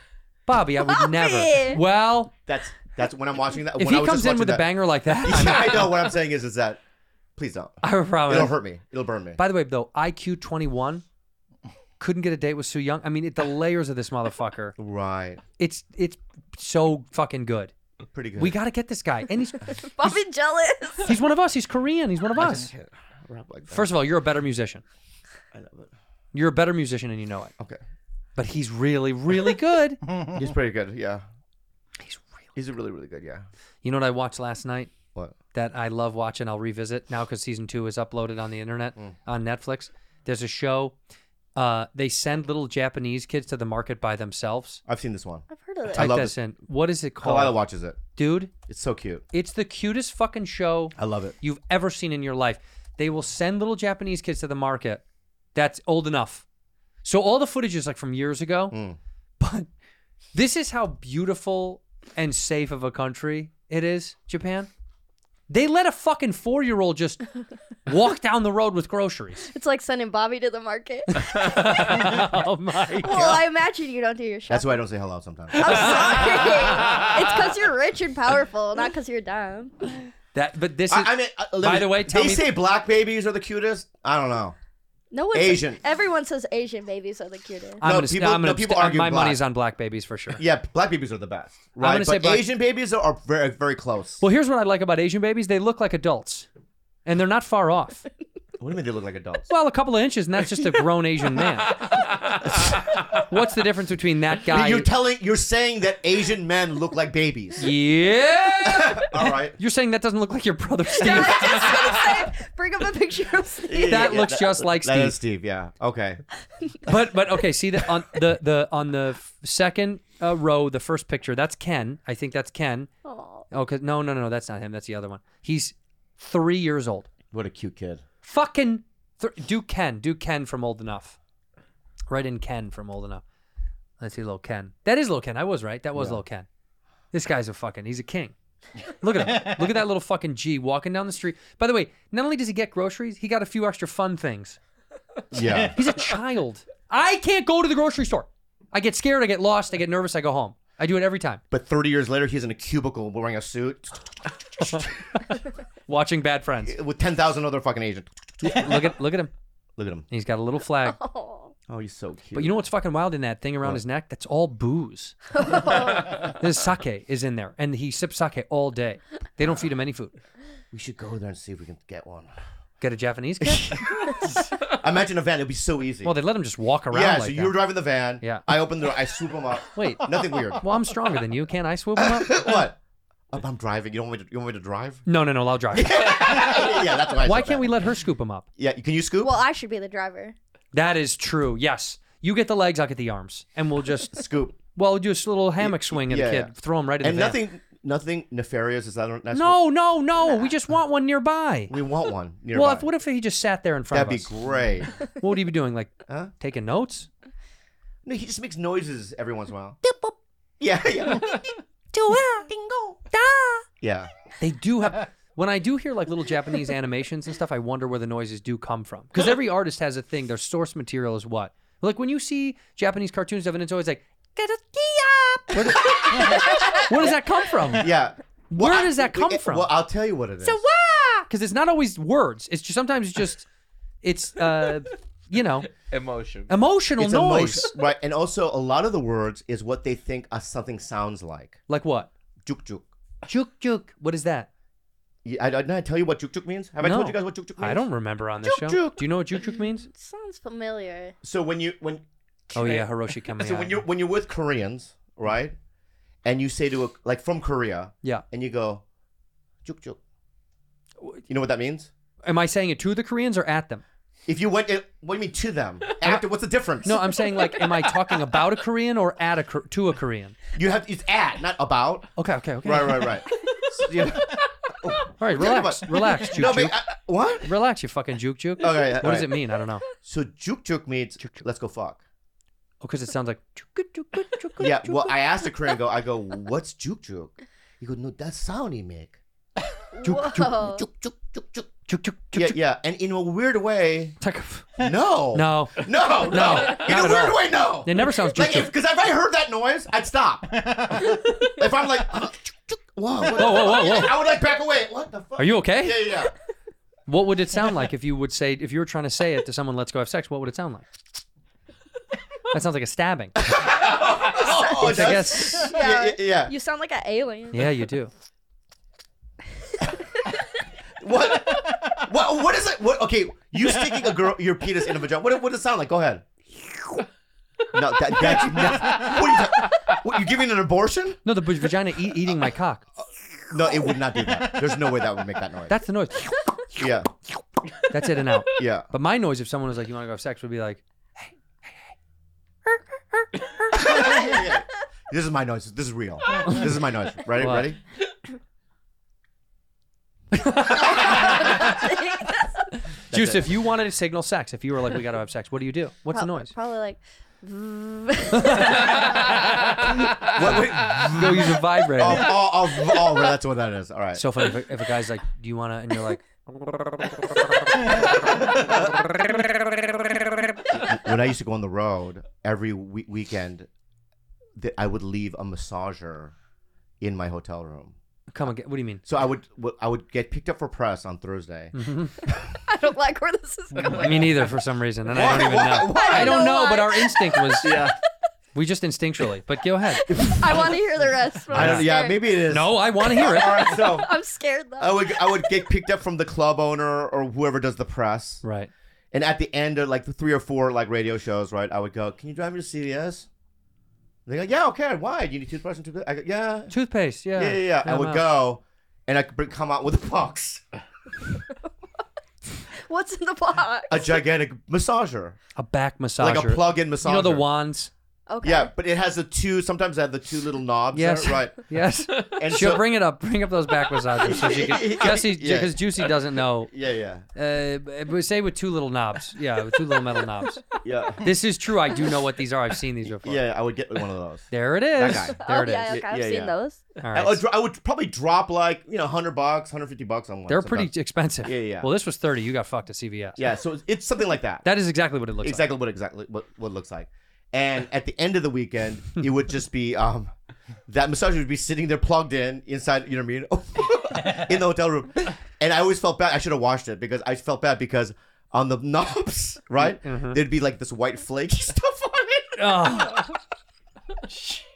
Speaker 4: Bobby? I would never.
Speaker 6: Bobby!
Speaker 4: Well,
Speaker 5: That's that's when I'm watching that.
Speaker 4: if
Speaker 5: when I
Speaker 4: he
Speaker 5: was
Speaker 4: comes
Speaker 5: just
Speaker 4: in with
Speaker 5: watching
Speaker 4: a banger like that,
Speaker 5: that- Yeah, I know what I'm saying is is that please don't.
Speaker 4: I would probably.
Speaker 5: It'll hurt me. It'll burn me.
Speaker 4: By the way, though, IQ twenty one. Couldn't get a date with Sue Young. I mean, it, the layers of this motherfucker.
Speaker 5: Right.
Speaker 4: It's it's so fucking good.
Speaker 5: Pretty good.
Speaker 4: We got to get this guy, and he's
Speaker 6: Bobby jealous.
Speaker 4: He's one of us. He's Korean. He's one of us.
Speaker 5: rap like that.
Speaker 4: First of all, you're a better musician.
Speaker 5: I love it.
Speaker 4: You're a better musician and you know it.
Speaker 5: Okay.
Speaker 4: But he's really, really good.
Speaker 5: He's pretty good. Yeah.
Speaker 4: he's real.
Speaker 5: He's really really good. Yeah.
Speaker 4: You know what I watched last night
Speaker 5: What?
Speaker 4: that I love watching? I'll revisit now because season two is uploaded on the internet
Speaker 5: Mm.
Speaker 4: on Netflix. There's a show. Uh, they send little Japanese kids to the market by themselves.
Speaker 5: I've seen this one.
Speaker 6: I've heard of it.
Speaker 5: I
Speaker 4: Type
Speaker 5: love
Speaker 4: this
Speaker 5: this.
Speaker 4: in. What is it called?
Speaker 5: Kalila watches it.
Speaker 4: Dude,
Speaker 5: It's so cute.
Speaker 4: it's the cutest fucking show
Speaker 5: I love it.
Speaker 4: you've ever seen in your life. They will send little Japanese kids to the market that's old enough. So all the footage is like from years ago,
Speaker 5: Hmm.
Speaker 4: but this is how beautiful and safe of a country it is, Japan. They let a fucking four year old just walk down the road with groceries.
Speaker 6: It's like sending Bobby to the market.
Speaker 4: oh my.
Speaker 6: well, I imagine you don't do your shopping.
Speaker 5: That's why I don't say hello sometimes.
Speaker 6: I'm sorry. it's because you're rich and powerful, not because you're dumb.
Speaker 4: That, but this is.
Speaker 5: I, I mean, uh, let
Speaker 4: By
Speaker 5: me-
Speaker 4: the way, tell
Speaker 5: they
Speaker 4: me-
Speaker 5: say black babies are the cutest. I don't know.
Speaker 6: No one.
Speaker 5: Asian.
Speaker 6: everyone says Asian babies are the cutest.
Speaker 4: I'm
Speaker 5: no,
Speaker 4: gonna,
Speaker 5: people-
Speaker 4: I'm gonna,
Speaker 5: no, people
Speaker 4: st-
Speaker 5: argue
Speaker 4: my
Speaker 5: black.
Speaker 4: money's on black babies for sure.
Speaker 5: Yeah, black babies are the best. Right,
Speaker 4: gonna
Speaker 5: but
Speaker 4: say black-
Speaker 5: Asian babies are, are very very close.
Speaker 4: Well, here's what I like about Asian babies they look like adults, and they're not far off.
Speaker 5: What do you mean they look like adults?
Speaker 4: Well, a couple of inches, and that's just a grown Asian man. What's the difference between that guy?
Speaker 5: you're telling, you're saying that Asian men look like babies.
Speaker 4: yeah.
Speaker 5: All right.
Speaker 4: You're saying that doesn't look like your brother Steve.
Speaker 6: I just want to say, bring up a picture of Steve.
Speaker 4: That looks just like
Speaker 5: That is
Speaker 4: Steve.
Speaker 5: Steve. Yeah. Okay.
Speaker 4: but but okay, see the on the the on the f- second uh, row, the first picture. That's Ken. I think that's Ken.
Speaker 6: Aw.
Speaker 4: Oh, cause no no no no, that's not him. That's the other one. He's three years old.
Speaker 5: What a cute kid.
Speaker 4: Fucking th- do Ken do Ken from Old Enough. Right in Ken from Old Enough. Let's see, little Ken. That is little Ken. I was right. That was
Speaker 7: Yeah.
Speaker 4: little Ken. This guy's a fucking. He's a king. Look at him. Look at that little fucking G walking down the street. By the way, not only does he get groceries, he got a few extra fun things.
Speaker 5: Yeah.
Speaker 4: He's a child. I can't go to the grocery store. I get scared. I get lost. I get nervous. I go home. I do it every time.
Speaker 5: But 30 years later, he's in a cubicle wearing a suit
Speaker 4: Watching Bad Friends.
Speaker 5: with 10,000 other fucking agents.
Speaker 4: look at look at him.
Speaker 5: Look at him.
Speaker 4: He's got a little flag.
Speaker 5: Oh, he's so cute.
Speaker 4: But you know what's fucking wild in that thing around
Speaker 5: What?
Speaker 4: his neck? That's all booze. This sake is in there, and he sips sake all day. They don't feed him any food.
Speaker 5: we should go there and see if we can get one.
Speaker 4: Get a Japanese kid?
Speaker 5: Imagine a van. It'd be so easy.
Speaker 4: Well, they let him just walk around.
Speaker 5: yeah,
Speaker 4: like
Speaker 5: so
Speaker 4: that.
Speaker 5: you were driving the van.
Speaker 4: Yeah.
Speaker 5: I opened the door. I swoop him up.
Speaker 4: Wait,
Speaker 5: Nothing weird.
Speaker 4: Well, I'm stronger than you. Can't I swoop him up?
Speaker 5: what? Um, I'm driving. You don't want me to, you want me to drive?
Speaker 4: No, no, no. I'll drive.
Speaker 5: yeah, that's why. I
Speaker 4: Why
Speaker 5: said
Speaker 4: can't we let her scoop him up?
Speaker 5: that. Yeah, can you scoop?
Speaker 6: Well, I should be the driver.
Speaker 4: That is true. Yes, you get the legs. I'll get the arms, and we'll just
Speaker 5: scoop.
Speaker 4: well, just a little hammock swing at
Speaker 5: Yeah,
Speaker 4: the kid.
Speaker 5: yeah.
Speaker 4: Throw him right in
Speaker 5: and
Speaker 4: the van.
Speaker 5: nothing, nothing nefarious. Is that? That's
Speaker 4: No, no, no. We just want one nearby.
Speaker 5: what- we want one. Nearby.
Speaker 4: Well, if, what if he just sat there in front
Speaker 5: That'd
Speaker 4: of
Speaker 5: be
Speaker 4: us?
Speaker 5: great.
Speaker 4: What would he be doing? Like
Speaker 5: Huh?
Speaker 4: taking notes?
Speaker 5: No, he just makes noises every once in a while. Yeah, yeah, yeah.
Speaker 4: They do have. When I do hear like little Japanese animations and stuff, I wonder where the noises do come from. Because every artist has a thing. Their source material is what. Like when you see Japanese cartoons of it, it's always like, "Karakiya!" where, do- where does that come from?
Speaker 5: Yeah.
Speaker 4: Where
Speaker 5: I-
Speaker 4: does that come
Speaker 5: it-
Speaker 4: from?
Speaker 5: Well, I'll tell you what it is.
Speaker 4: Because it's not always words. It's just sometimes it's just it's uh you know
Speaker 8: Emotion.
Speaker 4: emotional
Speaker 5: it's
Speaker 4: noise.
Speaker 5: emotion, right? And also, a lot of the words is what they think uh, something sounds like.
Speaker 4: Like what?
Speaker 5: Juk juk.
Speaker 4: Juk juk. What is that?
Speaker 5: You- I, didn't I tell you what juk juk means? Have I
Speaker 4: No.
Speaker 5: told you guys what juk juk means?
Speaker 4: I don't remember on this
Speaker 5: Juk
Speaker 4: show.
Speaker 5: juk.
Speaker 4: Do you know what juk juk means?
Speaker 6: Sounds familiar.
Speaker 5: So when you when
Speaker 4: Oh yeah, Hiroshi Kamiya.
Speaker 5: so when you're when you're with Koreans, right? And you say to a like from Korea,
Speaker 4: yeah.
Speaker 5: and you go, juk juk. You know what that means?
Speaker 4: Am I saying it to the Koreans or at them?
Speaker 5: If you went, it, what do you mean to them? After, what's the difference?
Speaker 4: No, I'm saying like, am I talking about a Korean or at a Kor- to a Korean?
Speaker 5: you have it's at, not about.
Speaker 4: Okay, okay, okay.
Speaker 5: Right, right, right. So, you know-
Speaker 4: All right, relax, relax, juke,
Speaker 5: No, but,
Speaker 4: juke.
Speaker 5: uh, what?
Speaker 4: relax, you fucking juke, juke.
Speaker 5: Okay, all
Speaker 4: what does
Speaker 5: right.
Speaker 4: it mean? I don't know.
Speaker 5: So juk juk means let's go fuck.
Speaker 4: Oh, because it sounds like juke, juke, juke, juke.
Speaker 5: Yeah. Well, I asked the Korean, go, I go, what's juk juk? He goes, no, that sound he make.
Speaker 6: Whoa.
Speaker 5: Juk juk juk juk.
Speaker 4: juke, juke, juke,
Speaker 5: Yeah,
Speaker 4: juke.
Speaker 5: yeah. And in a weird way,
Speaker 4: It's like a-
Speaker 5: no,
Speaker 4: No,
Speaker 5: no, no. In
Speaker 4: not
Speaker 5: a
Speaker 4: at
Speaker 5: weird
Speaker 4: all.
Speaker 5: way, no.
Speaker 4: it never sounds juke,
Speaker 5: Like,
Speaker 4: juke.
Speaker 5: because if, I heard that noise, I'd stop. if I'm like, uh, juk juk, whoa, what-
Speaker 4: Whoa, whoa, whoa, whoa.
Speaker 5: I would like back away. What the fuck?
Speaker 4: Are you okay?
Speaker 5: Yeah, yeah. yeah.
Speaker 4: What would it sound like if you would say if you were trying to say it to someone, "Let's go have sex"? What would it sound like? That sounds like a stabbing.
Speaker 5: Oh, it
Speaker 4: I
Speaker 5: does?
Speaker 4: guess.
Speaker 5: Yeah, yeah. yeah.
Speaker 6: You sound like an alien.
Speaker 4: Yeah, you do.
Speaker 5: What? What? What is it? What? Okay, you sticking a girl your penis in a vagina. What? What does it sound like? Go ahead. No, that, that's not. What, are you ta- what? You giving an abortion?
Speaker 4: No, the b- vagina e- eating my cock.
Speaker 5: No, it would not do that. There's no way that would make that noise.
Speaker 4: That's the noise.
Speaker 5: yeah,
Speaker 4: That's it and out.
Speaker 5: yeah.
Speaker 4: But my noise, if someone was like, "You want to go have sex," would be like,
Speaker 5: This is my noise. This is real. This is my noise. Ready?
Speaker 4: What?
Speaker 5: Ready?
Speaker 4: "Juice, if you wanted to signal sex, if you were like, we got to have sex, what do you do? What's the
Speaker 6: Prob-
Speaker 4: noise?"
Speaker 6: Probably like.
Speaker 5: What? Wait.
Speaker 4: Go use a vibrator.
Speaker 5: Oh, oh, oh, oh, well, that's what that is. All right.
Speaker 4: So funny if a, if a guy's like, "Do you want to?" and you're like,
Speaker 5: when I used to go on the road every we- weekend, that I would leave a massager in my hotel room.
Speaker 4: "Come again? What do you mean?"
Speaker 5: So I would w- I would get picked up for press on Thursday.
Speaker 4: Mm.
Speaker 6: I don't like where this is going.
Speaker 4: Me neither, for some reason, and I don't even
Speaker 5: Why?
Speaker 4: know.
Speaker 5: Why?
Speaker 4: I don't know,
Speaker 6: why.
Speaker 4: but our instinct was yeah. We just instinctually, but go ahead.
Speaker 6: I want to hear the rest. but
Speaker 5: I
Speaker 6: I'm
Speaker 5: don't, yeah,
Speaker 6: scared.
Speaker 5: maybe it is.
Speaker 4: No, I want to hear it.
Speaker 5: All right, so
Speaker 6: I'm scared though.
Speaker 5: I would I would get picked up from the club owner or whoever does the press,
Speaker 4: Right.
Speaker 5: and at the end of like the three or four like radio shows, right? I would go, "Can you drive me to CVS?" They go, "Yeah, okay. Why? Do you need toothbrush and toothpaste?" I go, "Yeah,
Speaker 4: Toothpaste. Yeah.
Speaker 5: yeah, yeah." yeah. I
Speaker 4: I'm
Speaker 5: would
Speaker 4: out.
Speaker 5: go, and I could bring, come out with a box,
Speaker 6: What's in the box?
Speaker 5: a gigantic massager,
Speaker 4: a back massager.
Speaker 5: like a plug-in massager.
Speaker 4: You know the wands.
Speaker 6: Okay.
Speaker 5: Yeah, but it has the two. Sometimes I have the two little knobs.
Speaker 4: Yes.
Speaker 5: right.
Speaker 4: Yes.
Speaker 5: And
Speaker 4: She'll
Speaker 5: so-
Speaker 4: bring it up. Bring up those back massages. So she can, Jesse,
Speaker 5: Yeah.
Speaker 4: because Juicy doesn't know.
Speaker 5: Yeah, yeah.
Speaker 4: Uh, but- but say with two little knobs. Yeah, with two little metal knobs.
Speaker 5: Yeah.
Speaker 4: This is true. I do know what these are. I've seen these before.
Speaker 5: Yeah, I would get one of those.
Speaker 4: There it
Speaker 5: That
Speaker 4: is.
Speaker 5: guy. Oh,
Speaker 4: There it is.
Speaker 6: Oh, yeah, okay, I've seen those.
Speaker 4: All
Speaker 5: I,
Speaker 4: right.
Speaker 5: would, Oh, dro- I would probably drop like you know, hundred bucks, hundred fifty bucks on one.
Speaker 4: They're
Speaker 5: sometimes.
Speaker 4: pretty expensive.
Speaker 5: Yeah, yeah.
Speaker 4: Well, this was thirty. You got fucked at CVS.
Speaker 5: Yeah, so it's, it's something like that.
Speaker 4: That is exactly what it looks
Speaker 5: exactly what exactly what, what it looks like. And at the end of the weekend, it would just be um, that massager would be sitting there plugged in inside. You know what I mean? in the hotel room, and I always felt bad. I should have washed it because I felt bad because on the knobs, right,
Speaker 4: Mm-hmm.
Speaker 5: there'd be like this white flaky stuff on it.
Speaker 4: like. Oh.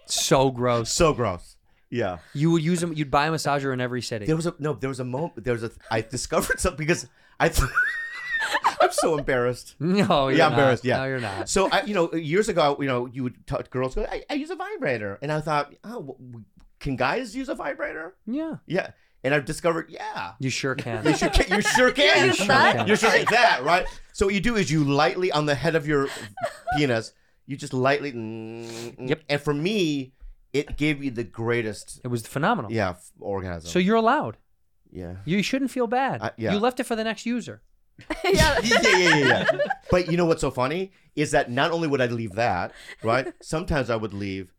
Speaker 4: so gross.
Speaker 5: So gross. Yeah.
Speaker 4: You would use them. You'd buy a massager in every city.
Speaker 5: There was a no. There was a moment. There was a. I discovered something because I. Th- I'm so embarrassed.
Speaker 4: No, you're
Speaker 5: yeah,
Speaker 4: not.
Speaker 5: I'm embarrassed. Yeah,
Speaker 4: No, you're not.
Speaker 5: So I, you know, years ago, you know, you would talk to girls. Go, I, I use a vibrator, and I thought, oh, w- w- can guys use a vibrator?
Speaker 4: Yeah.
Speaker 5: Yeah, and I've discovered, yeah,
Speaker 4: You sure can.
Speaker 5: you sure can. You sure can.
Speaker 4: You sure can.
Speaker 5: You sure can. that, right? So what you do is you lightly on the head of your penis, you just lightly. mm, mm.
Speaker 4: Yep.
Speaker 5: And for me, it gave me the greatest,
Speaker 4: It was phenomenal.
Speaker 5: yeah, f- orgasm.
Speaker 4: So you're allowed.
Speaker 5: yeah.
Speaker 4: You shouldn't feel bad.
Speaker 5: I- yeah.
Speaker 4: You left it for the next user.
Speaker 5: yeah, yeah, yeah, yeah, yeah. But you know what's so funny is that not only would I leave that, right? Sometimes I would leave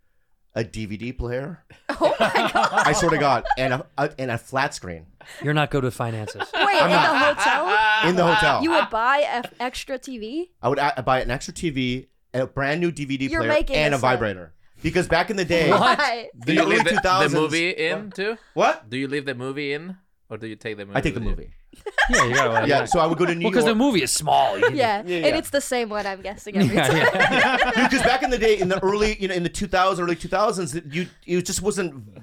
Speaker 5: a DVD player. Oh my god! I swear to God, and a, a and a flat screen
Speaker 4: You're not good with finances.
Speaker 6: Wait, in the hotel?
Speaker 5: in the hotel.
Speaker 6: You would buy a extra TV?
Speaker 5: I would a- buy an extra TV, a brand new DVD
Speaker 6: You're
Speaker 5: player,
Speaker 6: making
Speaker 5: and a
Speaker 6: this up.
Speaker 5: vibrator. Because back in the day,
Speaker 4: What?
Speaker 6: Why?
Speaker 8: Do
Speaker 5: In
Speaker 8: you
Speaker 5: the
Speaker 8: leave
Speaker 5: early
Speaker 8: the, the
Speaker 5: 2000s.
Speaker 8: movie in too?
Speaker 5: what?
Speaker 8: Do you leave the movie in, or do you take the movie?
Speaker 5: I take the
Speaker 8: with you?
Speaker 5: movie.
Speaker 4: yeah, you got
Speaker 5: Yeah, so I would go to New
Speaker 4: Well, because the
Speaker 5: York.
Speaker 4: movie is small. You-
Speaker 6: Yeah.
Speaker 5: yeah.
Speaker 6: and it's the same one. I'm guessing every
Speaker 4: Yeah,
Speaker 6: time.
Speaker 4: yeah.
Speaker 5: Because back in the day, in the early, you know, in the 2000s, early 2000s, that you it just wasn't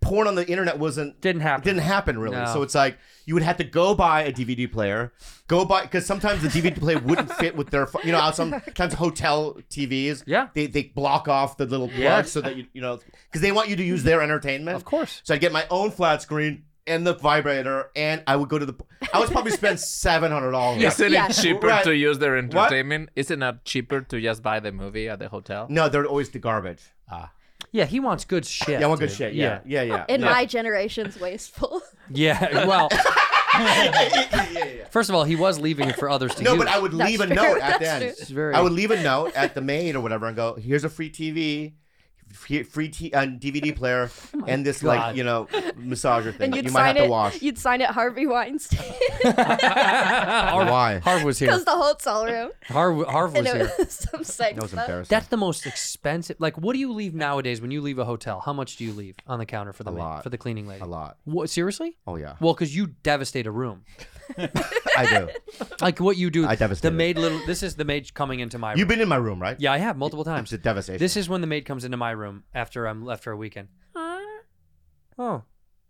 Speaker 5: porn on the internet wasn't
Speaker 4: Didn't happen.
Speaker 5: It didn't happen really.
Speaker 4: No.
Speaker 5: So it's like you would have to go buy a DVD player, go buy because sometimes the DVD player wouldn't fit with their, you know, how sometimes hotel TVs,
Speaker 4: Yeah.
Speaker 5: they they block off the little plugs
Speaker 4: Yes.
Speaker 5: so that you you know because they want you to use their entertainment.
Speaker 4: Of course.
Speaker 5: So I'd get my own flat screen. And the vibrator, and I would go to the. I would probably spend seven hundred dollars.
Speaker 8: Isn't
Speaker 6: Yeah.
Speaker 8: it cheaper
Speaker 5: Right.
Speaker 8: to use their
Speaker 5: What?
Speaker 8: entertainment? Isn't it cheaper to just buy the movie at the hotel?
Speaker 5: No, they're always the garbage.
Speaker 4: Yeah, he wants good shit.
Speaker 5: Yeah, I want good
Speaker 4: dude.
Speaker 5: shit. Yeah, yeah, yeah.
Speaker 6: In
Speaker 5: yeah.
Speaker 6: my generation's wasteful.
Speaker 4: Yeah. Yeah, Well. First of all, he was leaving it for others to
Speaker 5: No,
Speaker 4: use.
Speaker 5: but I would
Speaker 6: That's
Speaker 5: leave a
Speaker 6: true.
Speaker 5: note at the
Speaker 6: That's
Speaker 5: end.
Speaker 6: true.
Speaker 4: It's very-
Speaker 5: I would leave a note at the maid or whatever and go, "Here's a free TV, free, free t- uh, DVD player, and this like
Speaker 4: God.
Speaker 5: you know massager thing
Speaker 6: Oh And
Speaker 5: that
Speaker 6: you'd
Speaker 5: you might
Speaker 6: sign
Speaker 5: have
Speaker 6: it.
Speaker 5: to wash."
Speaker 6: You'd sign it Harvey Weinstein
Speaker 5: Why?
Speaker 4: Harv was here.
Speaker 6: because the hotel room.
Speaker 4: Harv, Harv
Speaker 6: And
Speaker 4: was
Speaker 6: it
Speaker 4: here.
Speaker 6: was some psych
Speaker 5: That was
Speaker 6: stuff.
Speaker 5: embarrassing.
Speaker 4: That's the most expensive. Like, what do you leave nowadays when you leave a hotel? How much do you leave on the counter for the
Speaker 5: A
Speaker 4: maid-
Speaker 5: lot.
Speaker 4: for the cleaning lady?
Speaker 5: a lot.
Speaker 4: What seriously?
Speaker 5: Oh yeah,
Speaker 4: Well, because you devastate a room.
Speaker 5: I do.
Speaker 4: Like what you do.
Speaker 5: I devastate
Speaker 4: The
Speaker 5: it.
Speaker 4: maid. Little, this is the maid coming into my room.
Speaker 5: You've been in my room, right?
Speaker 4: yeah, I have multiple times.
Speaker 5: It's a devastation.
Speaker 4: This is when the maid comes into my room after I'm left for a weekend.
Speaker 6: Uh,
Speaker 4: Oh,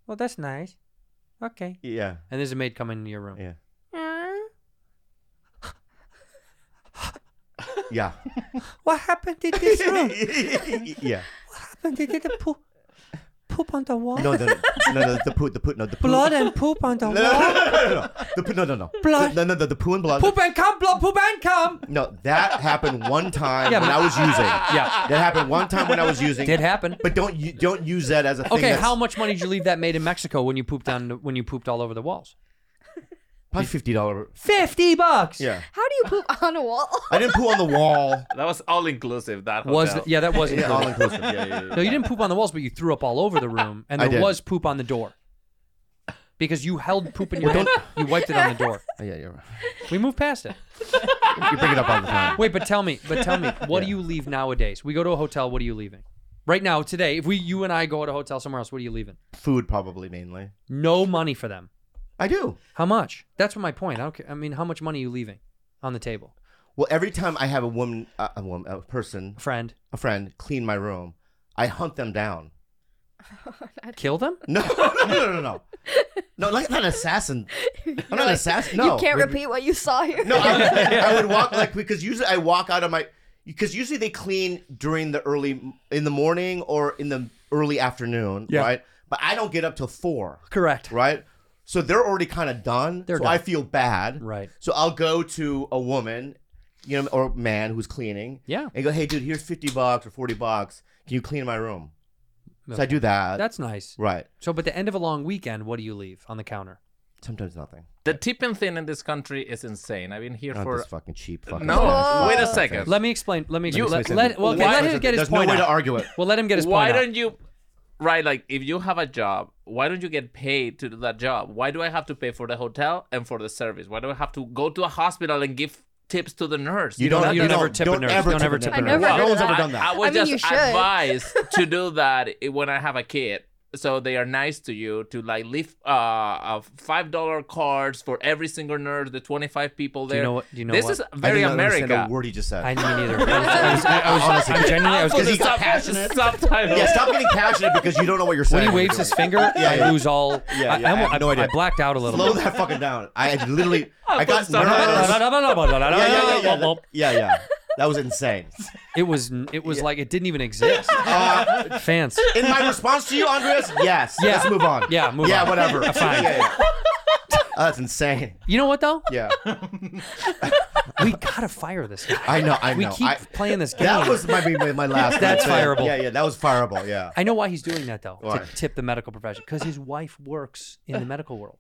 Speaker 4: well, that's nice. Okay.
Speaker 5: yeah,
Speaker 4: And there's a maid coming into your room.
Speaker 5: yeah,
Speaker 6: uh.
Speaker 5: yeah,
Speaker 4: What happened to
Speaker 5: yeah.
Speaker 4: happened to the poop? Poop on the wall?
Speaker 5: No, no, no, no, no, the poo, the poo, no, the poo.
Speaker 4: and poop on the
Speaker 5: No, no, no, no, no, no, no, the poo, no, no, no,
Speaker 4: Blood.
Speaker 5: no, no, no, the poo and blood.
Speaker 4: Poop and come, blood, poop and come.
Speaker 5: No, that happened one time
Speaker 4: Yeah,
Speaker 5: when
Speaker 4: but-
Speaker 5: I was using.
Speaker 4: Yeah.
Speaker 5: That happened one time when I was using.
Speaker 4: Did happen.
Speaker 5: But don't you don't use that as a thing.
Speaker 4: Okay,
Speaker 5: that's-
Speaker 4: how much money did you leave that maid in Mexico when you pooped on when you pooped all over the walls?
Speaker 5: Probably fifty dollar.
Speaker 4: Fifty bucks.
Speaker 5: Yeah,
Speaker 6: How do you poop on a wall?
Speaker 5: I didn't poo on the wall.
Speaker 8: That was all inclusive. That hotel.
Speaker 4: Was the, yeah, that was
Speaker 5: Yeah, all
Speaker 4: included.
Speaker 5: inclusive. Yeah, yeah, yeah.
Speaker 4: No, you didn't poop on the walls, but you threw up all over the room, and
Speaker 5: I
Speaker 4: there
Speaker 5: did.
Speaker 4: was poop on the door because you held poop in your
Speaker 5: Well,
Speaker 4: hand. You wiped it on the door.
Speaker 5: Oh, yeah, you're right.
Speaker 4: We moved past it.
Speaker 5: You bring it up all the time.
Speaker 4: Wait, but tell me, but tell me, what do you leave nowadays? We go to a hotel. What are you leaving? Right now, today, if we, you and I go to a hotel somewhere else, what are you leaving?
Speaker 5: Food probably mainly.
Speaker 4: No money for them.
Speaker 5: I do.
Speaker 4: How much? That's my point. I don't care. I mean, how much money are you leaving on the table?
Speaker 5: Well, every time I have a woman, uh, a woman, a person,
Speaker 4: Friend,
Speaker 5: a friend clean my room, I hunt them down.
Speaker 4: kill them?
Speaker 5: No, no, no, no, no, no. No, like I'm not an assassin. I'm not an assassin. No,
Speaker 6: you can't repeat what you saw here.
Speaker 5: No, I, would- I would walk like because usually I walk out of my because usually they clean during the early in the morning or in the early afternoon,
Speaker 4: Yeah.
Speaker 5: right? But I don't get up till four,
Speaker 4: Correct.
Speaker 5: right? So they're already kind of done.
Speaker 4: They're
Speaker 5: so
Speaker 4: done.
Speaker 5: I feel bad,
Speaker 4: Right.
Speaker 5: So I'll go to a woman you know, or man who's cleaning.
Speaker 4: Yeah.
Speaker 5: And go, hey, dude, here's 50 bucks or 40 bucks. Can you clean my room? So I
Speaker 4: Okay.
Speaker 5: do that.
Speaker 4: That's nice.
Speaker 5: Right.
Speaker 4: So, but the end of a long weekend, what do you leave on the counter?
Speaker 5: Sometimes nothing.
Speaker 8: The tipping thing in this country is insane. I've been here
Speaker 5: Not
Speaker 8: for
Speaker 5: this fucking cheap. Fucking
Speaker 8: No,
Speaker 5: Whoa.
Speaker 8: wait a second.
Speaker 4: Let me explain. Let me
Speaker 8: You-
Speaker 4: let,
Speaker 8: Listen,
Speaker 4: let, well, okay,
Speaker 8: why-
Speaker 4: let him get his
Speaker 5: there's no
Speaker 4: point.
Speaker 5: way to
Speaker 4: out.
Speaker 5: argue it.
Speaker 4: Well, let him get his
Speaker 8: why
Speaker 4: point. out.
Speaker 8: don't you right like if you have a job why don't you get paid to do that job why do i have to pay for the hotel and for the service why do i have to go to a hospital and give tips to the nurse
Speaker 5: You don't.
Speaker 8: That
Speaker 5: You
Speaker 8: doesn't-
Speaker 5: don't,
Speaker 4: never tip a
Speaker 5: don't
Speaker 4: nurse.
Speaker 5: Ever
Speaker 4: Don't
Speaker 5: tip
Speaker 4: ever
Speaker 5: a
Speaker 4: tip
Speaker 5: nurse.
Speaker 4: a
Speaker 6: nurse. I've never
Speaker 5: No one's
Speaker 6: heard
Speaker 5: ever
Speaker 6: of
Speaker 5: done
Speaker 8: I, I
Speaker 5: that.
Speaker 8: was
Speaker 6: I mean, you
Speaker 8: just
Speaker 6: should.
Speaker 8: advised to do that i- when I have a kid, so they are nice to you to like leave uh, uh five dollar cards for every single nurse, the twenty five people
Speaker 4: Do
Speaker 8: there.
Speaker 4: you know what? Do you know
Speaker 8: this
Speaker 4: what?
Speaker 8: is
Speaker 5: I did
Speaker 8: very
Speaker 5: not understand
Speaker 8: America.
Speaker 5: a word he just said.
Speaker 4: I me neither. I was, I was, I was, I'm genuinely. I was
Speaker 8: Because
Speaker 4: getting,
Speaker 8: he got passionate. Subtitles.
Speaker 5: Yeah, stop getting passionate because you don't know what you're
Speaker 4: when
Speaker 5: saying.
Speaker 4: he waves his finger, I
Speaker 5: yeah.
Speaker 4: lose all.
Speaker 5: Yeah,
Speaker 4: I,
Speaker 5: yeah, I
Speaker 4: almo-
Speaker 5: have no idea.
Speaker 4: I blacked out a little.
Speaker 5: Slow
Speaker 4: bit.
Speaker 5: that fucking down. I literally. I got
Speaker 8: stop.
Speaker 5: nervous. Yeah, yeah, yeah, yeah.
Speaker 4: It
Speaker 5: Yeah, yeah. That was insane.
Speaker 4: was. It was like it didn't even exist.
Speaker 5: Uh,
Speaker 4: Fans.
Speaker 5: in my response to you, Andreas, yes.
Speaker 4: Yeah.
Speaker 5: Let's move on.
Speaker 4: Yeah, move
Speaker 5: yeah,
Speaker 4: on.
Speaker 5: whatever.
Speaker 4: Fine.
Speaker 5: Yeah, yeah. Oh, that's insane.
Speaker 4: You know what though?
Speaker 5: Yeah,
Speaker 4: We gotta fire this guy.
Speaker 5: I know. I know.
Speaker 4: We keep
Speaker 5: I,
Speaker 4: playing this game.
Speaker 5: that was my my, my last.
Speaker 4: That's
Speaker 5: thing.
Speaker 4: fireable.
Speaker 5: Yeah, yeah. That was fireable. Yeah.
Speaker 4: I know why he's doing that though.
Speaker 5: Why?
Speaker 4: To tip the medical profession because his wife works in the medical world.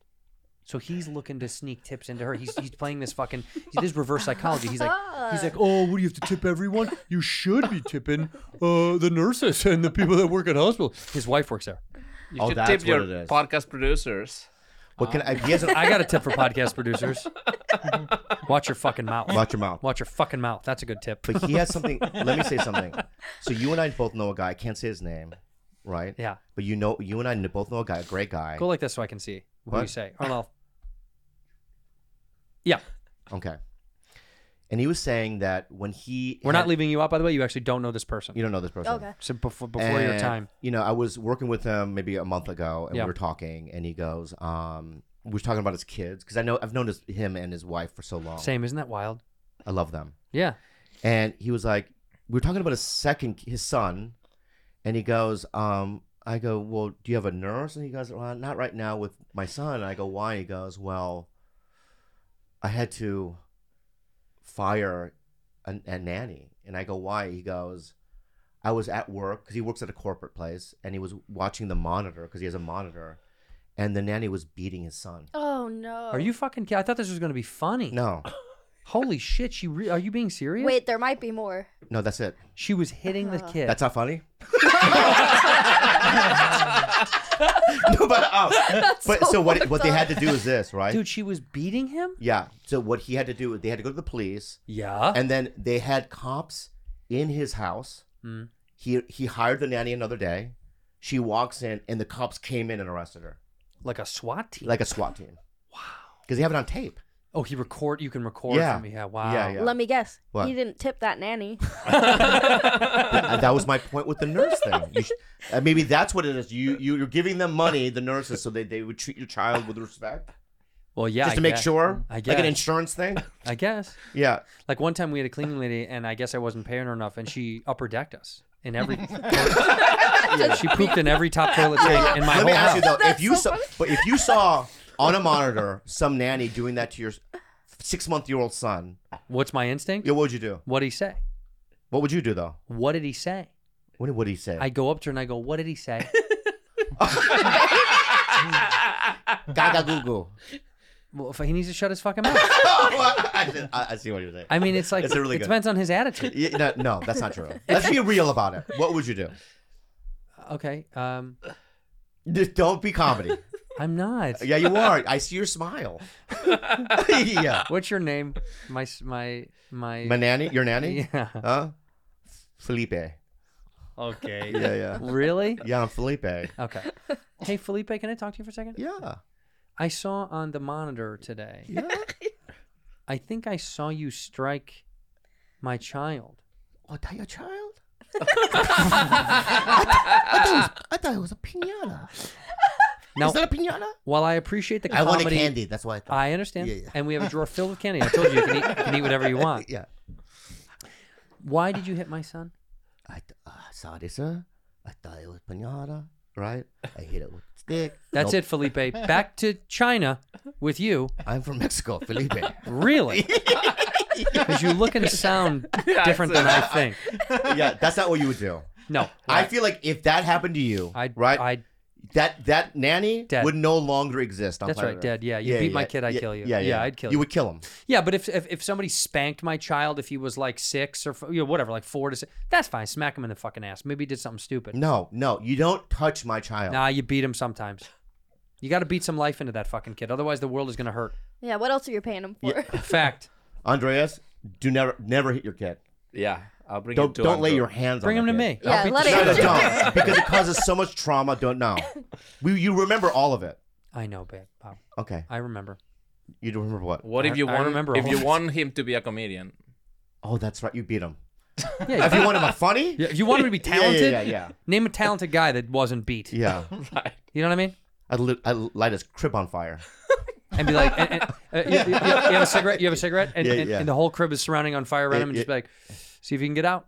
Speaker 4: So he's looking to sneak tips into her. He's, he's playing this fucking this is reverse psychology. He's like he's like, oh, what do you have to tip everyone? You should be tipping uh, the nurses and the people that work at hospital. His wife works there.
Speaker 8: You
Speaker 5: Oh,
Speaker 8: should
Speaker 5: that's
Speaker 8: tip
Speaker 5: what
Speaker 8: your
Speaker 5: it is.
Speaker 8: podcast producers.
Speaker 5: What can I? He has a,
Speaker 4: I got a tip for podcast producers. Watch your fucking mouth.
Speaker 5: watch your mouth.
Speaker 4: Watch your fucking mouth. That's a good tip.
Speaker 5: But he has something. Let me say something. So you and I both know a guy. I can't say his name, right?
Speaker 4: Yeah.
Speaker 5: But you know, you and I both know a guy, a great guy.
Speaker 4: Go like this so I can see what you
Speaker 5: What?
Speaker 4: say. Oh no. Yeah,
Speaker 5: Okay. And he was saying that when he
Speaker 4: we're
Speaker 5: had-
Speaker 4: not leaving you out. By the way, you actually don't know this person.
Speaker 5: You don't Eh. know this person.
Speaker 6: Okay.
Speaker 4: So before, before your
Speaker 5: And,
Speaker 4: time.
Speaker 5: You know, I was working with him maybe a month ago, and
Speaker 4: Yeah.
Speaker 5: we were talking, and he goes, um, we were talking about his kids because I know I've known his, him and his wife for so long.
Speaker 4: Same, isn't that wild?
Speaker 5: I love them.
Speaker 4: Yeah.
Speaker 5: And he was like, we were talking about his second, his son, and he goes, um, I go, well, do you have a nurse? And he goes, well, not right now with my son. And I go, why? He goes, well, I had to fire a, a nanny. And I go, why? He goes, I was at work because he works at a corporate place, and he was watching the monitor because he has a monitor, and the nanny was beating his son.
Speaker 6: Oh no.
Speaker 4: Are you fucking kidding? I thought this was gonna be funny.
Speaker 5: No,
Speaker 4: Holy shit! She re- are you being serious?
Speaker 6: Wait, there might be more.
Speaker 5: no, that's it.
Speaker 4: She was hitting the kid.
Speaker 5: That's not funny. no, but uh, but so, what? What they had to do is this, right?
Speaker 4: Dude, she was beating him.
Speaker 5: Yeah. So what he had to do, they had to go to the police,
Speaker 4: Yeah.
Speaker 5: and then they had cops in his house.
Speaker 4: Mm.
Speaker 5: He he hired the nanny another day. She walks in, and the cops came in and arrested her,
Speaker 4: like a SWAT team.
Speaker 5: like a SWAT team. Wow. Because they have it on tape.
Speaker 4: oh, he record. You can record.
Speaker 5: Yeah.
Speaker 4: From, yeah. Wow.
Speaker 5: Yeah, yeah.
Speaker 6: Let me guess.
Speaker 5: What?
Speaker 6: He didn't tip that nanny.
Speaker 5: Th- that was my point with the nurse thing. You sh- uh, maybe that's what it is. You you- you're giving them money, the nurses, so they, they would treat your child with respect,
Speaker 4: Well, yeah.
Speaker 5: just
Speaker 4: I
Speaker 5: to make
Speaker 4: guess.
Speaker 5: sure,
Speaker 4: I
Speaker 5: like
Speaker 4: guess.
Speaker 5: an insurance thing.
Speaker 4: I guess.
Speaker 5: Yeah,
Speaker 4: Like one time we had a cleaning lady, and I guess I wasn't paying her enough, and she upper decked us in every. She pooped in every top toilet tank in my
Speaker 5: Let
Speaker 4: whole
Speaker 5: me ask
Speaker 4: house.
Speaker 5: you though, if you saw, but if you saw on a monitor some nanny doing that to your six month year old son,
Speaker 4: What's my instinct?
Speaker 5: yeah, what would you do?
Speaker 4: What did he say?
Speaker 5: What would you do though?
Speaker 4: What did he say?
Speaker 5: What would he say?
Speaker 4: I go up to her and I go, "What did he say?"
Speaker 5: gaga goo goo.
Speaker 4: well, if he needs to shut his fucking mouth.
Speaker 5: I, I- I see what you're saying.
Speaker 4: I mean, it's like
Speaker 5: That's a really
Speaker 4: it
Speaker 5: good-
Speaker 4: depends on his attitude.
Speaker 5: Yeah, no, no, that's not true. Let's be real about it. What would you do?
Speaker 4: Okay, um,
Speaker 5: Just don't be comedy.
Speaker 4: I'm not.
Speaker 5: Yeah, you are. I see your smile. yeah.
Speaker 4: What's your name? My s- my my.
Speaker 5: My nanny, your nanny?
Speaker 4: Yeah.
Speaker 5: Huh? Felipe. Yeah,
Speaker 4: Okay.
Speaker 5: yeah.
Speaker 4: Really?
Speaker 5: Yeah, I'm Felipe.
Speaker 4: Okay. Hey Felipe, can I talk to you for a second?
Speaker 5: Yeah.
Speaker 4: I saw on the monitor today.
Speaker 5: Yeah.
Speaker 4: I think I saw you strike my child.
Speaker 5: Oh, that your child? I, thought, I, thought it was, I thought it was a pinata.
Speaker 4: Now,
Speaker 5: Is that a pinata?
Speaker 4: while I appreciate the
Speaker 5: I
Speaker 4: comedy,
Speaker 5: wanted candy. That's why I thought.
Speaker 4: I understand,
Speaker 5: Yeah, yeah.
Speaker 4: and we have a drawer filled with candy. I told you you can eat, you can eat whatever you want.
Speaker 5: yeah.
Speaker 4: Why did you hit my son?
Speaker 5: I th- uh, saw this, huh? I thought it was pinata, right? I hit it with a stick.
Speaker 4: That's it, Felipe. Back to China with you.
Speaker 5: I'm from Mexico, Felipe.
Speaker 4: Really? Because you look and sound different than I think.
Speaker 5: yeah, that's not what you would do.
Speaker 4: No.
Speaker 5: I feel like if that happened to you,
Speaker 4: I'd-
Speaker 5: right?
Speaker 4: I'd-
Speaker 5: that that nanny
Speaker 4: Dead.
Speaker 5: would no longer exist. On
Speaker 4: That's right,
Speaker 5: planet Earth.
Speaker 4: dead. Yeah, you beat my kid, I
Speaker 5: yeah,
Speaker 4: kill you.
Speaker 5: Yeah, yeah,
Speaker 4: Yeah, I'd kill
Speaker 5: You
Speaker 4: you.
Speaker 5: would kill him.
Speaker 4: Yeah, but if, if if somebody spanked my child if he was like six or f- you know whatever, like four to six, that's fine. Smack him in the fucking ass. Maybe he did something stupid.
Speaker 5: No, no, you don't touch my child.
Speaker 4: Nah, you beat him sometimes. You got to beat some life into that fucking kid, otherwise the world is gonna hurt.
Speaker 6: Yeah, what else are you paying him for?
Speaker 4: Fact.
Speaker 5: Andreas, do never never hit your kid.
Speaker 8: Yeah, I'll bring
Speaker 5: Don't
Speaker 8: it to
Speaker 5: don't
Speaker 8: Andrew.
Speaker 5: lay your hands
Speaker 4: Bring
Speaker 5: on
Speaker 4: him to
Speaker 5: my
Speaker 4: me.
Speaker 5: kid.
Speaker 4: I'll
Speaker 6: Yeah,
Speaker 4: beat
Speaker 6: let
Speaker 4: the
Speaker 6: it-
Speaker 4: shit out
Speaker 5: No,
Speaker 4: of
Speaker 5: no,
Speaker 4: him.
Speaker 5: don't because it causes so much trauma. Don't know. We you remember all of it.
Speaker 4: I know, babe. Wow.
Speaker 5: Okay,
Speaker 4: I remember.
Speaker 5: you don't remember what?
Speaker 8: What
Speaker 4: I-
Speaker 8: if you
Speaker 4: I
Speaker 8: want?
Speaker 4: remember
Speaker 8: if
Speaker 4: all
Speaker 8: you
Speaker 4: of it.
Speaker 8: want him to be a comedian,
Speaker 5: Oh, that's right. You beat him.
Speaker 4: Yeah,
Speaker 5: If you want him a funny,
Speaker 4: Yeah, if you wanted to be
Speaker 5: Yeah, yeah, yeah,
Speaker 4: talented,
Speaker 5: yeah.
Speaker 4: name a talented guy that wasn't beat.
Speaker 5: yeah,
Speaker 8: right?
Speaker 4: You know what I mean?
Speaker 5: I'd, li- I'd light his crib on fire.
Speaker 4: And be like, and, and, uh, you, you- you have a cigarette? You have a cigarette? And,
Speaker 5: Yeah,
Speaker 4: and,
Speaker 5: yeah.
Speaker 4: and the whole crib is surrounding on fire around
Speaker 5: Yeah,
Speaker 4: him and just
Speaker 5: yeah.
Speaker 4: be like, see if you can get out.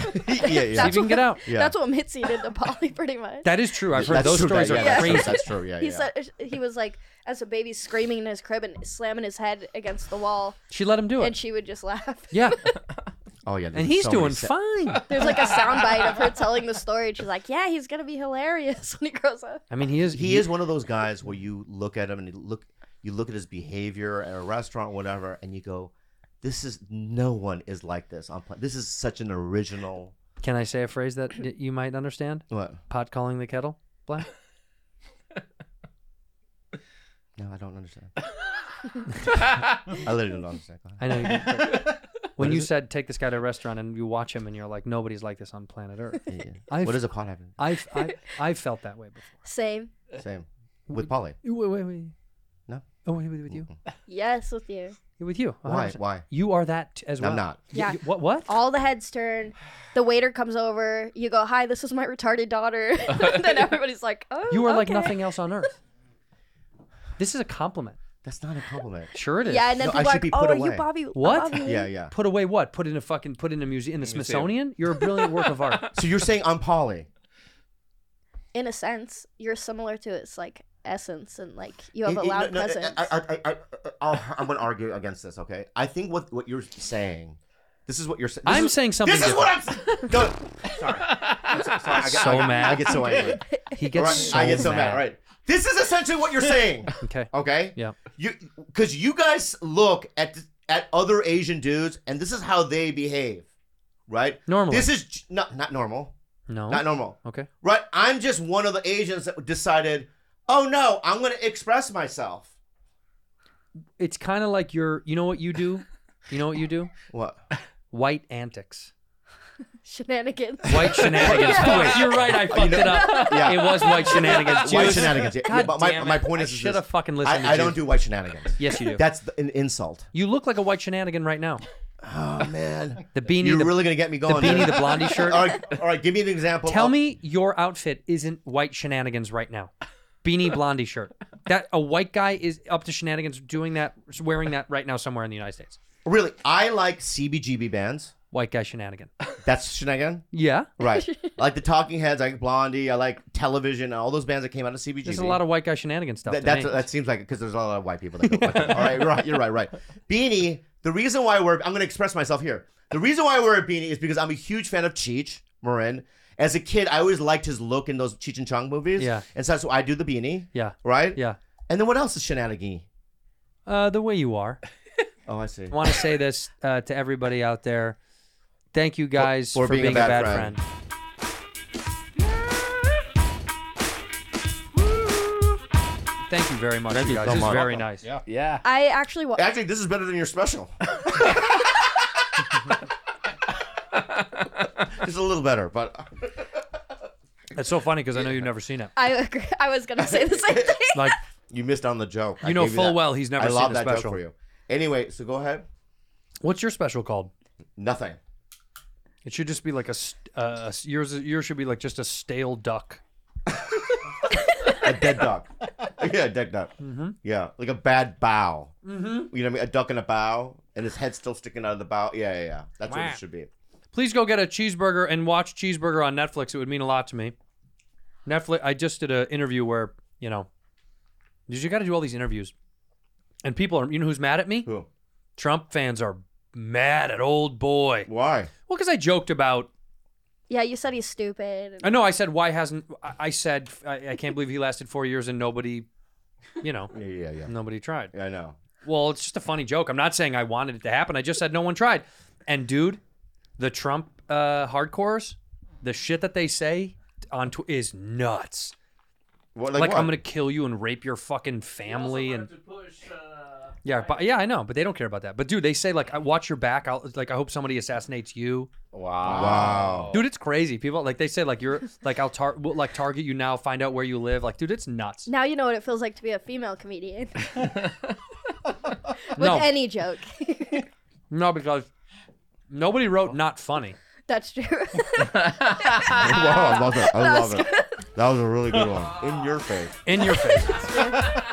Speaker 4: See
Speaker 5: yeah, yeah.
Speaker 4: if you can get out.
Speaker 5: Yeah.
Speaker 6: That's what Mitzi did to Polly, pretty much.
Speaker 4: That is true. I've heard
Speaker 5: That's
Speaker 4: those
Speaker 5: true,
Speaker 4: stories
Speaker 5: that-
Speaker 4: are
Speaker 5: yeah,
Speaker 4: crazy.
Speaker 5: That's true. That's true. Yeah,
Speaker 6: he
Speaker 5: yeah.
Speaker 6: said he was like, as a baby, screaming in his crib and slamming his head against the wall,
Speaker 4: She let him do
Speaker 6: and
Speaker 4: it.
Speaker 6: she would just laugh.
Speaker 4: Yeah.
Speaker 5: oh yeah. there's
Speaker 4: And he's
Speaker 5: so many
Speaker 4: doing
Speaker 5: sa-
Speaker 4: fine.
Speaker 6: There's like a soundbite of her telling the story, and she's like, "Yeah, he's gonna be hilarious when he "Uh, grows up."
Speaker 4: I mean, he is.
Speaker 5: He is one of those guys where you look at him and you look you look at his behavior at a restaurant, whatever, and you go, "This is no one is like this on planet. This is such an original."
Speaker 4: Can I say a phrase that y- you might understand?
Speaker 5: What?
Speaker 4: Pot calling the kettle black.
Speaker 5: No, I don't understand. I literally don't understand. Go ahead.
Speaker 4: I know. You, when
Speaker 5: What
Speaker 4: you
Speaker 5: is it?
Speaker 4: said take this guy to a restaurant and you watch him and you're like, nobody's like this on planet Earth.
Speaker 5: Yeah, yeah.
Speaker 4: I've-
Speaker 5: What does a pot have? in-
Speaker 4: I've, I I felt that way before.
Speaker 6: Same.
Speaker 5: Same with Polly.
Speaker 4: Wait, wait, wait.
Speaker 5: No.
Speaker 4: Oh, wait, wait, with you.
Speaker 6: Yes, with you.
Speaker 4: With you.
Speaker 5: Why?
Speaker 4: 100%.
Speaker 5: Why?
Speaker 4: You are that t- as well.
Speaker 5: I'm not.
Speaker 4: Y-
Speaker 6: Yeah.
Speaker 4: y- what? What?
Speaker 6: All the heads turn. The waiter comes over. You go, "Hi, this is my retarded daughter." then everybody's like, "Oh,
Speaker 4: you are like
Speaker 6: okay."
Speaker 4: nothing else on earth. This is a compliment.
Speaker 5: That's not a compliment.
Speaker 4: Sure it is.
Speaker 6: Yeah, and then
Speaker 5: No, I
Speaker 6: people are
Speaker 5: should be
Speaker 6: like, "Oh,
Speaker 5: put
Speaker 6: are
Speaker 5: away."
Speaker 6: you Bobby?"
Speaker 4: What?
Speaker 6: Bobby Lee?"
Speaker 5: Yeah, yeah.
Speaker 4: Put away what? Put in a fucking put in a museum in the
Speaker 8: Museum.
Speaker 4: Smithsonian. You're a brilliant work of art.
Speaker 5: So you're saying I'm Polly?
Speaker 6: In a sense, you're similar to its like essence, and like you have a
Speaker 5: It- it-
Speaker 6: loud
Speaker 5: no, no,
Speaker 6: presence.
Speaker 5: I, I, I, am going to argue against this. Okay, I think what what you're saying. This is what you're saying.
Speaker 4: I'm saying something
Speaker 5: This is what I'm. s- No, sorry. I'm so, sorry, I get,
Speaker 4: So
Speaker 5: I get-
Speaker 4: mad.
Speaker 5: I get so angry.
Speaker 4: He
Speaker 5: All
Speaker 4: gets
Speaker 5: right,
Speaker 4: so
Speaker 5: I get so mad.
Speaker 4: mad.
Speaker 5: All Right. This is essentially what you're saying.
Speaker 4: Okay.
Speaker 5: Okay.
Speaker 4: Yeah.
Speaker 5: You because you guys look at at other Asian dudes and this is how they behave, right?
Speaker 4: Normally.
Speaker 5: This is j- not not normal.
Speaker 4: No.
Speaker 5: Not normal.
Speaker 4: Okay.
Speaker 5: Right. I'm just one of the Asians that decided. Oh no! I'm going to express myself.
Speaker 4: It's kind of like you're. You know what you do? You know what you do?
Speaker 5: What?
Speaker 4: White antics.
Speaker 6: Shenanigans.
Speaker 4: White shenanigans. Wait, you're right. I fucked it up.
Speaker 5: Oh, yeah.
Speaker 4: It was white shenanigans.
Speaker 5: White
Speaker 4: Juice.
Speaker 5: shenanigans. Yeah, yeah,
Speaker 4: God
Speaker 5: but my,
Speaker 4: damn it.
Speaker 5: my point
Speaker 4: I
Speaker 5: is, is
Speaker 4: should
Speaker 5: this.
Speaker 4: have fucking listened.
Speaker 5: I, I
Speaker 4: to
Speaker 5: don't
Speaker 4: you.
Speaker 5: do white shenanigans.
Speaker 4: Yes, you do.
Speaker 5: That's the, an insult.
Speaker 4: You look like a white shenanigan right now.
Speaker 5: Oh man,
Speaker 4: The beanie,
Speaker 5: You're
Speaker 4: the-
Speaker 5: really gonna get me
Speaker 4: The
Speaker 5: going.
Speaker 4: beanie,
Speaker 5: dude.
Speaker 4: the blondie shirt.
Speaker 5: all right, all right. Give me an example. Oh,
Speaker 4: Tell
Speaker 5: of-
Speaker 4: me your outfit isn't white shenanigans right now. Beanie blondie shirt. That a white guy is up to shenanigans doing that, wearing that right now somewhere in the United States.
Speaker 5: Really, I like CBGB bands.
Speaker 4: White guy shenanigan.
Speaker 5: That's shenanigan.
Speaker 4: Yeah,
Speaker 5: Right. I like the Talking Heads. I like Blondie. I like Television. and All those bands that came out of CBGB.
Speaker 4: there's a lot of white guy shenanigan stuff.
Speaker 5: That,
Speaker 4: to
Speaker 5: that's
Speaker 4: me.
Speaker 5: that seems like because there's a lot of white people that go. Like that. All right, right, you're right, right. Beanie. The reason why I wear I'm going to express myself here. The reason why I wear a beanie is because I'm a huge fan of Cheech Marin. As a kid, I always liked his look in those Cheech and Chong movies.
Speaker 4: Yeah.
Speaker 5: And so that's why I do the beanie.
Speaker 4: yeah,
Speaker 5: Right.
Speaker 4: yeah.
Speaker 5: And then what else is shenanigan?
Speaker 4: Uh, the way you are.
Speaker 5: Oh, I see.
Speaker 4: I want to say this uh, to everybody out there. Thank you guys
Speaker 5: For- for
Speaker 4: for, being, a bad, friend. Thank you very much,
Speaker 5: Thank
Speaker 4: you
Speaker 5: you
Speaker 4: guys.
Speaker 5: so
Speaker 4: this
Speaker 5: much.
Speaker 4: is very nice.
Speaker 10: Yeah.
Speaker 8: Yeah.
Speaker 6: I actually wa-
Speaker 5: Actually, this is better than your special. It's a little better, but
Speaker 4: That's so funny because I know you've never seen it.
Speaker 6: I agree. I was gonna say the same thing.
Speaker 4: Like
Speaker 5: you missed on the joke. I
Speaker 4: You know
Speaker 5: gave
Speaker 4: full
Speaker 5: that.
Speaker 4: well he's never
Speaker 5: I
Speaker 4: seen
Speaker 5: love
Speaker 4: the
Speaker 5: that
Speaker 4: special.
Speaker 5: joke for you. Anyway, so go ahead.
Speaker 4: What's your special called?
Speaker 5: Nothing.
Speaker 4: It should just be like a st- uh, a s- yours. Yours should be like just a stale duck.
Speaker 5: A dead duck. yeah, a dead duck. Mm-hmm. Yeah, like a bad bow. Mm-hmm. You know what I mean? A duck in a bow, and his head's still sticking out of the bow. Yeah, yeah, yeah. That's what
Speaker 4: Wah.
Speaker 5: it should be.
Speaker 4: Please go get a cheeseburger and watch Cheeseburger on Netflix. It would mean a lot to me. Netflix. I just did an interview where you know, 'cause you got to do all these interviews, and people are. You know who's mad at me?
Speaker 5: Who?
Speaker 4: Trump fans are mad at old boy.
Speaker 5: Why?
Speaker 4: Well, because I joked about.
Speaker 6: Yeah, you said he's stupid. and-
Speaker 4: I know I said why hasn't I I said I, I can't believe he lasted four years and nobody, you know,
Speaker 5: yeah, yeah,
Speaker 4: nobody tried.
Speaker 5: I know.
Speaker 4: Well, it's just a funny joke. I'm not saying I wanted it to happen. I just said no one tried. And dude, the Trump uh, hardcores, the shit that they say on tw- is nuts.
Speaker 5: What,
Speaker 4: like
Speaker 5: like what?
Speaker 4: I'm gonna kill you and rape your fucking family and. yeah, but yeah, I know, but they don't care about that. But dude, they say like, I "Watch your back." I'll, like, I hope somebody assassinates you.
Speaker 8: Wow.
Speaker 5: Wow.
Speaker 4: dude, it's crazy. People like they say like you're like I'll tar- we'll, like target you now, find out where you live. Like, dude, it's nuts.
Speaker 6: Now you know what it feels like to be a female comedian. With
Speaker 4: No.
Speaker 6: any joke.
Speaker 4: No, because nobody wrote not funny.
Speaker 6: That's true.
Speaker 5: wow, I love that. I love it. That was a really good one. In your face.
Speaker 4: In your face.